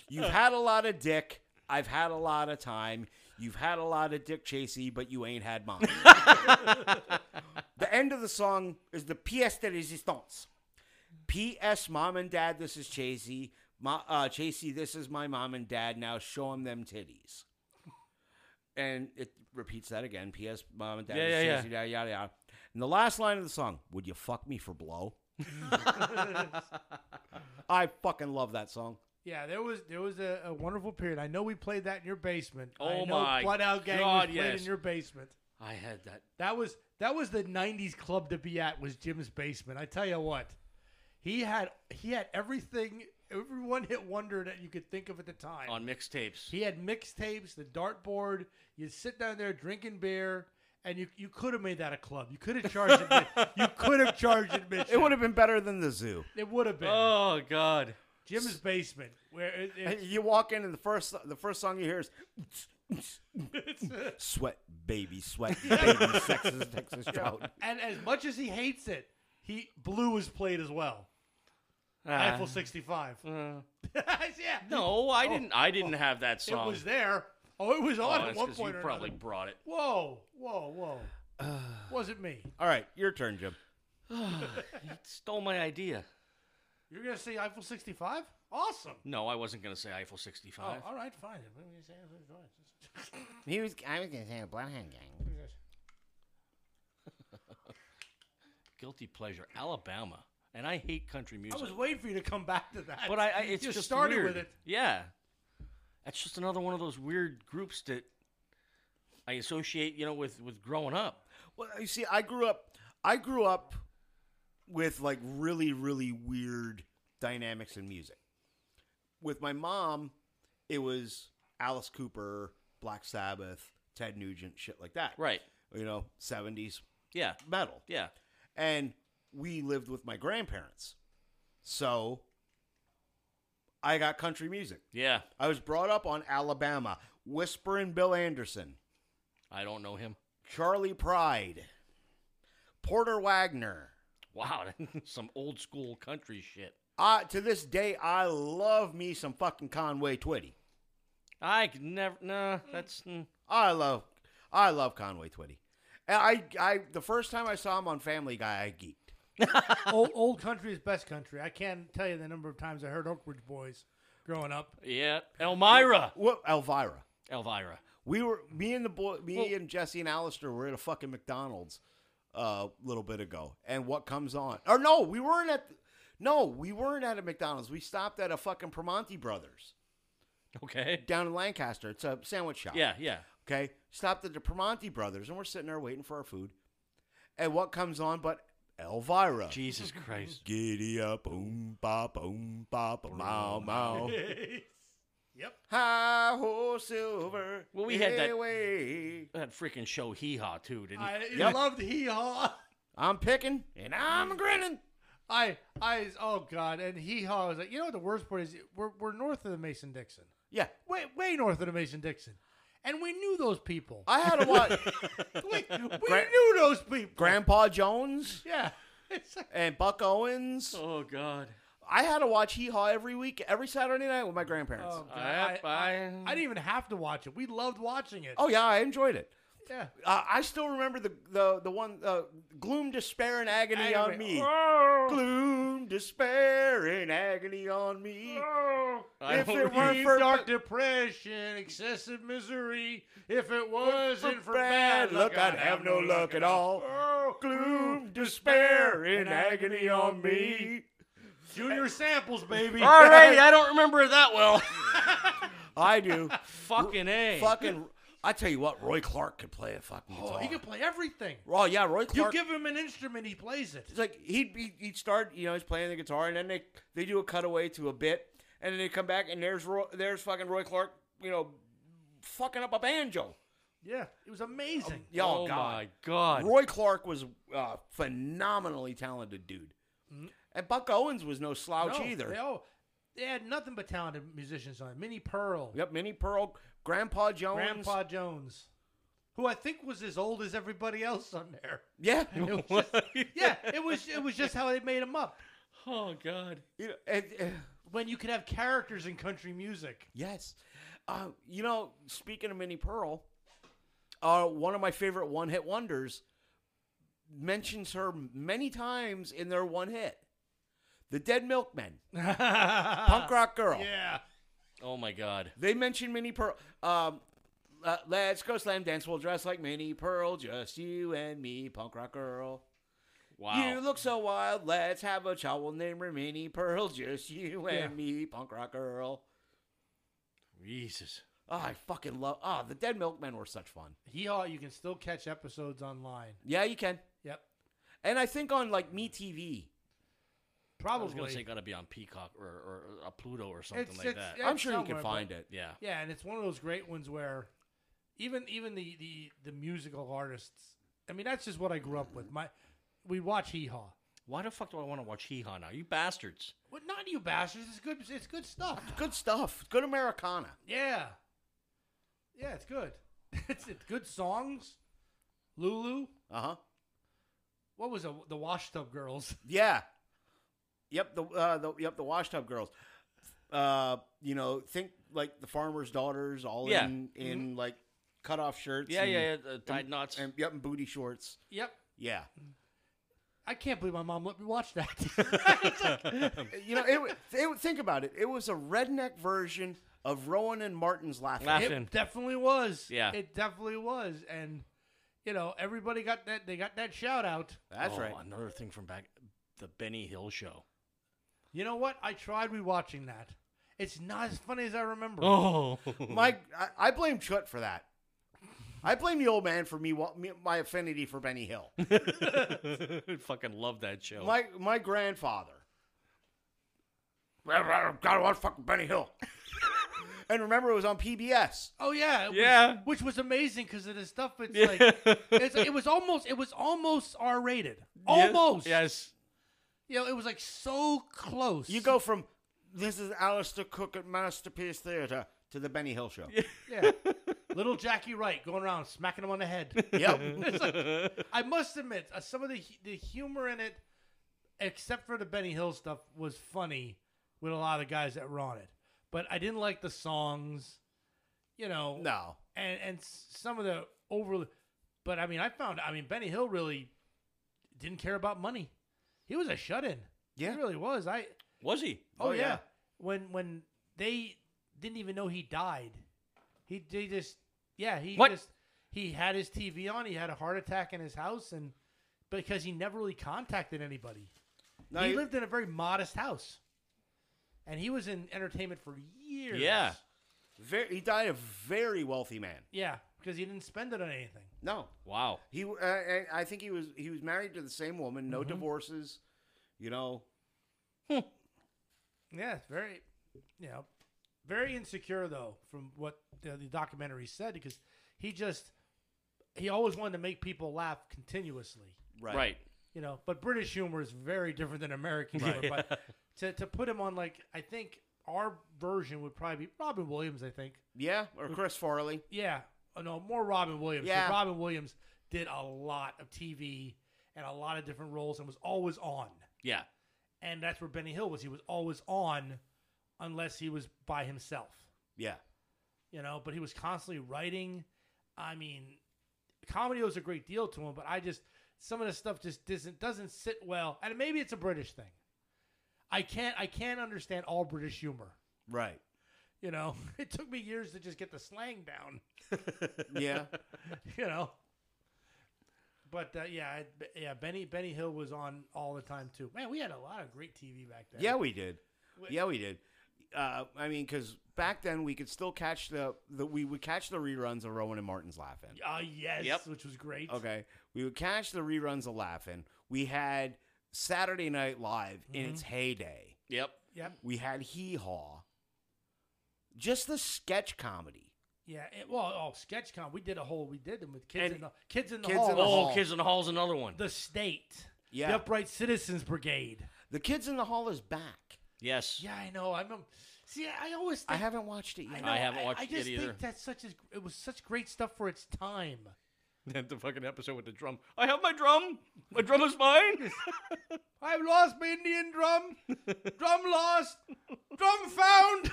Speaker 1: You've had a lot of dick. I've had a lot of time. You've had a lot of dick, Chasey, but you ain't had
Speaker 2: <laughs>
Speaker 1: mine. the end of the song is the pièce de résistance. P.S. Mom and Dad, this is Chasey. Ma uh, Chasey, this is my mom and dad. Now show them them titties. And it repeats that again. P.S. Mom and Dad,
Speaker 2: Yeah,
Speaker 1: this is
Speaker 2: yeah,
Speaker 1: Chasey, yada, yada, yada. And the last line of the song, would you fuck me for blow? I fucking love that song.
Speaker 3: Yeah, there was there was a, a wonderful period. I know we played that in your basement. I
Speaker 2: Oh
Speaker 3: know
Speaker 2: my
Speaker 3: Bloodhound Gang
Speaker 2: God,
Speaker 3: was played
Speaker 2: yes.
Speaker 3: in your basement.
Speaker 2: I had that.
Speaker 3: That was that was the '90s club to be at. Was Jim's basement? I tell you what, he had he had everything, every one hit wonder that you could think of at the time.
Speaker 2: on mixtapes.
Speaker 3: He had mixtapes, the dartboard. You'd sit down there drinking beer, and you you could have made that a club. You could have charged admission.
Speaker 2: <laughs>
Speaker 3: you could have charged admission.
Speaker 1: It would have been better than the zoo.
Speaker 3: It would have been
Speaker 2: Oh God.
Speaker 3: Jim's basement, where it,
Speaker 1: And
Speaker 3: it's
Speaker 1: You walk in and the first the first song you hear <laughs> is "Sweat Baby <laughs> Sweat Baby Sexes Texas Trout."
Speaker 3: and as much as he hates it, he blue was played as well.
Speaker 2: Ah.
Speaker 3: Eiffel sixty five.
Speaker 2: Uh-huh.
Speaker 3: <laughs> yeah,
Speaker 2: no, I didn't. I didn't have that
Speaker 3: it
Speaker 2: song.
Speaker 3: was there. Oh, it was on
Speaker 2: Oh,
Speaker 3: at
Speaker 2: that's
Speaker 3: one
Speaker 2: 'cause
Speaker 3: point.
Speaker 2: you
Speaker 3: or
Speaker 2: probably
Speaker 3: another.
Speaker 2: brought it.
Speaker 3: Whoa, whoa, whoa!
Speaker 2: <sighs>
Speaker 3: Wasn't me.
Speaker 1: All right, your turn, Jim.
Speaker 2: Stole my idea.
Speaker 3: You're gonna say Eiffel sixty five? Awesome.
Speaker 2: No, I wasn't gonna say Eiffel
Speaker 3: Oh,
Speaker 2: 65.
Speaker 3: all right, fine. What were you saying? What were you
Speaker 1: He was. I was gonna say a bloodhound gang.
Speaker 3: saying?
Speaker 2: Guilty pleasure, Alabama, and I hate country music.
Speaker 3: I was waiting for you to come back to that.
Speaker 2: but I, I
Speaker 3: You
Speaker 2: it's
Speaker 3: just,
Speaker 2: just
Speaker 3: started
Speaker 2: weird.
Speaker 3: with it.
Speaker 2: Yeah, that's just another one of those weird groups that I associate, you know, with with growing up.
Speaker 1: Well, you see, I grew up. I grew up with like really, really weird dynamics in music. With my mom, it was Alice Cooper, Black Sabbath, Ted Nugent, shit like that.
Speaker 2: Right.
Speaker 1: You know, seventies
Speaker 2: Yeah.
Speaker 1: metal.
Speaker 2: Yeah.
Speaker 1: and we lived with my grandparents. So I got country music.
Speaker 2: Yeah.
Speaker 1: I was brought up on Alabama, Whispering Bill Anderson,
Speaker 2: I don't know him. <laughs>
Speaker 1: Charlie Pride, Porter Wagner.
Speaker 2: Wow, <laughs> some old school country shit.
Speaker 1: I, to this day, I love me some fucking Conway Twitty.
Speaker 2: I could never. Nah,
Speaker 3: Hmm.
Speaker 2: that's. mm.
Speaker 1: I love, I love Conway Twitty. And I, I, the first time I saw him on Family Guy, I geeked.
Speaker 3: old, old country is best country. I can't tell you the number of times I heard Oak Ridge Boys
Speaker 2: <laughs>
Speaker 3: growing up.
Speaker 2: Yeah, Elmira.
Speaker 1: What Elvira?
Speaker 2: Elvira.
Speaker 1: We were me and the boy, me
Speaker 2: Well-
Speaker 1: and Jesse and Alistair were at a fucking McDonald's a little bit ago, and what comes on? Or no, we weren't at. No, we weren't at a McDonald's. We stopped at a fucking Promonti Brothers
Speaker 2: Okay.
Speaker 1: down in Lancaster. It's a sandwich shop.
Speaker 2: Yeah, yeah.
Speaker 1: Okay. Stopped at the Promonti Brothers, and we're sitting there waiting for our food. And what comes on but Elvira?
Speaker 2: Jesus Christ.
Speaker 1: Giddy up, boom, ba, boom, ba, ba, mow,
Speaker 2: <laughs>
Speaker 1: mow.
Speaker 3: Yep.
Speaker 1: Hi ho, silver.
Speaker 2: Well, we had that-
Speaker 1: highway.
Speaker 2: That freaking show Hee Haw too, didn't
Speaker 3: I
Speaker 2: it?
Speaker 1: Yep.
Speaker 3: loved Hee Haw.
Speaker 1: I'm picking and I'm grinning.
Speaker 3: I, I, oh God, and Hee Haw is like, you know what the worst part is? We're, we're north of the Mason Dixon,
Speaker 1: Yeah,
Speaker 3: way, way north of the Mason Dixon, and we knew those people.
Speaker 1: I had to watch
Speaker 3: <laughs>
Speaker 1: <laughs>
Speaker 3: we we
Speaker 1: Gra-
Speaker 3: knew those people.
Speaker 1: Grandpa Jones
Speaker 3: Yeah. <laughs> It's like,
Speaker 1: and Buck Owens.
Speaker 2: Oh God.
Speaker 1: I had to watch Hee Haw every week, every Saturday night with my grandparents.
Speaker 3: oh, God. I,
Speaker 2: Yep,
Speaker 3: I,
Speaker 2: I-
Speaker 3: I didn't even have to watch it. We loved watching it.
Speaker 1: oh yeah, I enjoyed it.
Speaker 3: yeah.
Speaker 1: Uh, I still remember the the the one uh, gloom, despair, and agony Oh. on
Speaker 3: Agony.
Speaker 1: me. Gloom, despair, and agony on me.
Speaker 2: I
Speaker 1: If
Speaker 2: don't
Speaker 1: it weren't
Speaker 2: remember.
Speaker 3: Deep
Speaker 1: for-
Speaker 3: dark depression, excessive misery. If it wasn't for
Speaker 1: bad
Speaker 3: bad
Speaker 1: luck, I'd have no luck at all. Oh. Gloom, despair, and
Speaker 3: and
Speaker 1: agony
Speaker 3: agony
Speaker 1: on
Speaker 3: on
Speaker 1: me.
Speaker 3: Junior samples, baby. <laughs>
Speaker 2: Alrighty, I don't remember it that well.
Speaker 1: I <laughs> do.
Speaker 2: fucking a.
Speaker 1: fucking. I tell you what, Roy Clark could play a fucking guitar.
Speaker 3: Oh, he can play everything.
Speaker 1: Oh yeah, Roy
Speaker 3: You
Speaker 1: Clark.
Speaker 3: give him an instrument, he plays it.
Speaker 1: it's like he'd be, he'd start, you know, he's playing the guitar, and then they they do a cutaway to a bit, and then they come back, and there's Roy, there's fucking Roy Clark, you know, fucking up a banjo.
Speaker 3: Yeah, it was amazing.
Speaker 1: Yeah, oh,
Speaker 2: oh
Speaker 1: God.
Speaker 2: my God. <laughs>
Speaker 1: Roy Clark was a phenomenally talented dude, and Buck Owens was no slouch
Speaker 3: No,
Speaker 1: either.
Speaker 3: They, all, they had nothing but talented musicians on it. Minnie Pearl,
Speaker 1: Yep, Minnie Pearl, Grandpa Jones.
Speaker 3: Grandpa Jones, who I think was as old as everybody else on
Speaker 2: <laughs>
Speaker 3: there.
Speaker 1: Yeah,
Speaker 3: It was just- yeah, it was it was just how they made him up.
Speaker 2: Oh God.
Speaker 1: you know, and, uh, and-
Speaker 3: When you could have characters in
Speaker 2: <laughs>
Speaker 3: country music.
Speaker 1: Yes. Uh, you know, speaking of Minnie Pearl, uh, one of my favorite one hit wonders mentions her many times in their one hit The Dead Milkmen, Punk
Speaker 3: Punk
Speaker 1: Rock Girl.
Speaker 3: Uh, Yeah.
Speaker 2: Oh my God.
Speaker 1: They mention Minnie Pearl. Um, uh, let's go slam dance. We'll dress like Minnie Pearl, just you and me, punk rock girl. You
Speaker 2: Wow.
Speaker 1: look so wild. Let's have a child. We'll name her Minnie Pearl, <laughs> just you and
Speaker 3: Yeah.
Speaker 1: me, punk rock girl.
Speaker 2: Jesus.
Speaker 1: Oh, I fucking love. Oh, the Dead Milkmen were such fun.
Speaker 3: Hee Haw, you can still catch episodes online.
Speaker 1: Yeah, you can.
Speaker 3: Yep.
Speaker 1: And I think on like Me TV,
Speaker 2: I was
Speaker 3: Probably.
Speaker 2: gonna say gotta be on Peacock or, or a Pluto or something
Speaker 3: It's-
Speaker 2: like
Speaker 3: it's-
Speaker 2: that.
Speaker 3: yeah.
Speaker 1: I'm sure you can
Speaker 3: somewhere, but-
Speaker 1: find it.
Speaker 2: Yeah.
Speaker 3: Yeah, and it's one of those great ones where even even the the the musical artists. I mean, that's just what I grew up with. My we watch Hee Haw.
Speaker 2: Why the fuck do I want to watch Hee Haw now? You bastards.
Speaker 3: What not you bastards? It's good. It's good stuff.
Speaker 1: Good stuff. Good Americana.
Speaker 3: Yeah. Yeah, it's good. <laughs> it's, it's good songs. Lulu.
Speaker 1: Uh huh.
Speaker 3: What was the the washtub girls?
Speaker 1: Yeah. Yep. The uh, the yep the washtub girls. Uh, you know, think like the farmers' daughters, all
Speaker 2: Yeah.
Speaker 1: in in like cut off shirts.
Speaker 2: Yeah,
Speaker 1: and,
Speaker 2: <laughs> yeah, yeah. Uh, tied knots.
Speaker 1: And yep, and booty shorts.
Speaker 3: Yep.
Speaker 1: Yeah.
Speaker 3: I can't believe my mom let me
Speaker 2: <laughs>
Speaker 3: watch that.
Speaker 1: Uh, You know, it, wa- it, wa- think about it. It was a redneck version of Rowan and Martin's laughing.
Speaker 2: Laugh- Ashton.
Speaker 3: it definitely was.
Speaker 2: Yeah.
Speaker 3: It definitely was. And you know, everybody got that they got that shout out.
Speaker 1: <laughs> That's
Speaker 2: Oh,
Speaker 1: right.
Speaker 2: Another thing from back, the Benny Hill show.
Speaker 3: You know what? I tried rewatching that. It's not as funny as I remember.
Speaker 2: Oh,
Speaker 1: Mike, I, I blame Chut for that. I blame the old man for me, wa- me my affinity for Benny Hill.
Speaker 2: <laughs> fucking love that show.
Speaker 1: My my grandfather. Gotta watch fucking Benny Hill. <laughs> and remember, it was on PBS.
Speaker 3: Oh yeah, it was-
Speaker 2: Yeah.
Speaker 3: which was amazing because of the stuff. It's
Speaker 2: <laughs> Yeah.
Speaker 3: like it's, it was almost it was almost R rated, almost.
Speaker 2: Yes.
Speaker 3: you know, it was like so close.
Speaker 1: You go from this is Alistair Cook at Masterpiece Theater to the Benny Hill Show. <laughs>
Speaker 3: yeah, little Jackie Wright going around smacking him on the head.
Speaker 1: Yep.
Speaker 3: It's like, I must admit, uh, some of the hu- the humor in it, except for the Benny Hill stuff, was funny with a lot of the guys that were on it. But I didn't like the songs, you know.
Speaker 1: no.
Speaker 3: and and s- some of the over. But I mean, I found I mean Benny Hill really didn't care about money. He was a shut in.
Speaker 1: Yeah.
Speaker 3: He really was. I
Speaker 2: <laughs> Was he?
Speaker 3: oh,
Speaker 1: Oh,
Speaker 3: yeah.
Speaker 1: yeah.
Speaker 3: When when they didn't even know he died, he they just yeah he
Speaker 2: What?
Speaker 3: just he had his TV on. He had a heart attack in his house and because he never really contacted anybody.
Speaker 1: No,
Speaker 3: he
Speaker 1: you-
Speaker 3: lived in a very modest house. And he was in entertainment for years.
Speaker 2: Yeah.
Speaker 1: Very, he died a very wealthy man.
Speaker 3: Yeah, because he didn't spend it on anything.
Speaker 1: No,
Speaker 2: Wow.
Speaker 1: he. Uh, I- I think he was. He was married to the same woman. No divorces. You know.
Speaker 3: Yeah, it's very, you know, very insecure though, from what the, the documentary said, because he just he always wanted to make people laugh continuously,
Speaker 2: Right.
Speaker 3: you know. But British humor is very different than American humor.
Speaker 2: <laughs>
Speaker 3: But to to put him on like I think our version would probably be Robin Williams. I think
Speaker 1: Yeah. Or Chris Farley.
Speaker 3: yeah, oh, no more Robin Williams. 'cause
Speaker 1: Yeah.
Speaker 3: Robin Williams did a lot of TV and a lot of different roles and was always on
Speaker 2: Yeah.
Speaker 3: and that's where Benny Hill was. He was always on, unless he was by himself,
Speaker 1: Yeah.
Speaker 3: you know. But he was constantly writing. I mean, comedy owes a great deal to him, but I just some of the stuff just doesn't doesn't sit well. And maybe it's a British thing. I can't I can't understand all British humor.
Speaker 1: Right.
Speaker 3: You know, <laughs> it took me years to just get the slang down. <laughs>
Speaker 1: Yeah.
Speaker 3: You know. But uh, yeah, I, yeah, Benny Benny Hill was on all the time too. Man, we had a lot of great TV back then.
Speaker 1: Yeah, we did. Yeah, we did. Uh, I mean, because back then we could still catch the, the we would catch the reruns of Rowan and Martin's Laughing.
Speaker 3: Uh, yes,
Speaker 2: Yep.
Speaker 3: which was great.
Speaker 1: Okay, we would catch the reruns of Laughing. We had Saturday Night Live in its
Speaker 2: Mm-hmm.
Speaker 1: heyday.
Speaker 2: Yep.
Speaker 3: Yep.
Speaker 1: We had Hee Haw. Just the sketch comedy.
Speaker 3: Yeah. It, well, oh, sketchcom. We did a whole. We did them with kids
Speaker 1: And-
Speaker 3: in the kids in the
Speaker 1: Kids in
Speaker 3: hall.
Speaker 1: the Hall.
Speaker 2: Oh, Kids in the Hall's another one.
Speaker 3: The state.
Speaker 1: Yeah,
Speaker 3: The Upright Citizens Brigade.
Speaker 1: the Kids in the Hall is back.
Speaker 2: yes.
Speaker 3: Yeah, I know. I'm. um, See, I always.
Speaker 1: I
Speaker 3: Think,
Speaker 1: haven't watched it yet.
Speaker 3: know,
Speaker 2: I haven't watched
Speaker 3: I,
Speaker 2: it
Speaker 3: just
Speaker 2: either.
Speaker 3: think that's such as it was such great stuff for its time.
Speaker 2: <laughs> the fucking episode with the drum. I have my drum. My drum is mine. <laughs>
Speaker 3: I've lost my Indian drum. <laughs> drum lost. Drum <laughs> found.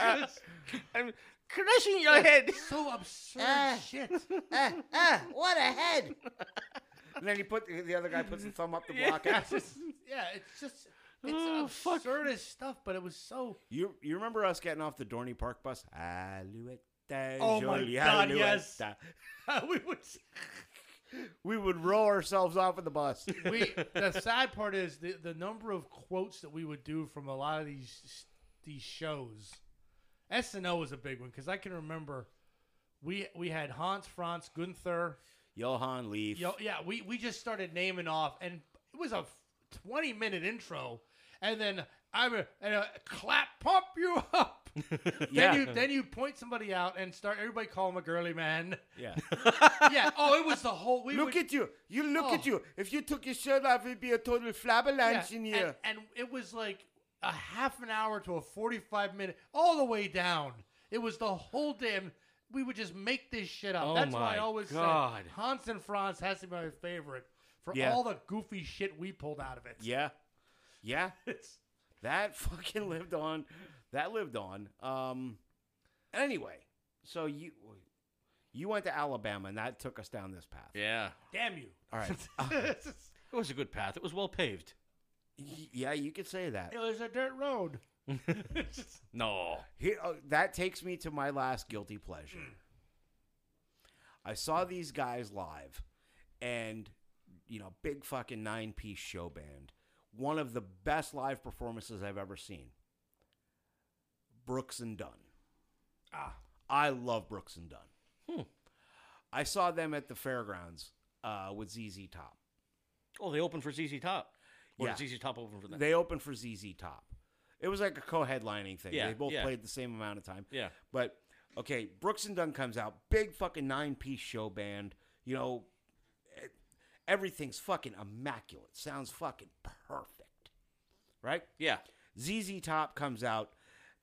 Speaker 2: I'm crushing your head.
Speaker 3: so absurd
Speaker 4: Ah.
Speaker 3: shit.
Speaker 1: Eh,
Speaker 4: Ah, ah, what a head.
Speaker 1: <laughs> And then he put the other guy puts the thumb up the
Speaker 2: <laughs>
Speaker 1: block. out.
Speaker 3: Yeah, it's just it's
Speaker 2: Oh, fuck.
Speaker 3: absurdist stuff, but it was so. <laughs>
Speaker 1: You you remember us getting off the Dorney Park bus? Alouette,
Speaker 3: Oh my
Speaker 1: jolie
Speaker 3: God, yes.
Speaker 1: alouette.
Speaker 3: we would.
Speaker 1: We would roll ourselves off of the bus. <laughs>
Speaker 3: we the sad part is the, the number of quotes that we would do from a lot of these these shows. SNL was a big one because I can remember we we had Hans Franz Gunther.
Speaker 1: Johan Leaf.
Speaker 3: Yo, yeah, we we just started naming off, and it was a twenty minute intro, and then I'm a, and a clap pump you <laughs>
Speaker 1: <laughs>
Speaker 3: up.
Speaker 1: Yeah.
Speaker 3: Then you then you point somebody out and start everybody call him a girly man. <laughs>
Speaker 1: yeah.
Speaker 3: yeah. Oh, it was the whole. We
Speaker 1: look
Speaker 3: would,
Speaker 1: at you. You look at
Speaker 3: Oh.
Speaker 1: you. If you took your shirt off, it'd be a total flabbergast in
Speaker 3: and,
Speaker 1: here.
Speaker 3: and it was like a half an hour to a 45 minute, all the way down. It was the whole damn. We would just make this shit up.
Speaker 2: Oh
Speaker 3: That's why
Speaker 2: my
Speaker 3: I always
Speaker 2: God.
Speaker 3: said Hans and Franz has to be my favorite for
Speaker 1: Yeah.
Speaker 3: all the goofy shit we pulled out of it.
Speaker 1: yeah. Yeah.
Speaker 3: <laughs> It's-
Speaker 1: That <laughs> fucking lived on. That lived on. Um. Anyway, so you you went to Alabama, and that took us down this path.
Speaker 2: Yeah.
Speaker 3: damn you.
Speaker 1: All right.
Speaker 3: <laughs> It's just-
Speaker 2: It was a good path. It was well paved.
Speaker 1: Y- Yeah, you could say that.
Speaker 3: It was a dirt road. <laughs>
Speaker 2: No.
Speaker 1: Here, oh, that takes me to my last guilty pleasure. I saw these guys live, and you know, big fucking nine piece show band. One of the best live performances I've ever seen. Brooks and Dunn. <laughs>
Speaker 3: Ah.
Speaker 1: I love Brooks and Dunn.
Speaker 2: Hmm.
Speaker 1: I saw them at the fairgrounds uh, with ZZ Top.
Speaker 2: Oh, they opened for ZZ Top. Or
Speaker 1: Yeah.
Speaker 2: did ZZ Top open for them?
Speaker 1: They opened for ZZ Top. It was like a co-headlining thing.
Speaker 2: Yeah,
Speaker 1: they both
Speaker 2: yeah.
Speaker 1: played the same amount of time.
Speaker 2: yeah.
Speaker 1: But okay, Brooks and Dunn comes out, big fucking nine piece show band. You know, e- everything's fucking immaculate. Sounds fucking perfect, right?
Speaker 2: Yeah.
Speaker 1: ZZ Top comes out.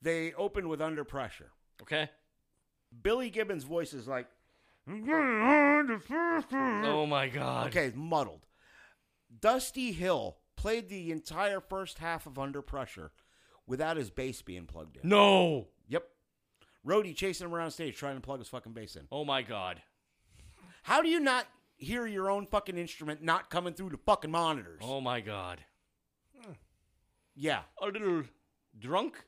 Speaker 1: They open with Under Pressure.
Speaker 2: Okay.
Speaker 1: Billy Gibbons' voice is like,
Speaker 2: Oh my God.
Speaker 1: okay, it's muddled. Dusty Hill played the entire first half of Under Pressure without his bass being plugged in.
Speaker 2: No.
Speaker 1: Yep. Rhodey chasing him around stage trying to plug his fucking bass in.
Speaker 2: Oh my God.
Speaker 1: How do you not hear your own fucking instrument not coming through the fucking monitors?
Speaker 2: Oh my God.
Speaker 1: Yeah,
Speaker 2: A little drunk.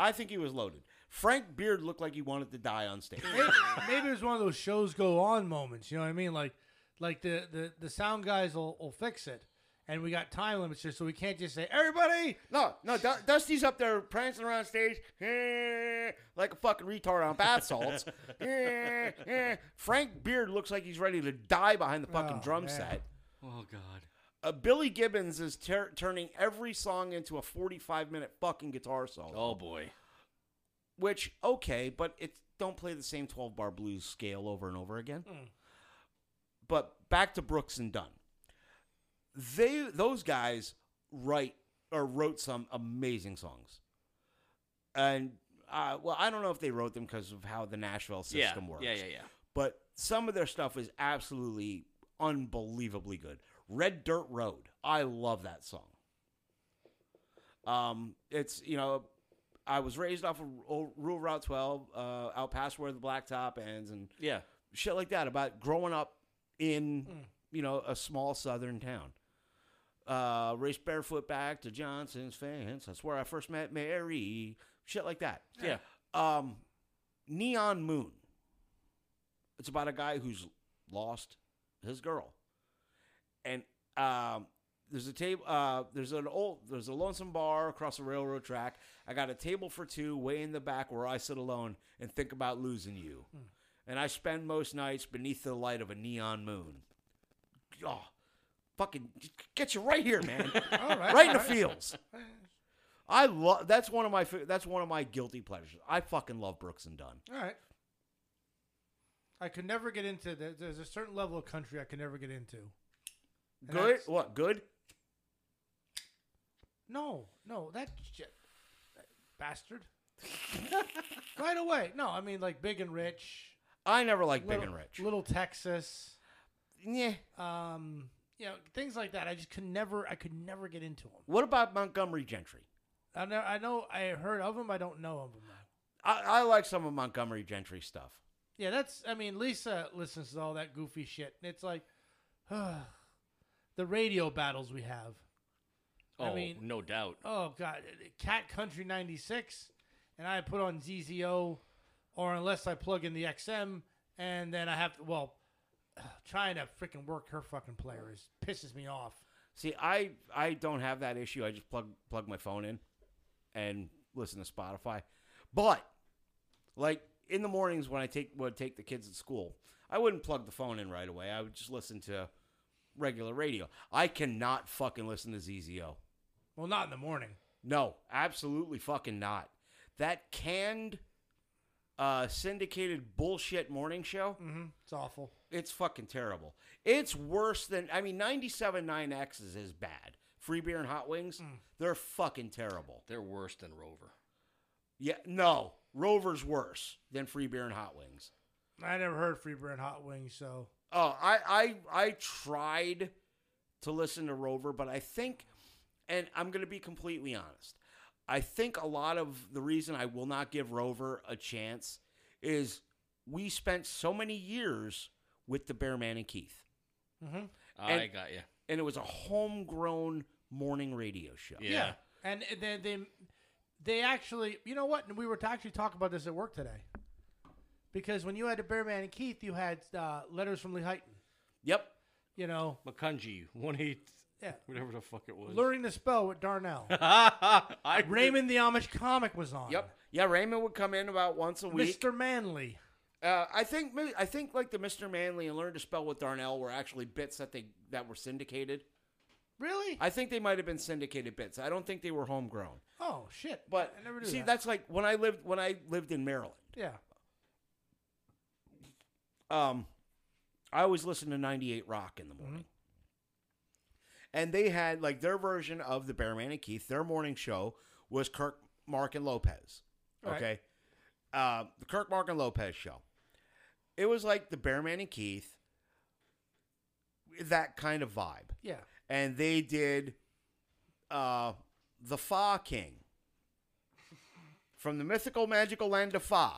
Speaker 1: I think he was loaded. Frank Beard looked like he wanted to die on stage.
Speaker 3: maybe, maybe it was one of those shows go on moments. You know what I mean? Like, like the the, the sound guys will, will fix it, and we got time limits here, so we can't just say everybody.
Speaker 1: <laughs> no, no, Du- Dusty's up there prancing around stage <laughs> eh, like a fucking retard on bath <laughs> salts. Eh, eh. Frank Beard looks like he's ready to die behind the fucking
Speaker 3: Oh,
Speaker 1: drum
Speaker 3: man.
Speaker 1: set.
Speaker 2: Oh God.
Speaker 1: Uh, Billy Gibbons is ter- turning every song into a 45 minute fucking guitar solo.
Speaker 2: Oh boy.
Speaker 1: which okay, but it don't play the same 12 bar blues scale over and over again.
Speaker 2: Mm.
Speaker 1: But back to Brooks and Dunn. They those guys write or wrote some amazing songs. And uh, well, I don't know if they wrote them because of how the Nashville
Speaker 2: Yeah.
Speaker 1: system works.
Speaker 2: Yeah. Yeah. Yeah.
Speaker 1: But some of their stuff is absolutely unbelievably good. Red Dirt Road. I love that song. Um, it's you know, I was raised off of Ru- Rural Route 12, uh, out past where the blacktop ends, and
Speaker 2: Yeah.
Speaker 1: shit like that about growing up in you know a small southern town. Uh, raced barefoot back to Johnson's fence. That's where I first met Mary. Shit like that.
Speaker 2: Yeah.
Speaker 1: Um, Neon Moon. It's about a guy who's lost his girl, and um, there's a table. Uh, there's an old. There's a lonesome bar across the railroad track. I got a table for two way in the back where I sit alone and think about losing you. And I spend most nights beneath the light of a neon moon. Oh, fucking get you right here, man.
Speaker 3: All right,
Speaker 1: right in the fields. I love that's one of my fa- that's one of my guilty pleasures. I fucking love Brooks and Dunn.
Speaker 3: All right. I could never get into. The, there's a certain level of country I could never get into. And
Speaker 1: Good,
Speaker 3: that's-
Speaker 1: what good?
Speaker 3: No, no, that shit,
Speaker 1: <laughs>
Speaker 3: bastard. right away. No, I mean like big and rich.
Speaker 1: I never liked
Speaker 3: little,
Speaker 1: Big and Rich.
Speaker 3: Little Texas.
Speaker 1: yeah.
Speaker 3: Um, you know things like that. I just could never. I could never get into them.
Speaker 1: What about Montgomery Gentry?
Speaker 3: I know, I know, I heard of him. I don't know of him. Though.
Speaker 1: I, I like some of Montgomery Gentry stuff.
Speaker 3: Yeah, that's. I mean, Lisa listens to all that goofy shit, and it's like, <sighs> the radio battles we have.
Speaker 2: Oh,
Speaker 3: I mean-
Speaker 2: no doubt.
Speaker 3: Oh God, Cat Country '96, and I put on ZZO, or unless I plug in the XM, and then I have to. Well, <sighs> trying to freaking work her fucking player is pisses me off.
Speaker 1: See, I I don't have that issue. I just plug plug my phone in and listen to Spotify. But like in the mornings when I take would take the kids to school, I wouldn't plug the phone in right away. I would just listen to regular radio. I cannot fucking listen to ZZO.
Speaker 3: Well, not in the morning.
Speaker 1: No, absolutely fucking not. That canned uh syndicated bullshit morning show
Speaker 3: Mm-hmm. It's awful.
Speaker 1: it's fucking terrible. It's worse than I mean, ninety-seven nine X's is bad. Free beer and hot wings, they're fucking terrible.
Speaker 2: They're worse than Rover.
Speaker 1: Yeah, no, Rover's worse than free beer and hot wings.
Speaker 3: I never heard Free Burn Hot Wings, so
Speaker 1: Oh, I I I tried to listen to Rover, but I think, and I'm gonna be completely honest, I think a lot of the reason I will not give Rover a chance is we spent so many years with the Bear Man and Keith.
Speaker 3: Mhm.
Speaker 2: I
Speaker 1: And-
Speaker 2: got you.
Speaker 1: and it was a homegrown morning radio show.
Speaker 2: Yeah.
Speaker 3: And they, they they actually, you know what? We were to actually talking about this at work today. Because when you had the Bear Man and Keith, you had uh, letters from Lee Hyten.
Speaker 1: Yep.
Speaker 3: You know,
Speaker 2: Makunji, one eighth,
Speaker 3: yeah.
Speaker 2: whatever the fuck it was.
Speaker 3: Learning to spell with Darnell.
Speaker 2: <laughs>
Speaker 1: <laughs>
Speaker 2: I
Speaker 3: Raymond the Amish comic was on.
Speaker 1: Yep. Yeah, Raymond would come in about once a week.
Speaker 3: Mr. Manley.
Speaker 1: Uh, I think I think like the Mr. Manley and Learn to Spell with Darnell were actually bits that they that were syndicated.
Speaker 3: Really?
Speaker 1: I think they might have been syndicated bits. I don't think they were homegrown.
Speaker 3: oh shit!
Speaker 1: But
Speaker 3: I never knew
Speaker 1: see,
Speaker 3: that.
Speaker 1: that's like when I lived when I lived in Maryland.
Speaker 3: yeah.
Speaker 1: Um, I always listened to 98 Rock
Speaker 3: Mm-hmm.
Speaker 1: in the morning. And they had like their version of the Bearman and Keith. Their morning show was Kirk, Mark, and Lopez.
Speaker 3: All right.
Speaker 1: Okay, uh, the Kirk, Mark, and Lopez show. It was like the Bearman and Keith, that kind of vibe.
Speaker 3: Yeah.
Speaker 1: And they did uh, the Fa King from the mythical, magical land of Fa.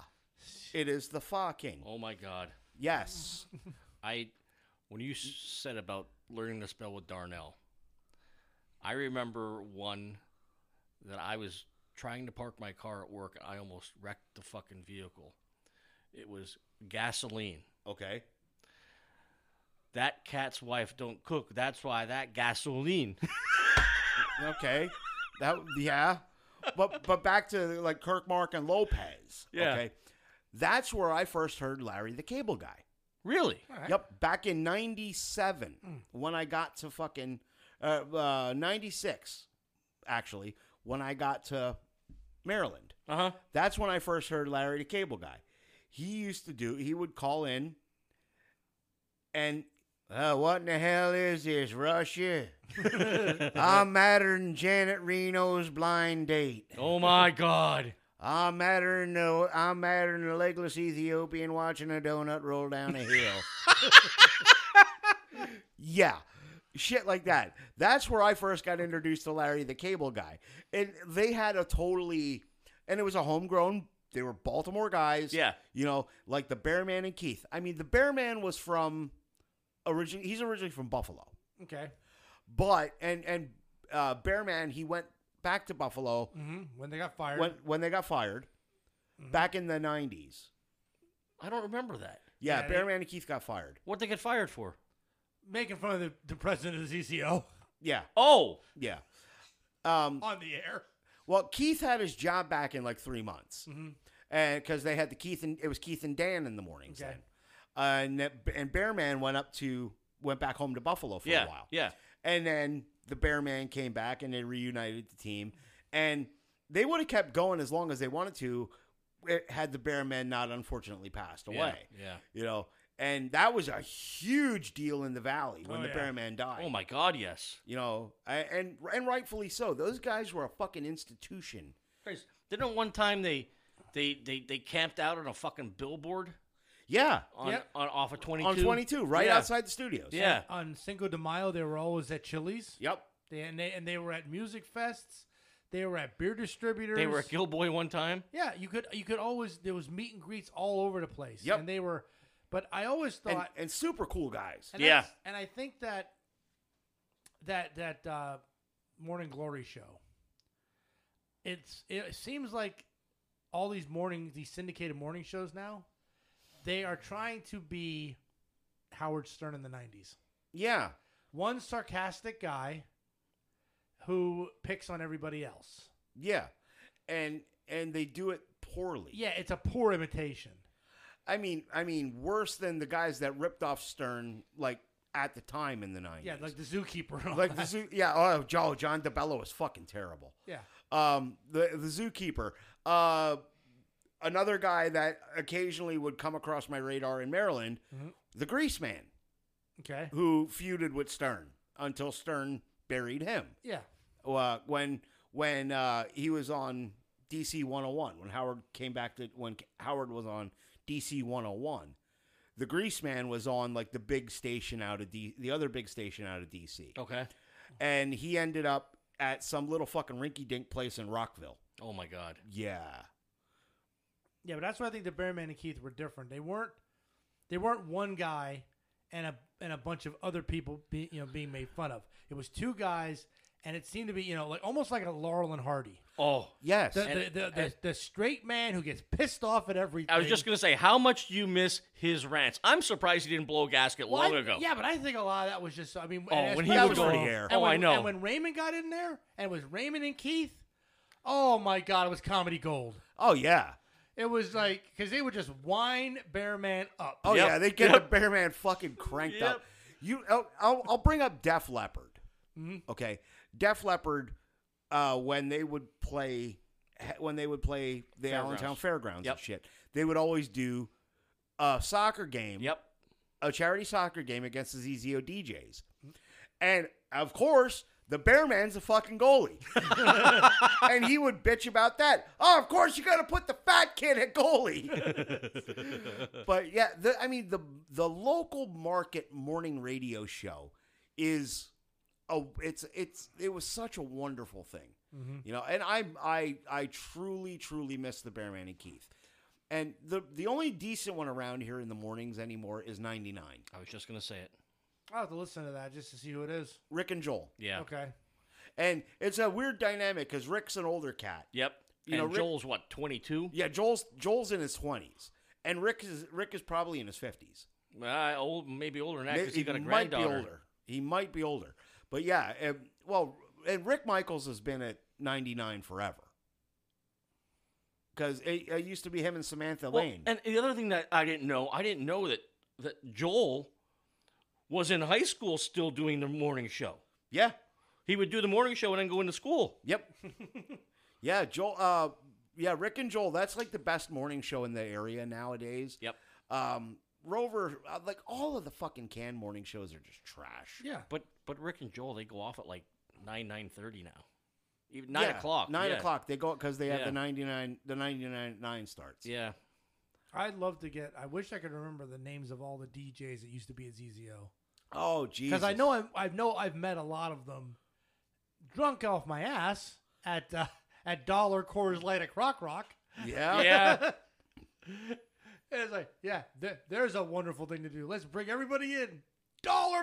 Speaker 1: It is the Fa King.
Speaker 2: Oh my god.
Speaker 1: Yes.
Speaker 2: I when you s- said about learning to spell with Darnell, I remember one that I was trying to park my car at work. I almost wrecked the fucking vehicle. It was gasoline.
Speaker 1: Okay.
Speaker 2: That cat's wife don't cook. That's why that gasoline. <laughs>
Speaker 1: Okay. That yeah. But but back to like Kirk Mark and Lopez.
Speaker 2: Yeah.
Speaker 1: Okay. That's where I first heard Larry the Cable Guy.
Speaker 2: really?
Speaker 3: All right.
Speaker 1: Yep, back in 97 when I got to fucking uh, uh 96 actually when I got to Maryland.
Speaker 2: Uh <laughs> huh.
Speaker 1: That's when I first heard Larry the Cable Guy. He used to do. He would call in, and uh, what in the hell is this Russia? <laughs>
Speaker 2: Uh.
Speaker 1: I'm madder than Janet Reno's blind date.
Speaker 2: Oh my god.
Speaker 1: I'm madder than the I'm madder than the legless Ethiopian watching a donut roll down
Speaker 2: <laughs>
Speaker 1: a hill. yeah. Shit like that. That's where I first got introduced to Larry the Cable Guy. And they had a totally and it was a homegrown they were Baltimore guys.
Speaker 2: Yeah.
Speaker 1: You know, like the Bearman and Keith. I mean, the Bearman was from originally he's originally from Buffalo.
Speaker 3: Okay.
Speaker 1: But and and uh Bearman he went back to Buffalo
Speaker 3: hmm When they got fired.
Speaker 1: when when they got fired
Speaker 3: Mm-hmm.
Speaker 1: back in the 90s.
Speaker 2: I don't remember that.
Speaker 1: Yeah,
Speaker 3: Yeah, they-
Speaker 1: Bearman and Keith got fired.
Speaker 2: What they get fired for?
Speaker 3: Making fun of the, the president of the CCO
Speaker 1: Yeah,
Speaker 2: Oh,
Speaker 1: yeah. Um,
Speaker 3: <laughs> on the air.
Speaker 1: well, Keith had his job back in like three months,
Speaker 3: Mm. Mm-hmm.
Speaker 1: and because they had the Keith and it was Keith and Dan in the mornings
Speaker 3: Okay.
Speaker 1: then, uh, and that, and Bearman went up to went back home to Buffalo for
Speaker 2: yeah,
Speaker 1: a while.
Speaker 2: yeah.
Speaker 1: And then the Bear Man came back and they reunited the team. And they would have kept going as long as they wanted to eh, had the Bear Man not unfortunately passed away.
Speaker 2: yeah.
Speaker 1: You know, and that was a huge deal in the Valley when
Speaker 3: Oh,
Speaker 1: the
Speaker 3: yeah.
Speaker 1: Bear Man died.
Speaker 2: Oh my god, yes.
Speaker 1: You know, I, and and rightfully so. Those guys were a fucking institution.
Speaker 2: Christ. Didn't one time they they they, they camped out on a fucking billboard
Speaker 1: Yeah.
Speaker 2: on,
Speaker 3: Yep.
Speaker 2: on off of 22?
Speaker 1: On 22, right
Speaker 2: Yeah.
Speaker 1: outside the studios.
Speaker 2: Yeah.
Speaker 3: On Cinco de Mayo, they were always at Chili's.
Speaker 1: Yep.
Speaker 3: They, and they and they were at music fests. They were at beer distributors.
Speaker 2: They were at Gilboy one time.
Speaker 3: yeah, you could you could always there was meet and greets all over the place.
Speaker 1: Yep.
Speaker 3: And they were, but I always thought
Speaker 1: And, and super cool guys.
Speaker 3: And
Speaker 2: Yeah.
Speaker 3: that's- and I think that that that uh, Morning Glory show. It's it seems like all these morning these syndicated morning shows now, they are trying to be Howard Stern in the '90s.
Speaker 1: Yeah.
Speaker 3: One sarcastic guy who picks on everybody else.
Speaker 1: Yeah. And and they do it poorly.
Speaker 3: Yeah, it's a poor imitation.
Speaker 1: I mean, I mean, worse than the guys that ripped off Stern like at the time in the nineties.
Speaker 3: Yeah, like the zookeeper. and all
Speaker 1: like the
Speaker 3: that.
Speaker 1: zoo. Yeah, oh, Joe John DeBello is fucking terrible.
Speaker 3: yeah.
Speaker 1: Um, the the zookeeper. Uh, another guy that occasionally would come across my radar in Maryland, the Grease Man,
Speaker 3: Okay.
Speaker 1: who feuded with Stern until Stern buried him
Speaker 3: Yeah.
Speaker 1: uh, when when uh, he was on DC 101 when Howard came back to when Howard was on DC 101 the grease man was on like the big station out of D, the other big station out of DC
Speaker 2: Okay.
Speaker 1: and he ended up at some little fucking rinky dink place in Rockville
Speaker 2: Oh my god.
Speaker 1: yeah
Speaker 3: Yeah, but that's why I think the Bearman and Keith were different. They weren't they weren't one guy and a and a bunch of other people be, you know being made fun of. It was two guys, and it seemed to be you know like almost like a Laurel and Hardy,
Speaker 2: Oh,
Speaker 1: Yes.
Speaker 3: the
Speaker 2: And-
Speaker 3: the, the, the, the straight man who gets pissed off at everything.
Speaker 2: I was just gonna say, how much do you miss his rants? I'm surprised he didn't blow a gasket
Speaker 3: Well,
Speaker 2: long
Speaker 3: I-
Speaker 2: ago.
Speaker 3: Yeah, but I think a lot of that was just. I mean,
Speaker 2: Oh,
Speaker 3: and
Speaker 2: when
Speaker 3: that's
Speaker 2: he
Speaker 3: what
Speaker 1: was
Speaker 3: I
Speaker 1: on the air.
Speaker 3: and
Speaker 2: Oh,
Speaker 3: when-
Speaker 2: I know.
Speaker 3: And when Raymond got in there, and it was Raymond and Keith. Oh my God, it was comedy gold.
Speaker 1: oh yeah.
Speaker 3: It was like because they would just whine Bear Man up.
Speaker 1: Oh
Speaker 2: Yep.
Speaker 1: yeah. They get
Speaker 2: Yep.
Speaker 1: the bear man fucking cranked up.
Speaker 2: Yep. Mm-hmm.
Speaker 1: You. I'll, I'll, I'll bring up Def Leppard. Okay. Def Leppard. Uh, when they would play, when they would play the
Speaker 2: Fairgrounds.
Speaker 1: Allentown Fairgrounds
Speaker 2: Yep.
Speaker 1: and shit, they would always do a soccer game.
Speaker 2: Yep.
Speaker 1: a charity soccer game against the ZZO DJs. And of course, the bear man's a fucking goalie. and he would bitch about that. Oh, of course you gotta put the fat kid at goalie. but yeah, the, I mean the the local market morning radio show is a it's it's it was such a wonderful thing.
Speaker 3: Mm-hmm.
Speaker 1: You know, and I I I truly, truly miss the Bear Man and Keith. And the the only decent one around here in the mornings anymore is 99.
Speaker 2: I was just gonna say it.
Speaker 3: I'll have to listen to that just to see who it is.
Speaker 1: Rick and Joel.
Speaker 2: Yeah.
Speaker 3: Okay.
Speaker 1: And it's a weird dynamic cuz Rick's an older cat.
Speaker 2: Yep.
Speaker 1: You
Speaker 2: and
Speaker 1: know, Rick-
Speaker 2: Joel's what, 22?
Speaker 1: Yeah, Joel's Joel's in his 20s and Rick is Rick is probably in his 50s.
Speaker 2: Uh, old, maybe older than that because
Speaker 1: May-
Speaker 2: he got a
Speaker 1: might be
Speaker 2: granddaughter.
Speaker 1: older. He might be older. But yeah, and, well, and Rick Michaels has been at 99 forever. Cuz it, it used to be him and Samantha
Speaker 2: Well,
Speaker 1: Lane.
Speaker 2: and the other thing that I didn't know, I didn't know that that Joel was in high school still doing the morning show.
Speaker 1: yeah.
Speaker 2: He would do the morning show and then go into school.
Speaker 1: Yep. <laughs> yeah, Joel. Uh, yeah, Rick and Joel. That's like the best morning show in the area nowadays.
Speaker 2: Yep.
Speaker 1: Um, Rover, uh, like all of the fucking can morning shows are just trash.
Speaker 3: Yeah.
Speaker 2: But but Rick and Joel they go off at like nine nine thirty now, even nine
Speaker 1: Yeah,
Speaker 2: o'clock.
Speaker 1: Nine
Speaker 2: yeah.
Speaker 1: o'clock. They go because they have
Speaker 2: Yeah.
Speaker 1: the ninety nine. The ninety nine nine starts.
Speaker 2: Yeah.
Speaker 3: I'd love to get. I wish I could remember the names of all the DJs that used to be at ZZO
Speaker 1: Oh, Jesus.
Speaker 3: because I know I'm, I know I've met a lot of them, drunk off my ass at uh, at Dollar Coors Light at Crock Rock.
Speaker 1: Yeah.
Speaker 2: <laughs> Yeah.
Speaker 3: <laughs> And it's like, yeah, th- there's a wonderful thing to do. Let's bring everybody in. Dollar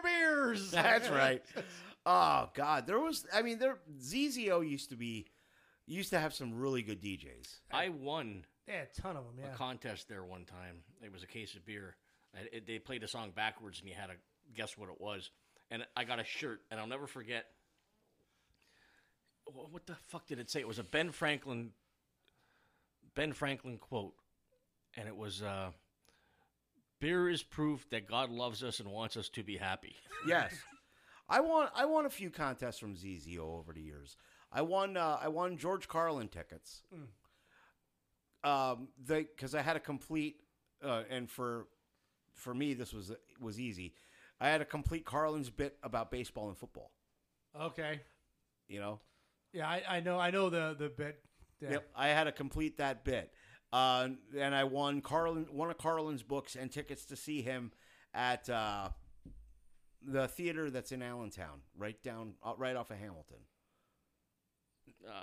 Speaker 1: <laughs> <laughs>
Speaker 3: beers.
Speaker 1: That's right. Oh God, there was. I mean, there ZZO used to be, used to have some really good DJs.
Speaker 2: I won
Speaker 3: Yeah, a ton of them. Yeah.
Speaker 2: a contest there one time. It was a case of beer. I, it, they played a song backwards, and you had to guess what it was. And I got a shirt, and I'll never forget. Wha- What the fuck did it say? It was a Ben Franklin, Ben Franklin quote, and it was, uh, "Beer is proof that God loves us and wants us to be happy."
Speaker 1: Yes. I want I won a few contests from ZZO over the years. I won uh, I won George Carlin tickets. Um, they because I had a complete uh, and for for me this was was easy. I had a complete Carlin's bit about baseball and football.
Speaker 3: Okay.
Speaker 1: You know,
Speaker 3: Yeah, I, I know. I know the the bit. Yeah.
Speaker 1: Yep, I had to complete that bit. Uh, and I won Carlin one of Carlin's books and tickets to see him at uh, the theater that's in Allentown, right down uh, right off of Hamilton.
Speaker 2: Uh,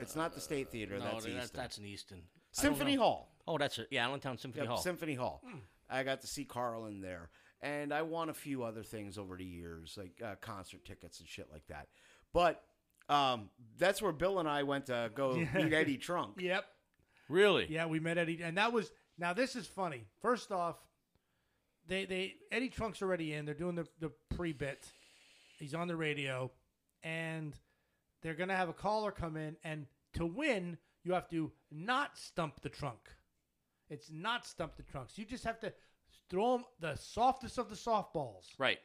Speaker 1: It's not the State Theater.
Speaker 2: no,
Speaker 1: that's
Speaker 2: that-
Speaker 1: Easton.
Speaker 2: that's an Easton. I don't
Speaker 1: Symphony
Speaker 2: know.
Speaker 1: Hall.
Speaker 2: Oh, that's it. Yeah, Allentown Symphony
Speaker 1: Yep,
Speaker 2: Hall.
Speaker 1: Symphony Hall. I got to see Carlin there, and I won a few other things over the years, like uh, concert tickets and shit like that. But um, that's where Bill and I went to go meet Eddie Trunk.
Speaker 3: Yep.
Speaker 2: really?
Speaker 3: Yeah, we met Eddie, and that was now. This is funny. First off, they they Eddie Trunk's already in. They're doing the the pre bit. He's on the radio, and they're gonna have a caller come in, and to win, you have to not stump the trunk. It's not stump the trunks. You just have to throw 'em the softest of the softballs
Speaker 2: Right.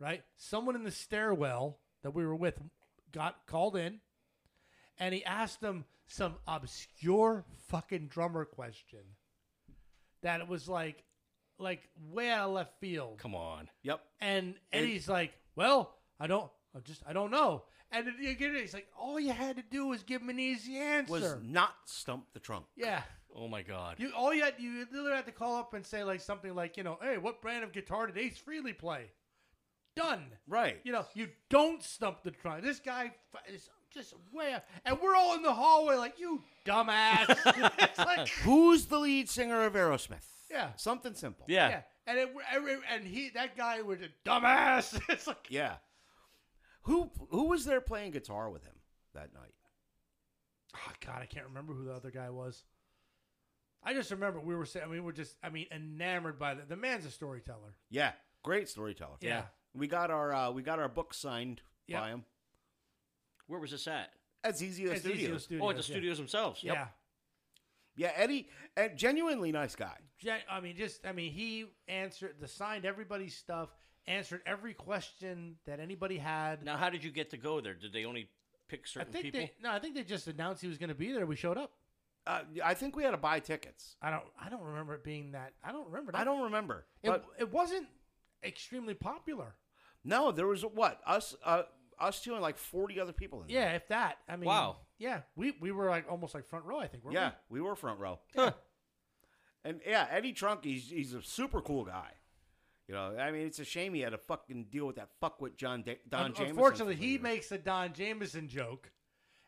Speaker 3: right? Someone in the stairwell that we were with got called in and he asked them some obscure fucking drummer question that it was like like way out of left field.
Speaker 2: Come on.
Speaker 1: Yep.
Speaker 3: And Eddie's like, Well, I don't I just I don't know. And then you get it, he's like, all you had to do was give him an easy answer.
Speaker 1: Was not stump the trunk.
Speaker 3: yeah.
Speaker 2: Oh my God.
Speaker 3: You all you had you literally had to call up and say like something like, you know, hey, what brand of guitar did Ace Freely play? Done.
Speaker 1: Right.
Speaker 3: You know, you don't stump the trunk. This guy f- is just way out. And we're all in the hallway like, you dumbass. it's like,
Speaker 1: Who's the lead singer of Aerosmith?
Speaker 3: Yeah.
Speaker 1: Something simple.
Speaker 2: yeah.
Speaker 3: yeah. And it, every- and he that guy was a dumbass. <laughs> It's like
Speaker 1: Yeah. Who who was there playing guitar with him that night?
Speaker 3: oh God, I can't remember who the other guy was. I just remember we were saying we were just I mean enamored by the the man's a storyteller.
Speaker 1: Yeah, great storyteller.
Speaker 3: Yeah.
Speaker 1: We got our uh, we got our book signed
Speaker 3: Yep.
Speaker 1: by him.
Speaker 2: Where was this at?
Speaker 1: That's easy as
Speaker 3: It's easy with
Speaker 1: studios.
Speaker 3: studios,
Speaker 2: Oh, at the
Speaker 3: yeah.
Speaker 2: studios themselves.
Speaker 3: Yeah.
Speaker 1: Yeah, Eddie, uh, genuinely nice guy.
Speaker 3: Gen- I mean, just I mean, he answered, the signed everybody's stuff, answered every question that anybody had.
Speaker 2: Now, how did you get to go there? Did they only pick
Speaker 3: I
Speaker 2: certain
Speaker 3: think
Speaker 2: people?
Speaker 3: they no, I think they just announced he was going to be there. We showed up.
Speaker 1: Uh, I think we had to buy tickets.
Speaker 3: I don't, I don't remember it being that. I don't remember. That.
Speaker 1: I don't remember.
Speaker 3: It,
Speaker 1: But
Speaker 3: it wasn't extremely popular.
Speaker 1: no, there was what us uh, us two and like forty other people. In there.
Speaker 3: Yeah, if that. I mean,
Speaker 2: Wow.
Speaker 3: Yeah, we we were like almost like front row. I think. Weren't
Speaker 1: yeah, we were front row.
Speaker 2: Huh.
Speaker 1: And yeah, Eddie Trunk, he's he's a super cool guy. You know, I mean, it's a shame he had to fucking deal with that fuck with John da-
Speaker 3: We?
Speaker 1: Don
Speaker 3: Un-
Speaker 1: James.
Speaker 3: Unfortunately, he makes the Don Jameson joke,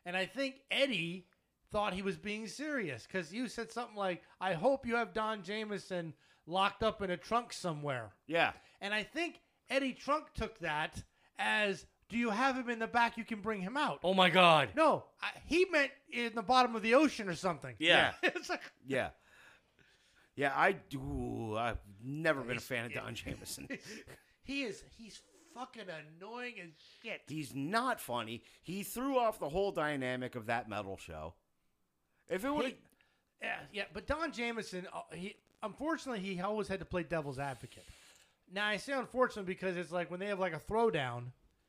Speaker 3: and I think Eddie thought he was being serious because you said something like, "I hope you have Don Jameson locked up in a trunk somewhere."
Speaker 1: yeah,
Speaker 3: And I think Eddie Trunk took that as, do you have him in the back? You can bring him out.
Speaker 2: Oh my God!
Speaker 3: No, I, he meant in the bottom of the ocean or something.
Speaker 2: Yeah.
Speaker 3: <laughs> it's like,
Speaker 1: yeah, yeah. I do. I've never been a fan of
Speaker 3: yeah.
Speaker 1: Don Jameson.
Speaker 3: <laughs>
Speaker 2: <laughs>
Speaker 3: he is, he's fucking annoying as shit.
Speaker 1: He's not funny. He threw off the whole dynamic of that metal show. If it would, have
Speaker 3: He- yeah, yeah, but Don Jameson, uh, he unfortunately he always had to play devil's advocate. Now I say unfortunately because it's like when they have like a throwdown,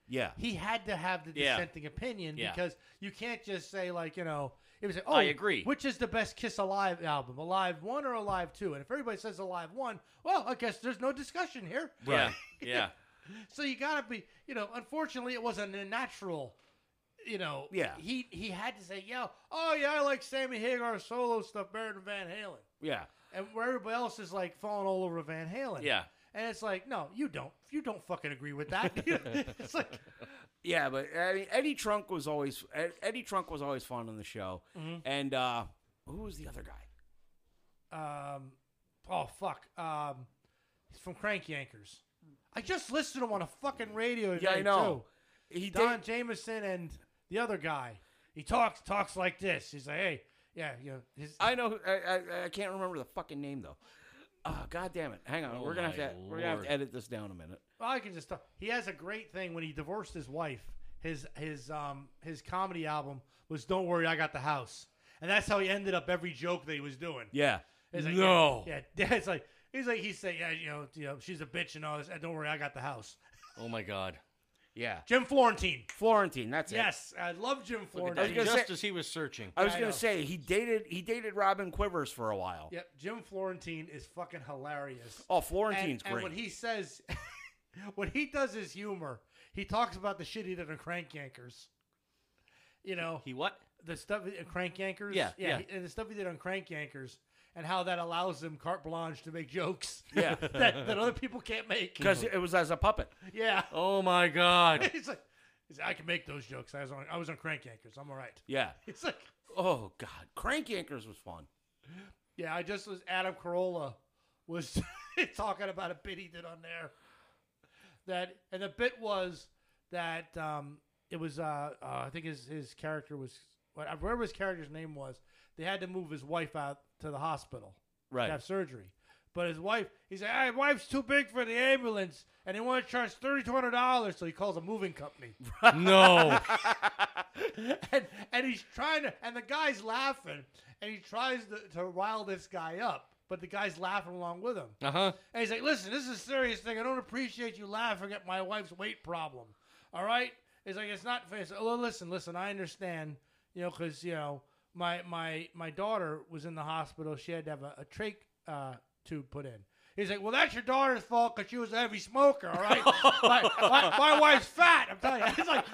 Speaker 1: yeah,
Speaker 3: he had to have the
Speaker 2: Yeah.
Speaker 3: dissenting opinion
Speaker 2: Yeah.
Speaker 3: because you can't just say like you know it was oh
Speaker 2: I agree.
Speaker 3: which is the best Kiss Alive album Alive One or Alive Two and if everybody says Alive One well I guess there's no discussion here
Speaker 2: Yeah, <laughs> yeah.
Speaker 3: so you gotta be you know unfortunately it wasn't a natural you know
Speaker 1: Yeah.
Speaker 3: he he had to say yeah oh yeah I like Sammy Hagar's solo stuff better than Van Halen
Speaker 1: yeah,
Speaker 3: and where everybody else is like falling all over Van Halen
Speaker 2: Yeah.
Speaker 3: and it's like no you don't you don't fucking agree with that <laughs> it's like
Speaker 1: yeah. But I mean, Eddie Trunk was always Ed- Eddie Trunk was always fun on the show.
Speaker 2: Mm-hmm.
Speaker 1: And uh, who was the other guy?
Speaker 3: um, oh fuck, um, he's from Crank Yankers. I just listened to him on a fucking radio.
Speaker 1: Yeah, I
Speaker 3: today,
Speaker 1: know. He
Speaker 3: Too. Don
Speaker 1: did.
Speaker 3: Jameson and the other guy. He talks talks like this. He's like, hey, yeah, you know, his,
Speaker 1: I know. I, I, I can't remember the fucking name though. Oh, God damn it! Hang on,
Speaker 2: Oh,
Speaker 1: we're gonna have
Speaker 2: my
Speaker 1: to we're gonna have
Speaker 2: Lord.
Speaker 1: to edit this down a minute.
Speaker 3: well, I can just talk. He has a great thing when he divorced his wife. His his um his comedy album was "Don't Worry, I Got the House," and that's how he ended up every joke that he was doing.
Speaker 1: Yeah,
Speaker 3: It's like,
Speaker 2: No.
Speaker 3: yeah, <laughs> yeah, it's like he's like he said, yeah, you know, you know, she's a bitch and all this. Don't worry, I got the house.
Speaker 2: Oh my God!
Speaker 1: yeah.
Speaker 3: Jim Florentine.
Speaker 1: Florentine, that's it.
Speaker 3: Yes, I love Jim
Speaker 2: Look at
Speaker 1: I was
Speaker 2: that.
Speaker 3: Florentine.
Speaker 1: gonna
Speaker 2: Just
Speaker 1: say-
Speaker 2: as he was searching.
Speaker 1: I was
Speaker 3: Yeah, I
Speaker 1: gonna
Speaker 3: know.
Speaker 1: say he dated he dated Robin Quivers for a while.
Speaker 3: Yep, Jim Florentine is fucking hilarious.
Speaker 1: Oh,
Speaker 3: And-
Speaker 1: Florentine's
Speaker 3: and,
Speaker 1: great.
Speaker 3: when he says, <laughs> when he does his humor, he talks about the shit he did on Crank Yankers. You know,
Speaker 2: He what?
Speaker 3: the stuff uh, Crank Yankers.
Speaker 2: Yeah, yeah.
Speaker 3: he- and the stuff he did on Crank Yankers, and how that allows him carte blanche to make jokes
Speaker 1: yeah,
Speaker 3: <laughs> that, that other people can't make.
Speaker 1: <laughs> because it was as a puppet.
Speaker 3: <laughs> yeah, <laughs>
Speaker 2: Oh my God!
Speaker 3: he's like, he's like, I can make those jokes. I was on, I was on Crank Yankers. I'm all right. <laughs>
Speaker 1: Yeah.
Speaker 3: It's like.
Speaker 1: Oh God, Crank Yankers was fun. <laughs>
Speaker 3: Yeah, I just was Adam Carolla was <laughs> talking about a bit he did on there. That and the bit was that um, it was uh, uh, I think his his character was what I remember his character's name was. They had to move his wife out to the hospital to have surgery. But his wife, he said, "My wife's too big for the ambulance, and they want to charge thirty two hundred dollars." So he calls a moving company, <laughs>
Speaker 2: <laughs> No.
Speaker 3: and and he's trying to, and the guy's laughing, and he tries to, to rile this guy up, but the guy's laughing along with him.
Speaker 2: Uh huh.
Speaker 3: And he's like, listen, this is a serious thing. I don't appreciate you laughing at my wife's weight problem. All right? He's like, it's not fair. He's like, well, listen, listen, I understand, you know, because, you know, my, my, my daughter was in the hospital. She had to have a, a trach uh, tube put in. He's like, well, that's your daughter's fault because she was a heavy smoker, all
Speaker 2: <laughs>
Speaker 3: right? my, my, my wife's fat, I'm telling you. He's like,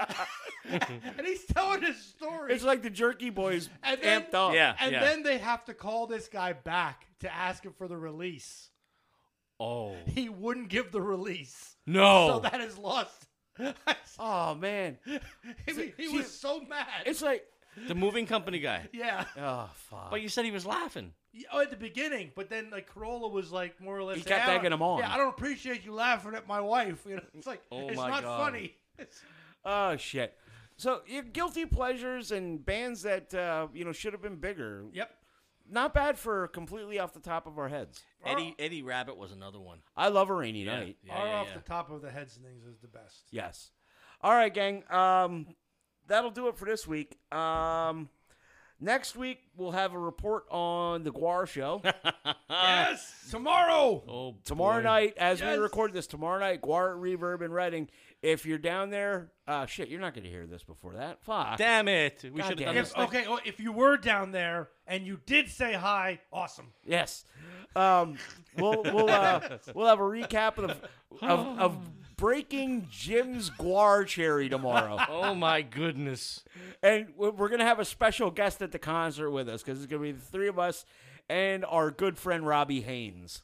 Speaker 3: <laughs> and he's telling his story.
Speaker 1: It's like the Jerky Boys
Speaker 3: <laughs> And then-
Speaker 1: amped up.
Speaker 2: Yeah.
Speaker 3: and then they have to call this guy back to ask him for the release.
Speaker 2: Oh
Speaker 3: He wouldn't give the release. So
Speaker 2: no.
Speaker 3: that is lost. <laughs>
Speaker 1: Oh man,
Speaker 3: he, he was so mad.
Speaker 1: it's like
Speaker 2: the moving company guy.
Speaker 3: yeah.
Speaker 1: oh fuck.
Speaker 2: But you said he was laughing.
Speaker 3: Yeah, oh, at the beginning, but then like Corolla was like more or less.
Speaker 2: He
Speaker 3: saying,
Speaker 2: kept
Speaker 3: "I don't-
Speaker 2: egging 'em on."
Speaker 3: Yeah, I don't appreciate you laughing at my wife. <laughs> You know, it's like
Speaker 2: Oh
Speaker 3: it's
Speaker 2: my
Speaker 3: not
Speaker 2: God.
Speaker 3: funny. It's-
Speaker 1: Oh shit. So your guilty pleasures and bands that uh, you know should have been bigger.
Speaker 3: yep.
Speaker 1: Not bad for completely off the top of our heads.
Speaker 2: Eddie Eddie Rabbit was another one.
Speaker 1: I love a rainy
Speaker 2: Yeah,
Speaker 1: night.
Speaker 2: yeah,
Speaker 3: Are
Speaker 2: yeah,
Speaker 3: off
Speaker 2: yeah.
Speaker 3: the top of the heads and things is the best.
Speaker 1: Yes. All right, gang. Um, that'll do it for this week. Um, next week we'll have a report on the Guar show.
Speaker 3: yes, tomorrow.
Speaker 2: Oh,
Speaker 1: tomorrow
Speaker 2: boy.
Speaker 1: night, as
Speaker 3: Yes.
Speaker 1: we record this, tomorrow night, Guar at Reverb in Reading. If you're down there, uh, shit, you're not going to hear this before that. Fuck.
Speaker 2: Damn it! We
Speaker 1: God
Speaker 2: should
Speaker 1: damn
Speaker 2: have done
Speaker 1: it.
Speaker 2: this.
Speaker 3: If, okay, well, if you were down there and you did say hi, awesome.
Speaker 1: Yes. Um, we'll we'll uh, we'll have a recap of, the, of of breaking Jim's guar cherry tomorrow,
Speaker 2: Oh my goodness!
Speaker 1: and we're we're gonna have a special guest at the concert with us because it's gonna be the three of us and our good friend Robbie Haynes.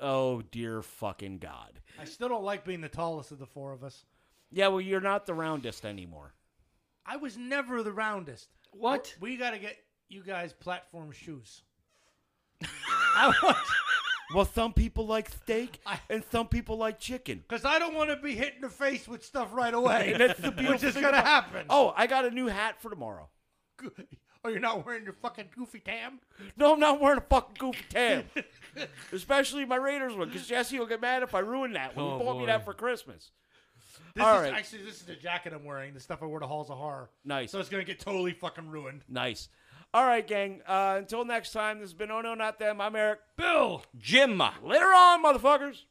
Speaker 1: Oh dear fucking god!
Speaker 3: I still don't like being the tallest of the four of us.
Speaker 1: Yeah, well you're not the roundest anymore.
Speaker 3: I was never the roundest.
Speaker 2: What?
Speaker 3: We got to get you guys platform
Speaker 1: <laughs>
Speaker 3: shoes. <laughs>
Speaker 1: Well, some people like steak
Speaker 3: I-
Speaker 1: and some people like chicken.
Speaker 3: Because I don't want to be hit in the face with stuff right away.
Speaker 1: <laughs> That's the beautiful
Speaker 3: which is
Speaker 1: thing
Speaker 3: going to
Speaker 1: about-
Speaker 3: happen. <laughs>
Speaker 1: Oh, I got a new hat for tomorrow.
Speaker 3: oh, you're not wearing your fucking goofy tam?
Speaker 1: No, I'm not wearing a fucking goofy <laughs> tab. Especially my Raiders one, because Jesse will get mad if I ruin that when
Speaker 2: Oh,
Speaker 1: he bought
Speaker 2: boy.
Speaker 1: me that for Christmas.
Speaker 3: This
Speaker 1: All
Speaker 3: is
Speaker 1: right.
Speaker 3: actually this is the jacket I'm wearing, the stuff I wore to Halls of Horror.
Speaker 1: Nice.
Speaker 3: So it's gonna get totally fucking ruined.
Speaker 1: Nice. All right, gang. Uh, until next time, this has been Oh No Not Them. I'm Eric.
Speaker 3: Bill.
Speaker 2: Jim.
Speaker 1: Later on, motherfuckers.